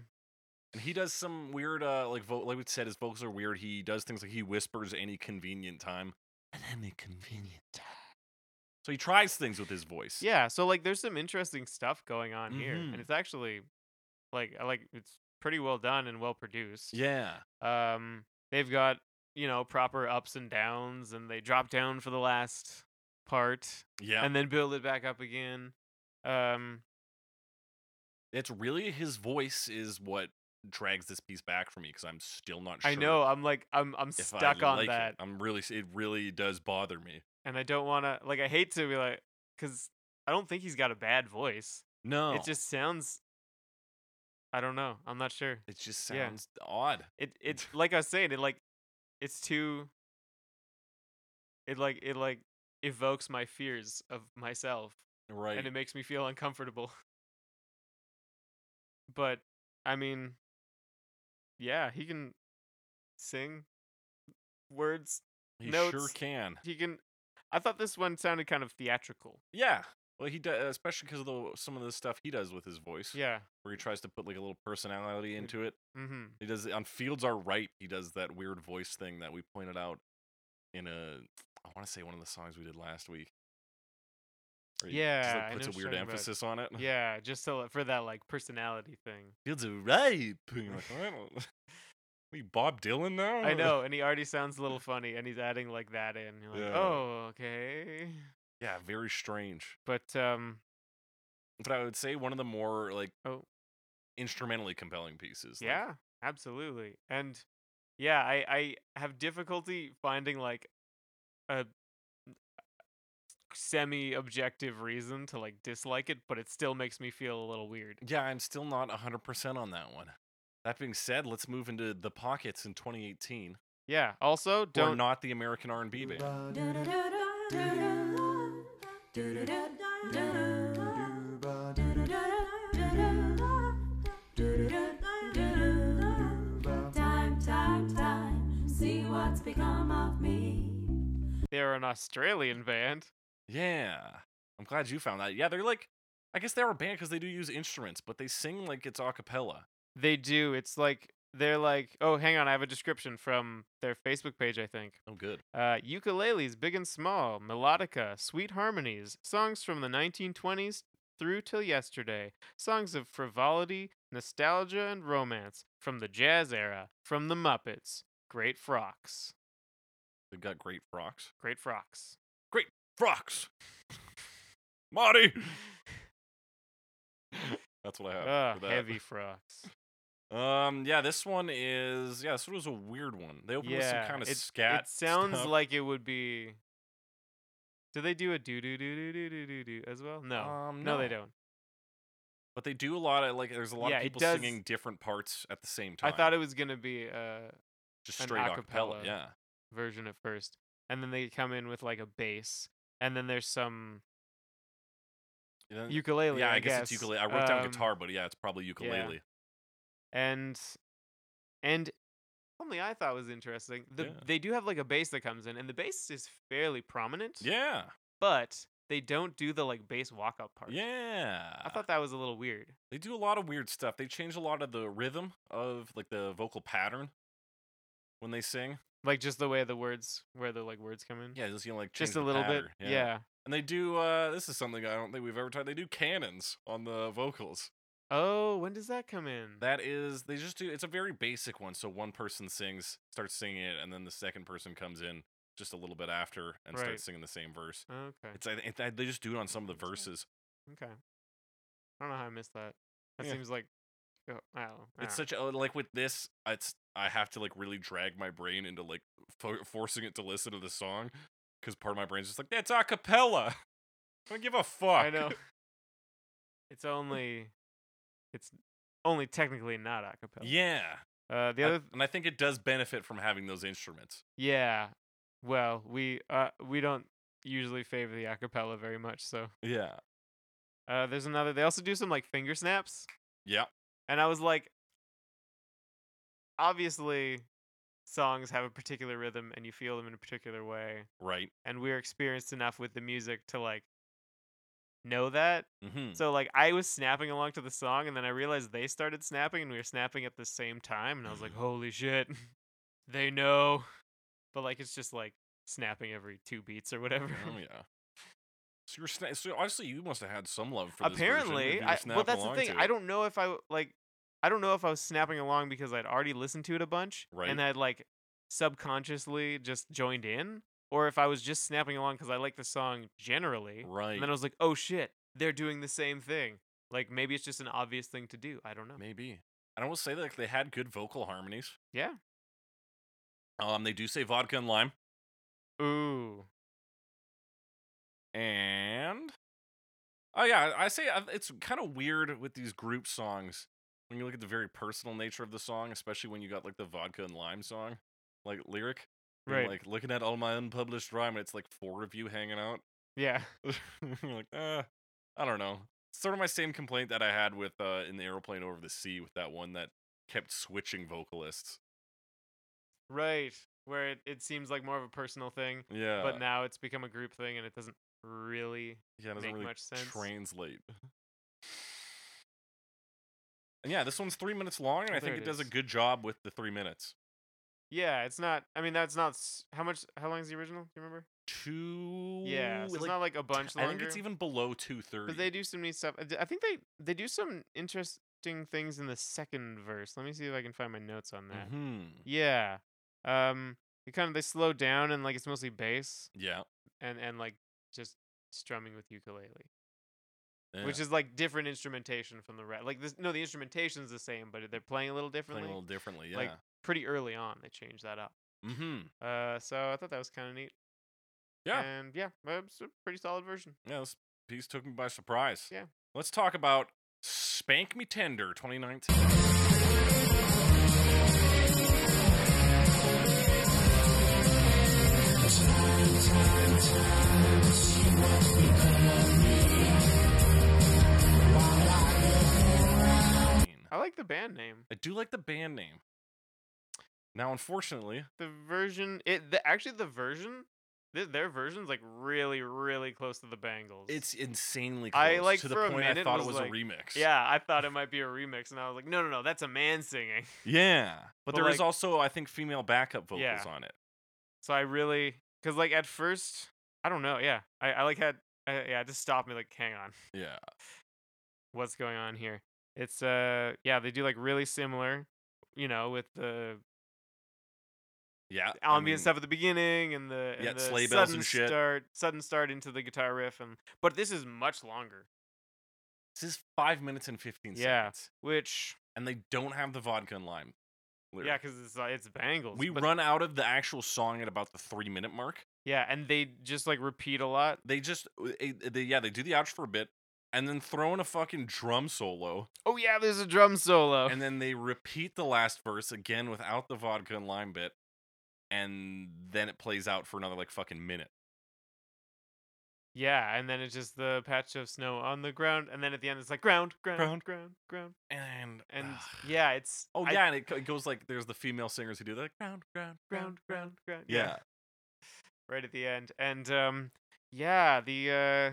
[SPEAKER 1] And he does some weird, uh, like vo- like we said, his vocals are weird. He does things like he whispers any convenient time, and any convenient time. So he tries things with his voice.
[SPEAKER 2] yeah, so like there's some interesting stuff going on here,
[SPEAKER 1] Mhm.
[SPEAKER 2] and it's actually like I like it's pretty well done and well produced.
[SPEAKER 1] Yeah.
[SPEAKER 2] Um, they've got you know proper ups and downs, and they drop down for the last part,
[SPEAKER 1] Yeah.
[SPEAKER 2] and then build it back up again. Um,
[SPEAKER 1] it's really his voice is what drags this piece back for me because I'm still not sure.
[SPEAKER 2] I know I'm like I'm I'm
[SPEAKER 1] if I
[SPEAKER 2] stuck on
[SPEAKER 1] like it.
[SPEAKER 2] that,
[SPEAKER 1] I'm really. s- It really does bother me.
[SPEAKER 2] and I don't want to like I hate to be like because I don't think he's got a bad voice.
[SPEAKER 1] No.
[SPEAKER 2] It just sounds. I don't know. I'm not sure.
[SPEAKER 1] It just
[SPEAKER 2] Yeah.
[SPEAKER 1] sounds odd.
[SPEAKER 2] It
[SPEAKER 1] <laughs>
[SPEAKER 2] it's like I was saying. It like it's too. It like it like evokes my fears of myself.
[SPEAKER 1] Right.
[SPEAKER 2] and it makes me feel uncomfortable. <laughs> But I mean, yeah, he can sing words.
[SPEAKER 1] he sure
[SPEAKER 2] notes-
[SPEAKER 1] can.
[SPEAKER 2] He can. I thought this one sounded kind of theatrical.
[SPEAKER 1] Yeah. Well, he does, especially because of the, some of the stuff he does with his voice,
[SPEAKER 2] Yeah.
[SPEAKER 1] where he tries to put like a little personality into it. <laughs>
[SPEAKER 2] Mm-hmm.
[SPEAKER 1] He does it on Fields Are Right. He does that weird voice thing that we pointed out in a, I want to say one of the songs we did last week. where he just,
[SPEAKER 2] Yeah, I
[SPEAKER 1] like,
[SPEAKER 2] know
[SPEAKER 1] puts a
[SPEAKER 2] what you're
[SPEAKER 1] weird
[SPEAKER 2] talking about.
[SPEAKER 1] emphasis on it.
[SPEAKER 2] Yeah, just to, for that like personality thing.
[SPEAKER 1] <laughs> Fields Are Right. <laughs> And you're like, "I don't- we Bob Dylan now?
[SPEAKER 2] I know, and he already sounds a little funny, and he's adding like that in. You're like,
[SPEAKER 1] Yeah.
[SPEAKER 2] oh, okay.
[SPEAKER 1] <laughs> Yeah, very strange.
[SPEAKER 2] But um,
[SPEAKER 1] But I would say one of the more like
[SPEAKER 2] Oh.
[SPEAKER 1] instrumentally compelling pieces. like,
[SPEAKER 2] Yeah, absolutely. And yeah, I I have difficulty finding like a semi-objective reason to like dislike it, but it still makes me feel a little weird.
[SPEAKER 1] Yeah, I'm still not 100% on that one. That being said, let's move into the pockets in 2018.
[SPEAKER 2] Yeah. Also,
[SPEAKER 1] Don't
[SPEAKER 2] don't
[SPEAKER 1] not the American R&B band.
[SPEAKER 3] Da, da, da, da,
[SPEAKER 5] Time, time, time, see what's become of me.
[SPEAKER 2] They're an Australian band.
[SPEAKER 1] Yeah. I'm glad you found that. Yeah, they're like, I guess they're a band because they do use instruments, but they sing like it's a cappella.
[SPEAKER 2] They do. It's like they're like, oh, hang on, I have a description from their Facebook page, I think.
[SPEAKER 1] Oh, good.
[SPEAKER 2] Uh, ukuleles, big and small, melodica, sweet harmonies, songs from the 1920s through till yesterday, songs of frivolity, nostalgia, and romance from the jazz era, from the Muppets, great frocks,
[SPEAKER 1] They've got great frocks. <laughs>
[SPEAKER 2] great frocks.
[SPEAKER 1] Frocks! <laughs> Marty! That's what I have.
[SPEAKER 2] Ugh,
[SPEAKER 1] for that. <laughs>
[SPEAKER 2] heavy frocks.
[SPEAKER 1] Um, yeah, this one is yeah, this one was a weird one. They opened with some
[SPEAKER 2] yeah,
[SPEAKER 1] kind of
[SPEAKER 2] it,
[SPEAKER 1] scat.
[SPEAKER 2] It sounds
[SPEAKER 1] stuff.
[SPEAKER 2] like it would be. Do they do a do do do do do do do do as well? No,
[SPEAKER 1] Um,
[SPEAKER 2] no, they
[SPEAKER 1] no.
[SPEAKER 2] don't.
[SPEAKER 1] but they do a lot of like there's a lot
[SPEAKER 2] Yeah,
[SPEAKER 1] of
[SPEAKER 2] it
[SPEAKER 1] people
[SPEAKER 2] does-
[SPEAKER 1] singing different parts at the same time.
[SPEAKER 2] I thought it was gonna be uh
[SPEAKER 1] just
[SPEAKER 2] an
[SPEAKER 1] straight a cappella.
[SPEAKER 2] acapella.
[SPEAKER 1] Yeah.
[SPEAKER 2] version at first, and then they come in with like a bass, and then there's some
[SPEAKER 1] And then-
[SPEAKER 2] ukulele.
[SPEAKER 1] Uh, yeah,
[SPEAKER 2] I,
[SPEAKER 1] I guess, it's ukulele. I wrote down
[SPEAKER 2] Um,
[SPEAKER 1] guitar, but yeah, it's probably ukulele.
[SPEAKER 2] and and only I thought was interesting. The,
[SPEAKER 1] Yeah.
[SPEAKER 2] They do have like a bass that comes in, and the bass is fairly prominent.
[SPEAKER 1] Yeah.
[SPEAKER 2] but they don't do the like bass walk up part.
[SPEAKER 1] Yeah.
[SPEAKER 2] I thought that was a little weird.
[SPEAKER 1] they do a lot of weird stuff. They change a lot of the rhythm of like the vocal pattern when they sing.
[SPEAKER 2] Like just the way the words, where the like words come in.
[SPEAKER 1] Yeah, just you know, like change
[SPEAKER 2] just a
[SPEAKER 1] the
[SPEAKER 2] little bit.
[SPEAKER 1] pattern, And they do uh this is something I don't think we've ever tried. They do cannons on the vocals.
[SPEAKER 2] Oh, when does that come in?
[SPEAKER 1] That is, they just do. It's a very basic one. So one person sings, starts singing it, and then the second person comes in just a little bit after and
[SPEAKER 2] Right.
[SPEAKER 1] starts singing the same verse.
[SPEAKER 2] okay.
[SPEAKER 1] It's I, think- I, they just do it on some of the verses.
[SPEAKER 2] Okay. I don't know how I missed that. That
[SPEAKER 1] Yeah.
[SPEAKER 2] seems like oh, I don't know.
[SPEAKER 1] It's
[SPEAKER 2] ah.
[SPEAKER 1] such a like with this. It's I have to like really drag my brain into like fo- forcing it to listen to the song because part of my brain's just like that's a cappella. <laughs> I don't give a fuck.
[SPEAKER 2] I know. It's only it's only technically not a cappella.
[SPEAKER 1] <laughs> Yeah.
[SPEAKER 2] Uh, the
[SPEAKER 1] I-
[SPEAKER 2] other
[SPEAKER 1] and I think it does benefit from having those instruments.
[SPEAKER 2] yeah. Well, we uh we don't usually favor the a cappella very much, so
[SPEAKER 1] Yeah.
[SPEAKER 2] uh there's another they also do some like finger snaps
[SPEAKER 1] Yeah.
[SPEAKER 2] and I was like obviously songs have a particular rhythm and you feel them in a particular way
[SPEAKER 1] Right.
[SPEAKER 2] and we're experienced enough with the music to like know that.
[SPEAKER 1] Mm-hmm.
[SPEAKER 2] So like I was snapping along to the song and then I realized they started snapping and we were snapping at the same time and I was
[SPEAKER 1] Mm-hmm.
[SPEAKER 2] like, "Holy shit. <laughs> They know." But like it's just like snapping every 2 beats or whatever. <laughs>
[SPEAKER 1] Oh yeah. So you're sna- so obviously you must have had some love for this version if
[SPEAKER 2] Apparently,
[SPEAKER 1] you were
[SPEAKER 2] I, well
[SPEAKER 1] snapping
[SPEAKER 2] that's the
[SPEAKER 1] along
[SPEAKER 2] thing.
[SPEAKER 1] to
[SPEAKER 2] I
[SPEAKER 1] it.
[SPEAKER 2] don't know if I w- like I don't know if I was snapping along because I'd already listened to it a bunch
[SPEAKER 1] Right.
[SPEAKER 2] and I'd like subconsciously just joined in or if I was just snapping along cuz I like the song generally.
[SPEAKER 1] Right.
[SPEAKER 2] And then I was like, oh shit, they're doing the same thing. Like maybe it's just an obvious thing to do. I don't know.
[SPEAKER 1] Maybe. And I will say that like, they had good vocal harmonies.
[SPEAKER 2] Yeah.
[SPEAKER 1] Um, they do say vodka and lime,
[SPEAKER 2] Ooh.
[SPEAKER 1] and oh yeah, I say I- it's kind of weird with these group songs when you look at the very personal nature of the song, especially when you got like the vodka and lime song, like lyric. You're <laughs>
[SPEAKER 2] Right.
[SPEAKER 1] Like looking at all my unpublished rhyme, and it's like four of you hanging out.
[SPEAKER 2] yeah.
[SPEAKER 1] <laughs> You're like, uh, I don't know. Sort of my same complaint that I had with uh, in the aeroplane over the sea with that one that kept switching vocalists.
[SPEAKER 2] Right. Where it, it seems like more of a personal thing,
[SPEAKER 1] Yeah,
[SPEAKER 2] but now it's become a group thing and it doesn't really.
[SPEAKER 1] yeah, it doesn't
[SPEAKER 2] make
[SPEAKER 1] really
[SPEAKER 2] much sense.
[SPEAKER 1] translate. And yeah, this one's three minutes long, and
[SPEAKER 2] Oh,
[SPEAKER 1] I think
[SPEAKER 2] there
[SPEAKER 1] it,
[SPEAKER 2] it
[SPEAKER 1] does a
[SPEAKER 2] is.
[SPEAKER 1] good job with the three minutes.
[SPEAKER 2] Yeah, it's not. I mean, that's not. s- How much. How long is the original? Do you remember?
[SPEAKER 1] Two.
[SPEAKER 2] yeah. So it's not like a bunch
[SPEAKER 1] I
[SPEAKER 2] longer.
[SPEAKER 1] think it's even below two thirty.
[SPEAKER 2] Because they do some neat stuff. I d- I think they, they do some interesting things in the second verse. Let me see if I can find my notes on that.
[SPEAKER 1] hmm
[SPEAKER 2] Yeah. Um. It kind of they slow down and like it's mostly bass
[SPEAKER 1] Yeah.
[SPEAKER 2] and and like just strumming with ukulele,
[SPEAKER 1] yeah.
[SPEAKER 2] which is like different instrumentation from the rest. Like this, no, the instrumentation's the same, but they're playing a little
[SPEAKER 1] playing
[SPEAKER 2] differently.
[SPEAKER 1] a little differently. Yeah.
[SPEAKER 2] like, Pretty early on, they changed that up.
[SPEAKER 1] mm-hmm.
[SPEAKER 2] Uh. So I thought that was kind of neat.
[SPEAKER 1] Yeah.
[SPEAKER 2] And yeah, uh, it's a pretty solid version.
[SPEAKER 1] Yeah, this piece took me by surprise.
[SPEAKER 2] Yeah.
[SPEAKER 1] Let's talk about Spank Me Tender 2019.
[SPEAKER 7] Time, time, time.
[SPEAKER 2] the band name.
[SPEAKER 1] I do like the band name. Now, unfortunately,
[SPEAKER 2] The version, it the, actually the version, th- their version's like really, really close to the Bangles.
[SPEAKER 1] it's insanely close
[SPEAKER 2] I, like,
[SPEAKER 1] to the
[SPEAKER 2] for a
[SPEAKER 1] point I
[SPEAKER 2] minute
[SPEAKER 1] thought
[SPEAKER 2] was
[SPEAKER 1] it was
[SPEAKER 2] like-
[SPEAKER 1] a remix.
[SPEAKER 2] yeah. I
[SPEAKER 1] <laughs>
[SPEAKER 2] thought it might be a remix, and I was like, no, no, no, that's a man singing. <laughs>
[SPEAKER 1] yeah. But,
[SPEAKER 2] But,
[SPEAKER 1] there is
[SPEAKER 2] like-
[SPEAKER 1] also, I think, female backup vocals
[SPEAKER 2] Yeah.
[SPEAKER 1] on it.
[SPEAKER 2] So I really, cause like at first, I don't know. Yeah, I, I like had, I, yeah, it just stopped me. Like, hang on,
[SPEAKER 1] Yeah,
[SPEAKER 2] what's going on here? It's uh, yeah, they do like really similar, you know, with the
[SPEAKER 1] yeah.
[SPEAKER 2] ambient
[SPEAKER 1] I mean,
[SPEAKER 2] stuff at the beginning and the, and
[SPEAKER 1] yeah,
[SPEAKER 2] the
[SPEAKER 1] sleigh bells and
[SPEAKER 2] sudden
[SPEAKER 1] shit.
[SPEAKER 2] start, sudden start into the guitar riff, and but this is much longer.
[SPEAKER 1] This is five minutes and fifteen
[SPEAKER 2] Yeah.
[SPEAKER 1] seconds,
[SPEAKER 2] Which
[SPEAKER 1] and they don't have the vodka and lime. Lyric.
[SPEAKER 2] yeah, because it's uh, it's Bangles.
[SPEAKER 1] we
[SPEAKER 2] but
[SPEAKER 1] run out of the actual song at about the three minute mark.
[SPEAKER 2] Yeah, and they just like repeat a lot.
[SPEAKER 1] They just, eh, they, yeah, they do the ouch for a bit, and then throw in a fucking drum solo,
[SPEAKER 2] Oh yeah, there's a drum solo.
[SPEAKER 1] and then they repeat the last verse again without the vodka and lime bit, and then it plays out for another like fucking minute.
[SPEAKER 2] <laughs> yeah, and then it's just the patch of snow on the ground, and then at the end it's like ground, ground, ground,
[SPEAKER 1] Ground.
[SPEAKER 2] ground,
[SPEAKER 1] And <sighs>
[SPEAKER 2] and
[SPEAKER 1] ugh.
[SPEAKER 2] yeah, it's
[SPEAKER 1] oh
[SPEAKER 2] I-
[SPEAKER 1] yeah, and it, go- it goes like there's the female singers who do that like, ground, ground,
[SPEAKER 2] ground, ground, ground.
[SPEAKER 1] Yeah,
[SPEAKER 2] right at the end, and um, yeah, the uh,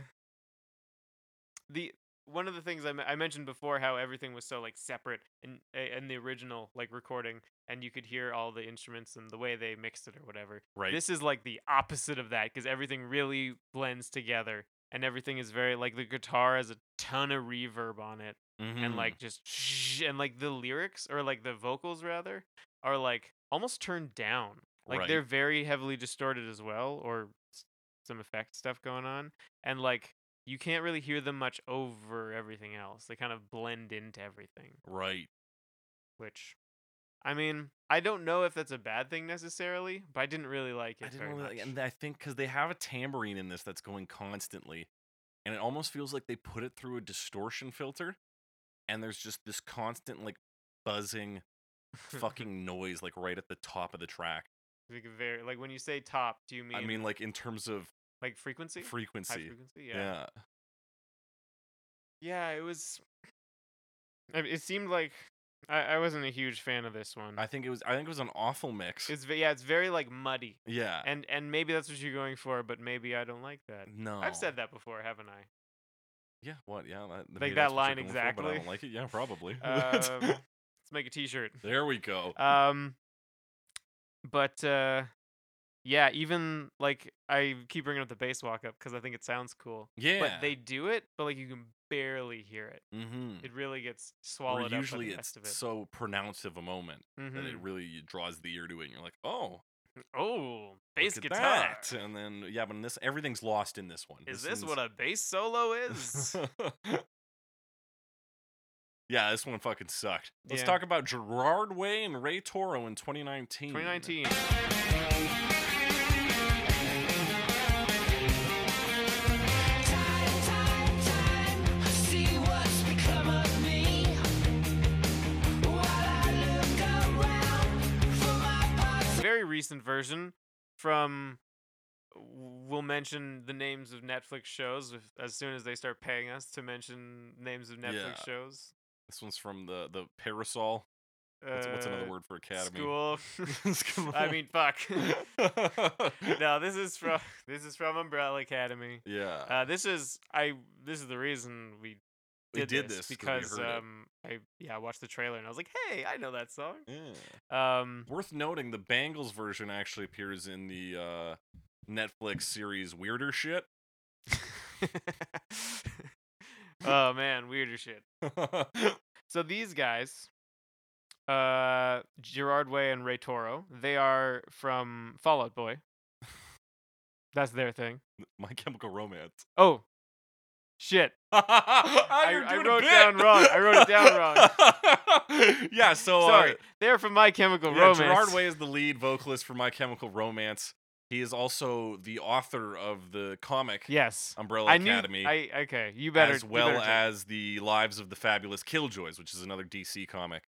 [SPEAKER 2] the one of the things I, me- I mentioned before how everything was so like separate in a- in the original like recording, and you could hear all the instruments and the way they mixed it or whatever.
[SPEAKER 1] right.
[SPEAKER 2] This is like the opposite of that because everything really blends together and everything is very like the guitar has a ton of reverb on it and
[SPEAKER 1] Mhm.
[SPEAKER 2] like just sh- and like the lyrics or like the vocals rather are like almost turned down. Like
[SPEAKER 1] Right.
[SPEAKER 2] they're very heavily distorted as well or s- some effect stuff going on and like you can't really hear them much over everything else. They kind of blend into everything
[SPEAKER 1] right.
[SPEAKER 2] which I mean, I don't know if that's a bad thing necessarily, but I didn't really like it
[SPEAKER 1] I didn't
[SPEAKER 2] very
[SPEAKER 1] really, like-
[SPEAKER 2] much.
[SPEAKER 1] and I think because they have a tambourine in this that's going constantly, and it almost feels like they put it through a distortion filter, and there's just this constant like
[SPEAKER 2] <laughs>
[SPEAKER 1] buzzing, fucking noise like right at the top of the track.
[SPEAKER 2] like, very, like when you say top, do you mean,
[SPEAKER 1] I mean, like in terms of
[SPEAKER 2] like frequency? High
[SPEAKER 1] frequency,
[SPEAKER 2] frequency?
[SPEAKER 1] yeah.
[SPEAKER 2] Yeah. yeah. it was I mean, it seemed like I, I wasn't a huge fan of this one.
[SPEAKER 1] I think it was. I think it was an awful mix.
[SPEAKER 2] it's ve- yeah, it's very like muddy.
[SPEAKER 1] yeah,
[SPEAKER 2] And and maybe that's what you're going for, but maybe I don't like that.
[SPEAKER 1] no,
[SPEAKER 2] I've said that before,
[SPEAKER 1] <laughs>
[SPEAKER 2] haven't I?
[SPEAKER 1] Yeah, what? Yeah, that, maybe
[SPEAKER 2] that
[SPEAKER 1] that's what you're
[SPEAKER 2] line
[SPEAKER 1] going for, but I
[SPEAKER 2] exactly.
[SPEAKER 1] don't like it. Yeah, probably. <laughs>
[SPEAKER 2] Um, let's make a t-shirt.
[SPEAKER 1] there we go.
[SPEAKER 2] Um, but uh, yeah, even like I keep bringing up the bass walk up because I think it sounds cool.
[SPEAKER 1] yeah,
[SPEAKER 2] But they do it, but like you can barely hear it.
[SPEAKER 1] mm-hmm.
[SPEAKER 2] It really gets
[SPEAKER 1] Where
[SPEAKER 2] swallowed
[SPEAKER 1] usually
[SPEAKER 2] up by the
[SPEAKER 1] it's
[SPEAKER 2] rest of it.
[SPEAKER 1] so pronounced of a moment that it
[SPEAKER 2] Mhm.
[SPEAKER 1] really draws the ear to it, and you're like, oh,
[SPEAKER 2] oh, bass
[SPEAKER 1] look at
[SPEAKER 2] guitar.
[SPEAKER 1] that. and then yeah, but in this everything's lost in this one.
[SPEAKER 2] Is this what a bass
[SPEAKER 1] <laughs>
[SPEAKER 2] solo is?
[SPEAKER 1] a? yeah, this one fucking sucked. Let's
[SPEAKER 2] Yeah.
[SPEAKER 1] talk about Gerard Way and Ray Toro in 2019.
[SPEAKER 2] 2019.
[SPEAKER 8] Time, time, time, see what's become of me. While I look around for my parts
[SPEAKER 2] Very recent version from. We'll mention the names of Netflix shows if, as soon as they start paying us to mention names of Netflix
[SPEAKER 1] Yeah.
[SPEAKER 2] shows.
[SPEAKER 1] This one's from the the parasol. What's, what's
[SPEAKER 2] Uh,
[SPEAKER 1] another word for academy? <laughs>
[SPEAKER 2] School. <laughs>
[SPEAKER 1] School.
[SPEAKER 2] I mean,
[SPEAKER 1] <laughs>
[SPEAKER 2] fuck. no, this is from this is from Umbrella Academy.
[SPEAKER 1] yeah.
[SPEAKER 2] Uh, this is I. This is the reason we
[SPEAKER 1] We
[SPEAKER 2] did,
[SPEAKER 1] did
[SPEAKER 2] this,
[SPEAKER 1] this 'cause we
[SPEAKER 2] because
[SPEAKER 1] heard it.
[SPEAKER 2] um I yeah I watched the trailer and I was like, hey, I know that song.
[SPEAKER 1] Yeah.
[SPEAKER 2] Um, <laughs>
[SPEAKER 1] Worth noting, the Bangles version actually appears in the uh, Netflix series Weirder Shit. <laughs>
[SPEAKER 2] oh man, weirder shit. So these guys, uh, Gerard Way and Ray Toro, they are from Fallout
[SPEAKER 1] <laughs>
[SPEAKER 2] Boy. That's their thing.
[SPEAKER 1] My Chemical Romance. <laughs>
[SPEAKER 2] Oh, shit.
[SPEAKER 1] I,
[SPEAKER 2] I wrote down wrong. I wrote it down
[SPEAKER 1] wrong. <laughs> yeah, so uh,
[SPEAKER 2] Sorry, they're from My Chemical
[SPEAKER 1] yeah,
[SPEAKER 2] Romance.
[SPEAKER 1] Gerard Way is the lead vocalist for My Chemical Romance. He is also the author of the comic
[SPEAKER 2] Yes.
[SPEAKER 1] Umbrella
[SPEAKER 2] I knew.
[SPEAKER 1] Academy,
[SPEAKER 2] I okay. You better
[SPEAKER 1] as
[SPEAKER 2] you
[SPEAKER 1] well
[SPEAKER 2] better check.
[SPEAKER 1] as the Lives of the Fabulous Killjoys, which is another DC comic.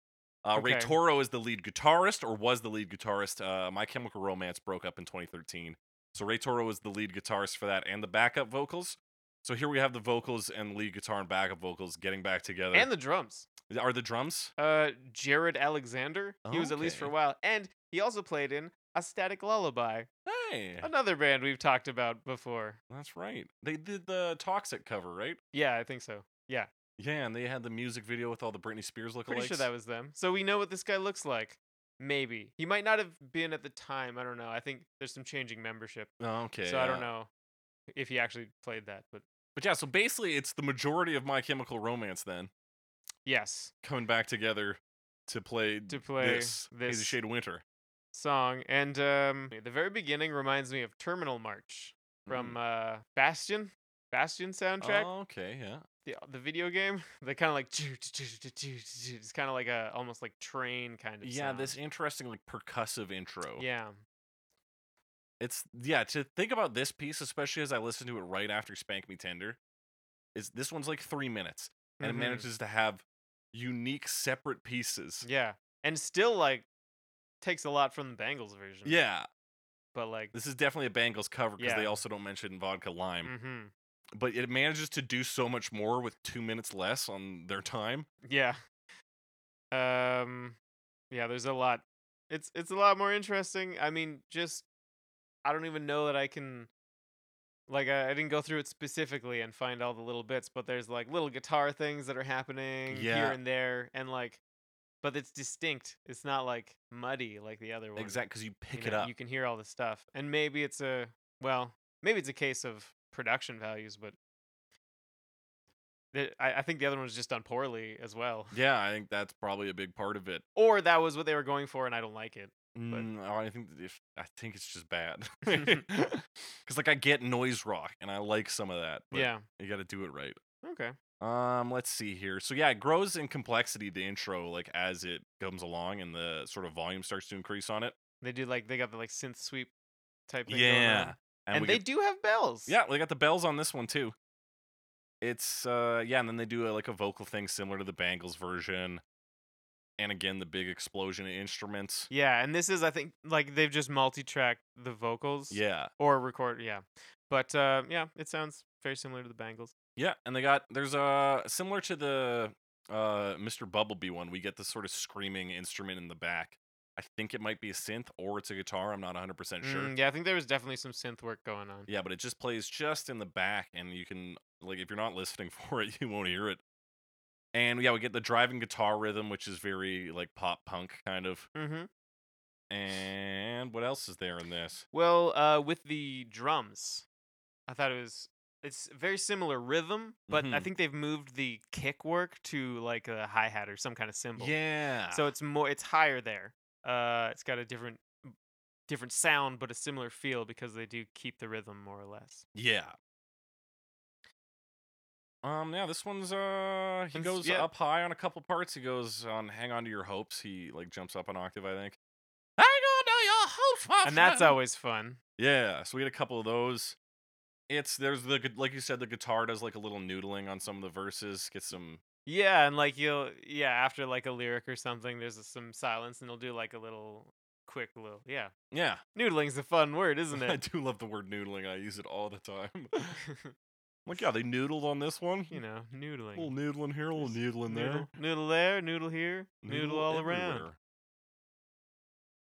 [SPEAKER 1] Uh, Ray
[SPEAKER 2] Okay.
[SPEAKER 1] Toro is the lead guitarist, or was the lead guitarist. Uh, My Chemical Romance broke up in 2013, so Ray Toro is the lead guitarist for that and the backup vocals. So here we have the vocals and lead guitar and backup vocals getting back together.
[SPEAKER 2] and the drums.
[SPEAKER 1] Are the drums?
[SPEAKER 2] Uh, Jared Alexander. He was at least for a
[SPEAKER 1] Okay.
[SPEAKER 2] while, and he also played in A Static Lullaby,
[SPEAKER 1] Hey,
[SPEAKER 2] another band we've talked about before.
[SPEAKER 1] that's right. They did the Toxic cover, right?
[SPEAKER 2] Yeah, I think so. Yeah,
[SPEAKER 1] Yeah, and they had the music video with all the Britney Spears lookalikes.
[SPEAKER 2] pretty sure that was them. So we know what this guy looks like. Maybe he might not have been at the time. I don't know. I think there's some changing membership,
[SPEAKER 1] Oh, okay.
[SPEAKER 2] so I
[SPEAKER 1] yeah.
[SPEAKER 2] don't know if he actually played that. But
[SPEAKER 1] But yeah, so basically, it's the majority of My Chemical Romance then
[SPEAKER 2] yes,
[SPEAKER 1] coming back together to play
[SPEAKER 2] to play
[SPEAKER 1] this,
[SPEAKER 2] this,
[SPEAKER 1] Hazy Shade of Winter.
[SPEAKER 2] song, and um, the very beginning reminds me of Terminal March from uh, Bastion. Bastion soundtrack.
[SPEAKER 1] Mm. Oh, okay, yeah.
[SPEAKER 2] the the video game, <laughs> they kind of like it's kind of like a almost like train kind of
[SPEAKER 1] Yeah,
[SPEAKER 2] sound. Oh,
[SPEAKER 1] this interesting like percussive intro.
[SPEAKER 2] yeah
[SPEAKER 1] It's yeah, to think about this piece, especially as I listen to it right after Spank Me Tender, is this one's like three minutes. And
[SPEAKER 2] Mhm.
[SPEAKER 1] it manages to have unique separate pieces.
[SPEAKER 2] yeah and still like takes a lot from the Bangles version
[SPEAKER 1] Yeah.
[SPEAKER 2] but like
[SPEAKER 1] This is definitely a Bangles cover because they
[SPEAKER 2] Yeah.
[SPEAKER 1] also don't mention vodka lime.
[SPEAKER 2] mhm,
[SPEAKER 1] But it manages to do so much more with two minutes less on their time.
[SPEAKER 2] yeah um yeah there's a lot it's it's a lot more interesting I mean just I don't even know that I can like I, I didn't go through it specifically and find all the little bits but there's like little guitar things that are happening here
[SPEAKER 1] Yeah.
[SPEAKER 2] and there and like but it's distinct it's not like muddy like the other one
[SPEAKER 1] Exact because you pick
[SPEAKER 2] you
[SPEAKER 1] it
[SPEAKER 2] know,
[SPEAKER 1] up.
[SPEAKER 2] You can hear all the stuff, and maybe it's a well, maybe it's a case of production values, but the I, I think the other one was just done poorly as well,
[SPEAKER 1] Yeah, I think that's probably a big part of it.
[SPEAKER 2] or that was what they were going for, and I don't like it.
[SPEAKER 1] Mm, oh, I think that if, I think it's just
[SPEAKER 2] <laughs>
[SPEAKER 1] bad. <laughs> Because like I get noise rock and I like some of that. But
[SPEAKER 2] yeah.
[SPEAKER 1] you got to do it right.
[SPEAKER 2] Okay.
[SPEAKER 1] Um, let's see here. So yeah, it grows in complexity the intro like as it comes along and the sort of volume starts to increase on it.
[SPEAKER 2] They do like they got the like synth sweep type thing. Going
[SPEAKER 1] Yeah,
[SPEAKER 2] on. And,
[SPEAKER 1] we
[SPEAKER 2] they
[SPEAKER 1] get,
[SPEAKER 2] do have bells.
[SPEAKER 1] yeah they got the bells on this one too. It's uh yeah, and then they do a, like a vocal thing similar to the Bangles version, and again the big explosion of instruments.
[SPEAKER 2] Yeah, and this is I think like they've just multi-tracked the vocals.
[SPEAKER 1] Yeah,
[SPEAKER 2] Or record. Yeah. But uh, yeah, it sounds very similar to the Bangles.
[SPEAKER 1] yeah, and they got there's a similar to the uh Mr. Bubblebee one. We get this sort of screaming instrument in the back. I think it might be a synth or it's a guitar. I'm not 100 percent sure.
[SPEAKER 2] Mm, yeah, I think there was definitely some synth work going on.
[SPEAKER 1] Yeah, but it just plays just in the back, and you can like if you're not listening <laughs> for it, you won't hear it. And yeah, we get the driving guitar rhythm, which is very like pop punk kind of.
[SPEAKER 2] Mm-hmm.
[SPEAKER 1] And what else is there in this?
[SPEAKER 2] Well, uh, with the drums, I thought it was it's very similar rhythm, but I
[SPEAKER 1] Mhm.
[SPEAKER 2] think they've moved the kick work to like a hi hat or some kind of cymbal.
[SPEAKER 1] Yeah.
[SPEAKER 2] So it's more it's higher there. Uh, it's got a different different sound, but a similar feel because they do keep the rhythm more or less.
[SPEAKER 1] yeah. Um. Yeah. This one's uh. He
[SPEAKER 2] It's-
[SPEAKER 1] goes
[SPEAKER 2] yeah.
[SPEAKER 1] up high on a couple parts. He goes on "Hang On to Your Hopes." He like jumps up an octave, I think. Hang on to your hopes, my
[SPEAKER 2] And that's
[SPEAKER 1] friend.
[SPEAKER 2] always fun.
[SPEAKER 1] Yeah, so we had a couple of those. It's there's the gu- like you said the guitar does like a little noodling on some of the verses. Get some
[SPEAKER 2] Yeah, and like you'll yeah after like a lyric or something, there's a, some silence, and they'll do like a little quick little yeah.
[SPEAKER 1] <laughs> yeah.
[SPEAKER 2] Noodling's a fun word,
[SPEAKER 1] <laughs>
[SPEAKER 2] isn't
[SPEAKER 1] I
[SPEAKER 2] it?
[SPEAKER 1] do love the word noodling. I use it all the <laughs> time. like yeah, they noodled on this one.
[SPEAKER 2] you know, noodling.
[SPEAKER 1] a little noodling here, a little noodling there,
[SPEAKER 2] Noodle, noodle there, noodle here, noodle, all around.
[SPEAKER 1] everywhere.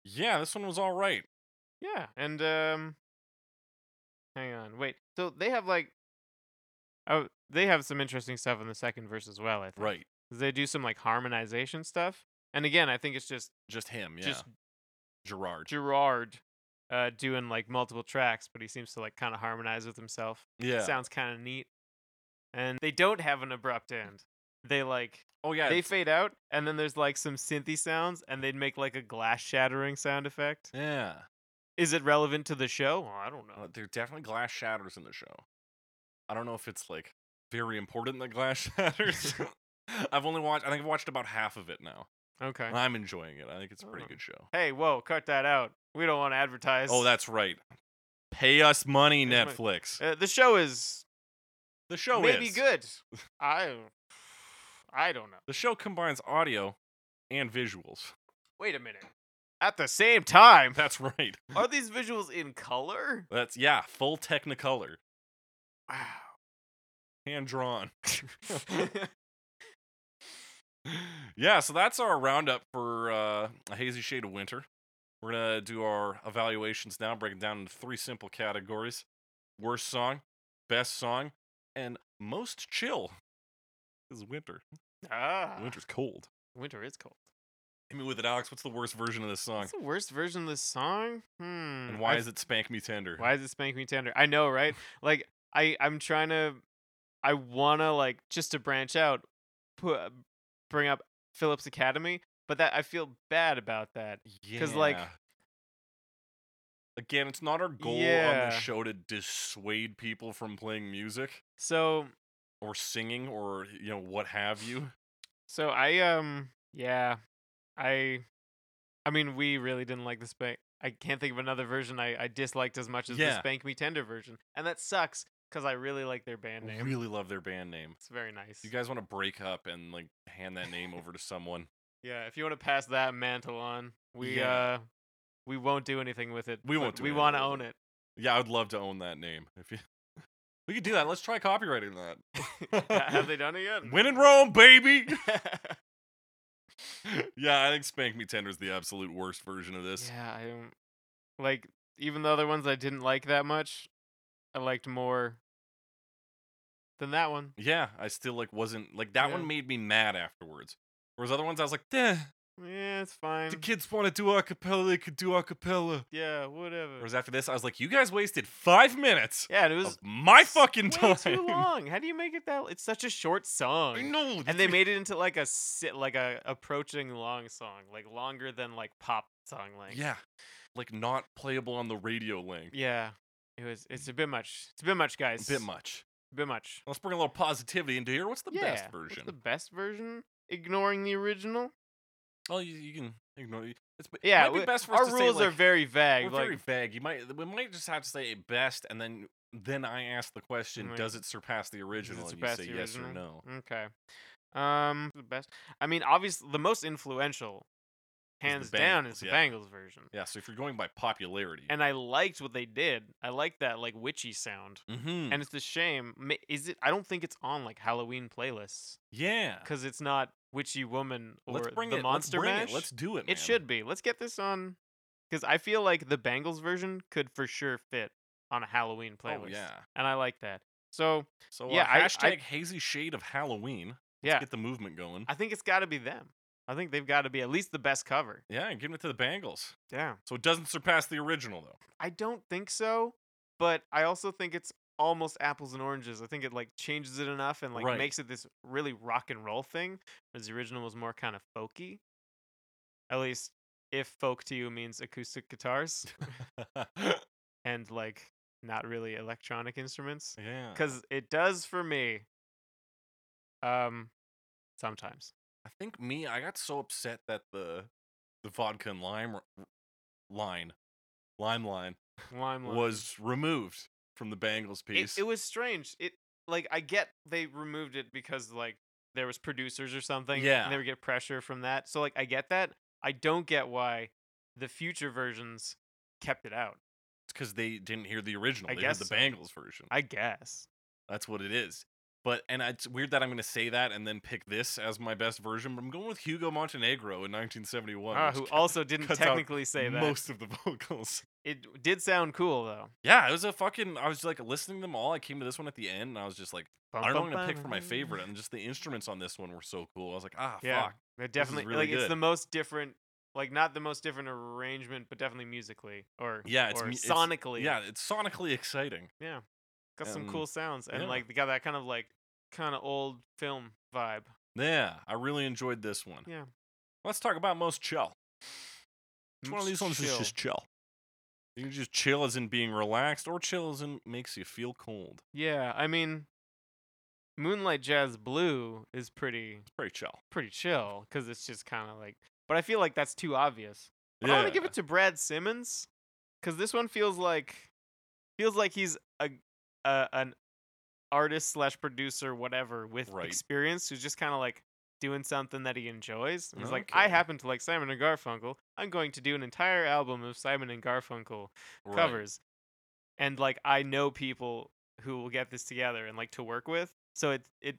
[SPEAKER 1] Yeah, this one was all right.
[SPEAKER 2] Yeah, and um, hang on, wait. So they have like, oh, they have some interesting stuff in the second verse as well. I think
[SPEAKER 1] Right,
[SPEAKER 2] 'Cause they do some like harmonization stuff, and again, I think it's just
[SPEAKER 1] just him. Yeah,
[SPEAKER 2] just
[SPEAKER 1] Gerard.
[SPEAKER 2] Gerard uh doing like multiple tracks, but he seems to like kind of harmonize with himself.
[SPEAKER 1] yeah.
[SPEAKER 2] Sounds kind of neat. And they don't have an abrupt end. They like
[SPEAKER 1] oh yeah.
[SPEAKER 2] they
[SPEAKER 1] it's-
[SPEAKER 2] fade out, and then there's like some synthy sounds, and they'd make like a glass shattering sound effect.
[SPEAKER 1] yeah.
[SPEAKER 2] Is it relevant to the show? Well, I don't
[SPEAKER 1] Uh,
[SPEAKER 2] know.
[SPEAKER 1] there definitely glass shatters in the show. I don't know if it's like very important that glass <laughs>
[SPEAKER 2] <laughs>
[SPEAKER 1] shatters. I've only watched. I think I've watched about half of it now.
[SPEAKER 2] Okay.
[SPEAKER 1] I'm enjoying it. I think it's a pretty
[SPEAKER 2] Oh.
[SPEAKER 1] good show.
[SPEAKER 2] Hey, whoa, cut that out. We don't want to advertise.
[SPEAKER 1] Oh, that's right. Pay us money,
[SPEAKER 2] Pay us money.
[SPEAKER 1] Netflix.
[SPEAKER 2] Uh, the show is
[SPEAKER 1] The show
[SPEAKER 2] maybe
[SPEAKER 1] is
[SPEAKER 2] good.
[SPEAKER 1] <laughs>
[SPEAKER 2] I, I don't know.
[SPEAKER 1] The show combines audio and visuals. <laughs>
[SPEAKER 2] Wait a minute. At the same time,
[SPEAKER 1] That's right.
[SPEAKER 2] are these visuals in color?
[SPEAKER 1] That's yeah, full Technicolor.
[SPEAKER 2] Wow.
[SPEAKER 1] hand drawn. <laughs> yeah, so that's our roundup for uh, a hazy shade of winter. We're gonna do our evaluations now, break it down into three simple categories: worst song, best song, and most chill. This is winter.
[SPEAKER 2] <laughs> ah,
[SPEAKER 1] Winter's cold.
[SPEAKER 2] winter is cold.
[SPEAKER 1] Hit me with it, Alex. What's the worst version of this song?
[SPEAKER 2] What's the worst version of this song? Hmm.
[SPEAKER 1] And why
[SPEAKER 2] I
[SPEAKER 1] is it "Spank Me Tender"?
[SPEAKER 2] Why is it spank me tender? I know, right? Like I I'm trying to I wanna like just to branch out, put uh, bring up Phillips Academy, but that I feel bad about that.
[SPEAKER 9] Yeah.
[SPEAKER 2] 'Cause, like,
[SPEAKER 1] Again, it's not our goal on
[SPEAKER 2] Yeah.
[SPEAKER 1] this show to dissuade people from playing music
[SPEAKER 2] So
[SPEAKER 1] or singing or you know what have you.
[SPEAKER 2] so I um yeah. I I mean we really didn't like the spank I can't think of another version I, I disliked as much as
[SPEAKER 1] Yeah.
[SPEAKER 2] the Spank Me Tender version. And that sucks because I really like their band name.
[SPEAKER 1] Really love their band name.
[SPEAKER 2] It's very nice.
[SPEAKER 1] You guys want to break up and like hand that name over to someone?
[SPEAKER 2] Yeah, if you want to pass that mantle on, we
[SPEAKER 1] Yeah.
[SPEAKER 2] uh we won't do anything with it.
[SPEAKER 1] We won't
[SPEAKER 2] but
[SPEAKER 1] do
[SPEAKER 2] We
[SPEAKER 1] anything
[SPEAKER 2] want to
[SPEAKER 1] with
[SPEAKER 2] own it.
[SPEAKER 1] Yeah, I would love to own that name. If you, <laughs> we could do that. Let's try copywriting
[SPEAKER 2] <laughs>
[SPEAKER 1] <laughs>
[SPEAKER 2] Ha- Have
[SPEAKER 1] that.
[SPEAKER 2] they done it yet? <laughs>
[SPEAKER 1] Win in Rome, baby. <laughs> yeah, I think "Spank Me Tender" is the absolute worst version of this.
[SPEAKER 2] yeah, I don't like even the other ones I didn't like that much. I liked more than that one.
[SPEAKER 1] Yeah, I still like wasn't like that
[SPEAKER 2] Yeah.
[SPEAKER 1] one made me mad afterwards. Whereas other ones I was like, eh,
[SPEAKER 2] Yeah, it's fine.
[SPEAKER 1] the kids want to do acapella, they could do acapella.
[SPEAKER 2] Yeah, whatever.
[SPEAKER 1] Whereas after this, I was like, you guys wasted five minutes
[SPEAKER 2] Yeah, and it was
[SPEAKER 1] of my
[SPEAKER 2] s-
[SPEAKER 1] fucking
[SPEAKER 2] way
[SPEAKER 1] time. <laughs>
[SPEAKER 2] too long. How do you make it that? It's such a short song.
[SPEAKER 1] I know.
[SPEAKER 2] <laughs> and they made it into like a si- like a approaching long song, like longer than like pop song length.
[SPEAKER 1] yeah, like not playable on the radio link.
[SPEAKER 2] Yeah, it was. It's a bit much. It's a bit much, guys.
[SPEAKER 1] A bit much.
[SPEAKER 2] Bit much.
[SPEAKER 1] Let's bring a little positivity into here. What's the
[SPEAKER 2] yeah.
[SPEAKER 1] best
[SPEAKER 2] what's
[SPEAKER 1] version?
[SPEAKER 2] the best version, ignoring the original.
[SPEAKER 1] Oh, you, you can ignore. it. It's it
[SPEAKER 2] Yeah,
[SPEAKER 1] might be
[SPEAKER 2] we-
[SPEAKER 1] best for us
[SPEAKER 2] our
[SPEAKER 1] to say,
[SPEAKER 2] rules are
[SPEAKER 1] like-
[SPEAKER 2] very vague.
[SPEAKER 1] We're
[SPEAKER 2] like,
[SPEAKER 1] very vague. You might we might just have to say best, and then then I ask the question:
[SPEAKER 2] Right.
[SPEAKER 1] Does it surpass the original? and you
[SPEAKER 2] Mm-hmm. surpass
[SPEAKER 1] say
[SPEAKER 2] the
[SPEAKER 1] yes or no.
[SPEAKER 2] original? okay. Um, the best. I mean, obviously, the most influential,
[SPEAKER 1] the
[SPEAKER 2] hands down,
[SPEAKER 1] Bangles,
[SPEAKER 2] is the
[SPEAKER 1] yeah.
[SPEAKER 2] Bangles version.
[SPEAKER 1] Yeah. So if you're going by popularity,
[SPEAKER 2] And I liked what they did. I liked that like witchy sound.
[SPEAKER 1] mm-hmm.
[SPEAKER 2] And it's a shame. ma- Is it? I don't think it's on like Halloween playlists
[SPEAKER 1] yeah,
[SPEAKER 2] because it's not witchy woman or
[SPEAKER 1] let's bring
[SPEAKER 2] the
[SPEAKER 1] it.
[SPEAKER 2] monster
[SPEAKER 1] let's bring
[SPEAKER 2] mash.
[SPEAKER 1] it. Let's do it. Man.
[SPEAKER 2] It should be. Let's get this on because I feel like the Bengals version could for sure fit on a Halloween playlist.
[SPEAKER 1] Oh yeah.
[SPEAKER 2] And I like that. So
[SPEAKER 1] So uh,
[SPEAKER 2] Yeah, I- I-
[SPEAKER 1] hashtag hazy shade of Halloween.
[SPEAKER 2] yeah,
[SPEAKER 1] Get the movement going.
[SPEAKER 2] I think it's got to be them. I think they've got to be at least the best cover.
[SPEAKER 1] yeah, and giving it to the Bangles.
[SPEAKER 2] Yeah.
[SPEAKER 1] So it doesn't surpass the original though.
[SPEAKER 2] I don't think so, but I also think it's almost apples and oranges. I think it like changes it enough and like
[SPEAKER 1] Right.
[SPEAKER 2] makes it this really rock and roll thing, whereas the original was more kind of folky. At least if folk to you means
[SPEAKER 1] <laughs>
[SPEAKER 2] acoustic guitars <laughs> and like not really electronic instruments.
[SPEAKER 1] yeah.
[SPEAKER 2] because it does for me. Um, sometimes.
[SPEAKER 1] I think me, I got so upset that the the vodka and lime r- r- line, lime line
[SPEAKER 2] Limelight
[SPEAKER 1] was removed from the Bangles
[SPEAKER 2] It,
[SPEAKER 1] piece.
[SPEAKER 2] it was strange. It like I get they removed it because like there was producers or something.
[SPEAKER 1] Yeah.
[SPEAKER 2] and they would get pressure from that. So like I get that. I don't get why the future versions kept it out.
[SPEAKER 1] because they didn't hear the original.
[SPEAKER 2] I
[SPEAKER 1] they
[SPEAKER 2] guess
[SPEAKER 1] heard the
[SPEAKER 2] so.
[SPEAKER 1] Bangles version.
[SPEAKER 2] I guess.
[SPEAKER 1] That's what it is. But and it's weird that I'm going to say that and then pick this as my best version. But I'm going with Hugo Montenegro in 1971,
[SPEAKER 2] Ah,
[SPEAKER 1] which
[SPEAKER 2] who
[SPEAKER 1] cut
[SPEAKER 2] also didn't
[SPEAKER 1] cuts out
[SPEAKER 2] technically say that.
[SPEAKER 1] most of the <laughs> vocals.
[SPEAKER 2] It d- did sound cool though.
[SPEAKER 1] Yeah, it was a fucking. I was like listening to them all. I came to this one at the end, and I was just like, I don't know what I'm going to pick for my favorite. And just the instruments on this one were so cool. I was like, ah,
[SPEAKER 2] Yeah,
[SPEAKER 1] fuck.
[SPEAKER 2] It definitely
[SPEAKER 1] really
[SPEAKER 2] like it's the
[SPEAKER 1] good.
[SPEAKER 2] most different, like not the most different arrangement, but definitely musically or
[SPEAKER 1] Yeah, it's
[SPEAKER 2] or
[SPEAKER 1] mu- it's-
[SPEAKER 2] sonically.
[SPEAKER 1] Yeah, it's sonically exciting.
[SPEAKER 2] yeah, got some
[SPEAKER 1] and-
[SPEAKER 2] cool sounds and
[SPEAKER 1] yeah.
[SPEAKER 2] like they got that kind of like kind of old film vibe.
[SPEAKER 1] Yeah, I really enjoyed this one.
[SPEAKER 2] Yeah.
[SPEAKER 1] Let's talk about most chill. It's one of
[SPEAKER 2] Most
[SPEAKER 1] these ones is just chill. You can just chill as in being relaxed, or chill as in makes you feel cold.
[SPEAKER 2] Yeah, I mean, Moonlight Jazz Blue is pretty
[SPEAKER 1] It's pretty chill.
[SPEAKER 2] pretty chill because it's just kind of like, but I feel like that's too obvious. But I want to give
[SPEAKER 1] Yeah.
[SPEAKER 2] it to Brad Simmons because this one feels like feels like he's a, a an artist slash producer whatever with
[SPEAKER 1] Right.
[SPEAKER 2] experience who's just kind of like doing something that he enjoys. And he's like, I
[SPEAKER 1] Okay.
[SPEAKER 2] happen to like Simon and Garfunkel. I'm going to do an entire album of Simon and Garfunkel
[SPEAKER 1] Right.
[SPEAKER 2] covers, and like I know people who will get this together and like to work with. So it it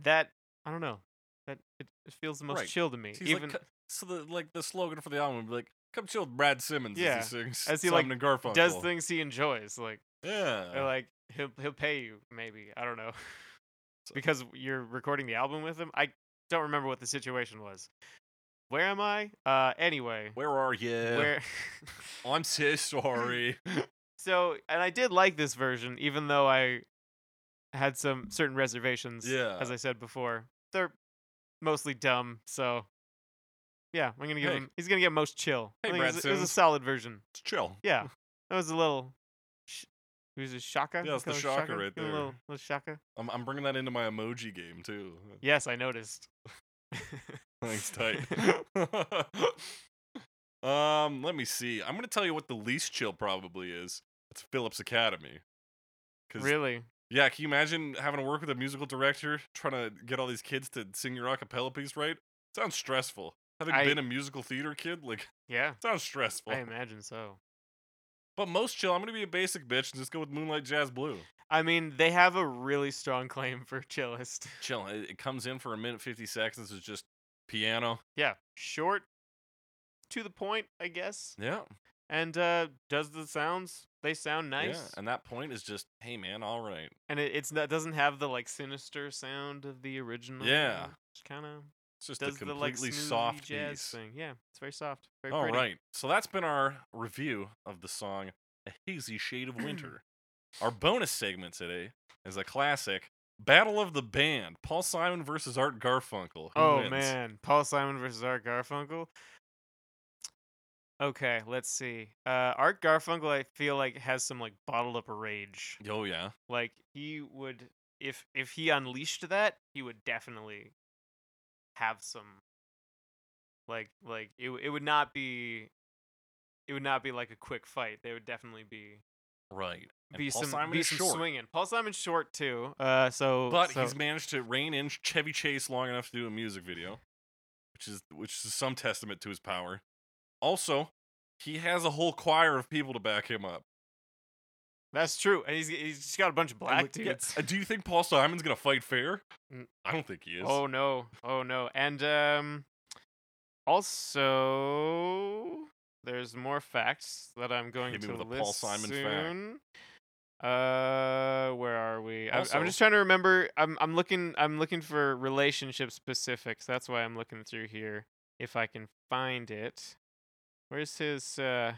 [SPEAKER 2] that I don't know that it, it feels the most
[SPEAKER 1] Right.
[SPEAKER 2] chill to me.
[SPEAKER 1] He's
[SPEAKER 2] even
[SPEAKER 1] like, "Co- so the like the slogan for the album would be like, "Come chill with Brad Simmons."
[SPEAKER 2] Yeah,
[SPEAKER 1] as he sings
[SPEAKER 2] as he, like,
[SPEAKER 1] Simon and Garfunkel.
[SPEAKER 2] does things he enjoys. Like
[SPEAKER 1] Yeah,
[SPEAKER 2] or like he'll he'll pay you maybe I don't know because you're recording the album with him. I don't remember what the situation was. Where am I? Uh, anyway,
[SPEAKER 1] where are you?
[SPEAKER 2] where? <laughs>
[SPEAKER 1] I'm so sorry.
[SPEAKER 2] so and I did like this version, even though I had some certain reservations.
[SPEAKER 1] Yeah.
[SPEAKER 2] as I said before, they're mostly dumb. So yeah, I'm gonna give
[SPEAKER 1] Hey.
[SPEAKER 2] him. He's gonna get most chill. I
[SPEAKER 1] Hey,
[SPEAKER 2] think it, was,
[SPEAKER 1] Brad
[SPEAKER 2] a- it was a
[SPEAKER 1] Sims.
[SPEAKER 2] solid version.
[SPEAKER 1] It's chill.
[SPEAKER 2] Yeah, that was a little. Sh- who's a shaka?
[SPEAKER 1] Yeah, it's the
[SPEAKER 2] Kinda
[SPEAKER 1] shaka right
[SPEAKER 2] Kinda
[SPEAKER 1] there.
[SPEAKER 2] Little, little shaka.
[SPEAKER 1] I'm, I'm bringing that into my emoji game too. <laughs>
[SPEAKER 2] Yes, I noticed.
[SPEAKER 1] Thanks, <laughs>
[SPEAKER 2] <laughs>
[SPEAKER 1] tight. um, let me see. I'm gonna tell you what the least chill probably is. It's Phillips Academy. 'Cause-
[SPEAKER 2] really?
[SPEAKER 1] Yeah, can you imagine having to work with a musical director trying to get all these kids to sing your a cappella piece right? Sounds stressful. Having
[SPEAKER 2] I-
[SPEAKER 1] been a musical theater kid, like <laughs>
[SPEAKER 2] Yeah,
[SPEAKER 1] sounds stressful.
[SPEAKER 2] I imagine so.
[SPEAKER 1] But most chill, I'm gonna be a basic bitch and just go with Moonlight Jazz Blue.
[SPEAKER 2] I mean, they have a really strong claim for chillest. <laughs>
[SPEAKER 1] Chill. It, it comes in for a minute fifty seconds. It's just piano.
[SPEAKER 2] Yeah, short, to the point, I guess.
[SPEAKER 1] Yeah.
[SPEAKER 2] And uh does the sounds? They sound nice,
[SPEAKER 1] Yeah. And that point is just, hey man, all right.
[SPEAKER 2] and it it's not doesn't have the like sinister sound of the original.
[SPEAKER 1] Yeah.
[SPEAKER 2] It's kind of
[SPEAKER 1] It's just
[SPEAKER 2] does
[SPEAKER 1] a
[SPEAKER 2] the like
[SPEAKER 1] completely
[SPEAKER 2] smoothie
[SPEAKER 1] soft
[SPEAKER 2] jazz
[SPEAKER 1] piece.
[SPEAKER 2] thing. Yeah, it's very soft, very
[SPEAKER 1] All
[SPEAKER 2] pretty.
[SPEAKER 1] right. So that's been our review of the song A Hazy Shade of Winter. our bonus segment today is a classic Battle of the Band Paul Simon versus Art Garfunkel. Who
[SPEAKER 2] Oh
[SPEAKER 1] wins?
[SPEAKER 2] man, Paul Simon versus Art Garfunkel. Okay, let's see. Uh, Art Garfunkel, I feel like has some like bottled up rage.
[SPEAKER 1] Oh, yeah.
[SPEAKER 2] Like he would, if if he unleashed that, he would definitely have some. Like like it w- it would not be, it would not be like a quick fight. There would definitely be
[SPEAKER 1] Right. And
[SPEAKER 2] be
[SPEAKER 1] Paul
[SPEAKER 2] some
[SPEAKER 1] Simon
[SPEAKER 2] be
[SPEAKER 1] is
[SPEAKER 2] some
[SPEAKER 1] short,
[SPEAKER 2] swinging. Paul Simon's short too. Uh, so
[SPEAKER 1] But
[SPEAKER 2] so,
[SPEAKER 1] he's managed to rein in Chevy Chase long enough to do a music video, which is which is some testament to his power. Also, he has a whole choir of people to back him up.
[SPEAKER 2] that's true, and he's he's just got a bunch of
[SPEAKER 1] And,
[SPEAKER 2] black
[SPEAKER 1] like, yeah,
[SPEAKER 2] dudes.
[SPEAKER 1] uh, do you think Paul Simon's gonna fight fair?
[SPEAKER 2] N-
[SPEAKER 1] I don't think he is.
[SPEAKER 2] Mm. Oh no. Oh no. And um also there's more facts that I'm going
[SPEAKER 1] Hit me
[SPEAKER 2] to
[SPEAKER 1] with a
[SPEAKER 2] list
[SPEAKER 1] Paul Simon fact.
[SPEAKER 2] soon. Uh where are we? I'm, I'm
[SPEAKER 1] Also-
[SPEAKER 2] just trying to remember I'm I'm looking I'm looking for relationship specifics. That's why I'm looking through here if I can find it. Where's his uh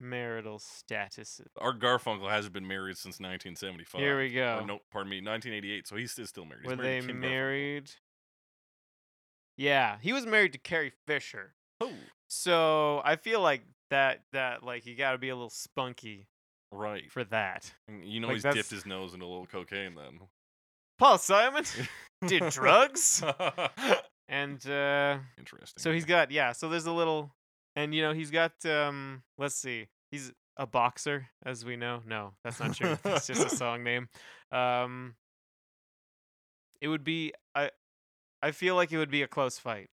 [SPEAKER 2] marital status?
[SPEAKER 1] Art Garfunkel hasn't been married since 1975.
[SPEAKER 2] Here we go.
[SPEAKER 1] Or no, pardon me, 1988. So he's is still married. He's
[SPEAKER 2] Were
[SPEAKER 1] married
[SPEAKER 2] they
[SPEAKER 1] to Kim Garfunkel.
[SPEAKER 2] married? Yeah, he was married to Carrie Fisher.
[SPEAKER 1] Oh,
[SPEAKER 2] So I feel like that that like you got to be a little spunky
[SPEAKER 1] right.
[SPEAKER 2] for that.
[SPEAKER 1] And You know
[SPEAKER 2] Like,
[SPEAKER 1] he's
[SPEAKER 2] that's-
[SPEAKER 1] dipped his nose into a little cocaine then.
[SPEAKER 2] Paul Simon <laughs>
[SPEAKER 1] <laughs>
[SPEAKER 2] did drugs, and uh,
[SPEAKER 1] Interesting.
[SPEAKER 2] so he's got yeah. So there's a little, and you know he's got um. Let's see, he's a boxer, as we know. No, that's not
[SPEAKER 1] <laughs>
[SPEAKER 2] true. That's just a song name. Um, it would be I, I feel like it would be a close fight.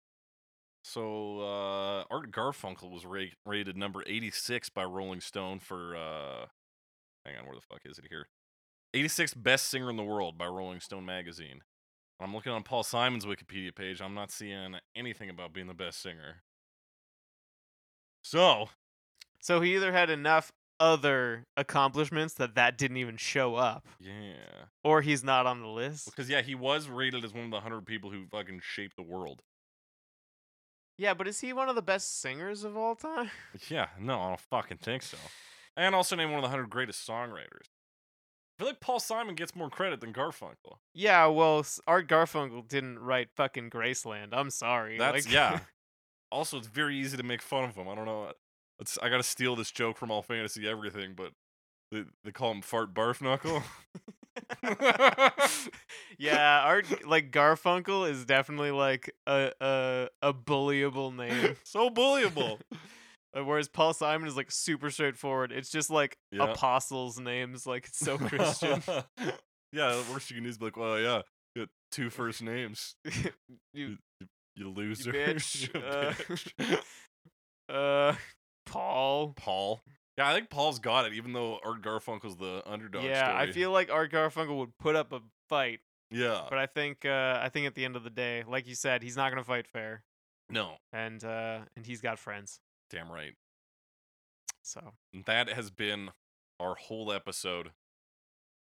[SPEAKER 1] So uh, Art Garfunkel was ra- rated number 86 by Rolling Stone for. Uh, hang on, where the fuck is it here? 86 best singer in the world by Rolling Stone magazine. I'm looking on Paul Simon's Wikipedia page. I'm not seeing anything about being the best singer. So
[SPEAKER 2] So he either had enough other accomplishments that that didn't even show up.
[SPEAKER 1] yeah,
[SPEAKER 2] or he's not on the list.
[SPEAKER 1] because yeah, he was rated as one of the hundred people who fucking shaped the world.
[SPEAKER 2] Yeah, but is he one of the best singers of all time? <laughs>
[SPEAKER 1] Yeah, no, I don't fucking think so. And also named one of the hundred greatest songwriters. I feel like Paul Simon gets more credit than Garfunkel.
[SPEAKER 2] Yeah, well, s- Art Garfunkel didn't write fucking Graceland. I'm sorry.
[SPEAKER 1] That's
[SPEAKER 2] like-
[SPEAKER 1] yeah. Also, it's very easy to make fun of him. I don't know. uh, It's, I gotta steal this joke from All Fantasy Everything, but they, they call him Fart Barf Knuckle.
[SPEAKER 2] <laughs>
[SPEAKER 1] <laughs>
[SPEAKER 2] <laughs> yeah, Art like Garfunkel is definitely like a a a bullyable
[SPEAKER 1] <laughs>
[SPEAKER 2] name.
[SPEAKER 1] so bullyable.
[SPEAKER 2] Uh, Whereas Paul Simon is like super straightforward. It's just like
[SPEAKER 1] Yeah.
[SPEAKER 2] apostles' names, like
[SPEAKER 1] <laughs>
[SPEAKER 2] it's <laughs> so Christian. <laughs>
[SPEAKER 1] yeah, the worst you can do is be like, well, yeah, you got two first names.
[SPEAKER 2] you,
[SPEAKER 1] You
[SPEAKER 2] you
[SPEAKER 1] loser. <laughs>
[SPEAKER 2] bitch. <laughs>
[SPEAKER 1] You
[SPEAKER 2] Uh,
[SPEAKER 1] bitch.
[SPEAKER 2] uh, Paul.
[SPEAKER 1] Paul. Yeah, I think Paul's got it, even though Art Garfunkel's the underdog.
[SPEAKER 2] yeah, I
[SPEAKER 1] story.
[SPEAKER 2] feel like Art Garfunkel would put up a fight,
[SPEAKER 1] Yeah,
[SPEAKER 2] but I think uh, I think at the end of the day, like you said, he's not gonna fight fair,
[SPEAKER 1] no,
[SPEAKER 2] and uh, and he's got friends.
[SPEAKER 1] damn right.
[SPEAKER 2] So
[SPEAKER 1] That has been our whole episode.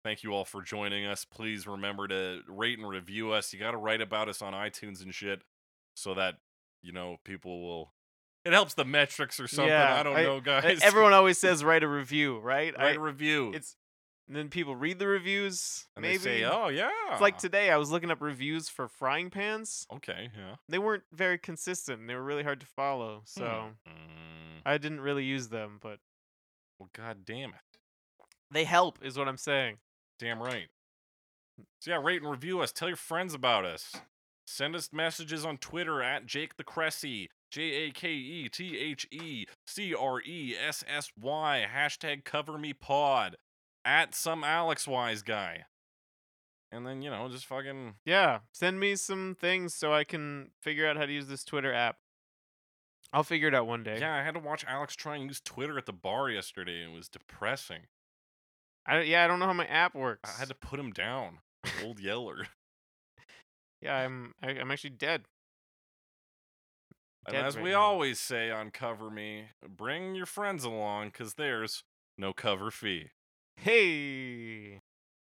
[SPEAKER 1] Thank you all for joining us. Please remember to rate and review us. You got to write about us on iTunes and shit, so that you know people will. It helps the metrics or something.
[SPEAKER 2] Yeah,
[SPEAKER 1] <laughs> I don't
[SPEAKER 2] I-
[SPEAKER 1] know,
[SPEAKER 2] e-
[SPEAKER 1] guys.
[SPEAKER 2] everyone always says write a review, right?
[SPEAKER 1] <laughs> write
[SPEAKER 2] I-
[SPEAKER 1] a review.
[SPEAKER 2] It's and then people read the reviews.
[SPEAKER 1] and
[SPEAKER 2] maybe
[SPEAKER 1] they say, "Oh yeah."
[SPEAKER 2] it's like today I was looking up reviews for frying pans.
[SPEAKER 1] okay, yeah.
[SPEAKER 2] They weren't very consistent. and They were really hard to follow,
[SPEAKER 1] Hmm.
[SPEAKER 2] so
[SPEAKER 1] Mm,
[SPEAKER 2] I didn't really use them. But
[SPEAKER 1] well, god damn it.
[SPEAKER 2] they help, is what I'm saying.
[SPEAKER 1] Damn right. So yeah, rate and review us. Tell your friends about us. Send us messages on Twitter at Jake the Cressy. J A K E T H E C R E S S Y. Hashtag cover me pod. At some Alex Wise guy. And then, you know, just fucking
[SPEAKER 2] Yeah, send me some things so I can figure out how to use this Twitter app. I'll figure it out one day.
[SPEAKER 1] Yeah, I had to watch Alex try and use Twitter at the bar yesterday. It was depressing.
[SPEAKER 2] I, yeah, I don't know how my app works.
[SPEAKER 1] I had to put him down. Old Yeller.
[SPEAKER 2] yeah, I'm I, I'm actually dead.
[SPEAKER 1] And
[SPEAKER 2] Dead
[SPEAKER 1] as
[SPEAKER 2] right
[SPEAKER 1] we
[SPEAKER 2] now.
[SPEAKER 1] always say on Cover Me, bring your friends along because there's no cover fee.
[SPEAKER 2] Hey.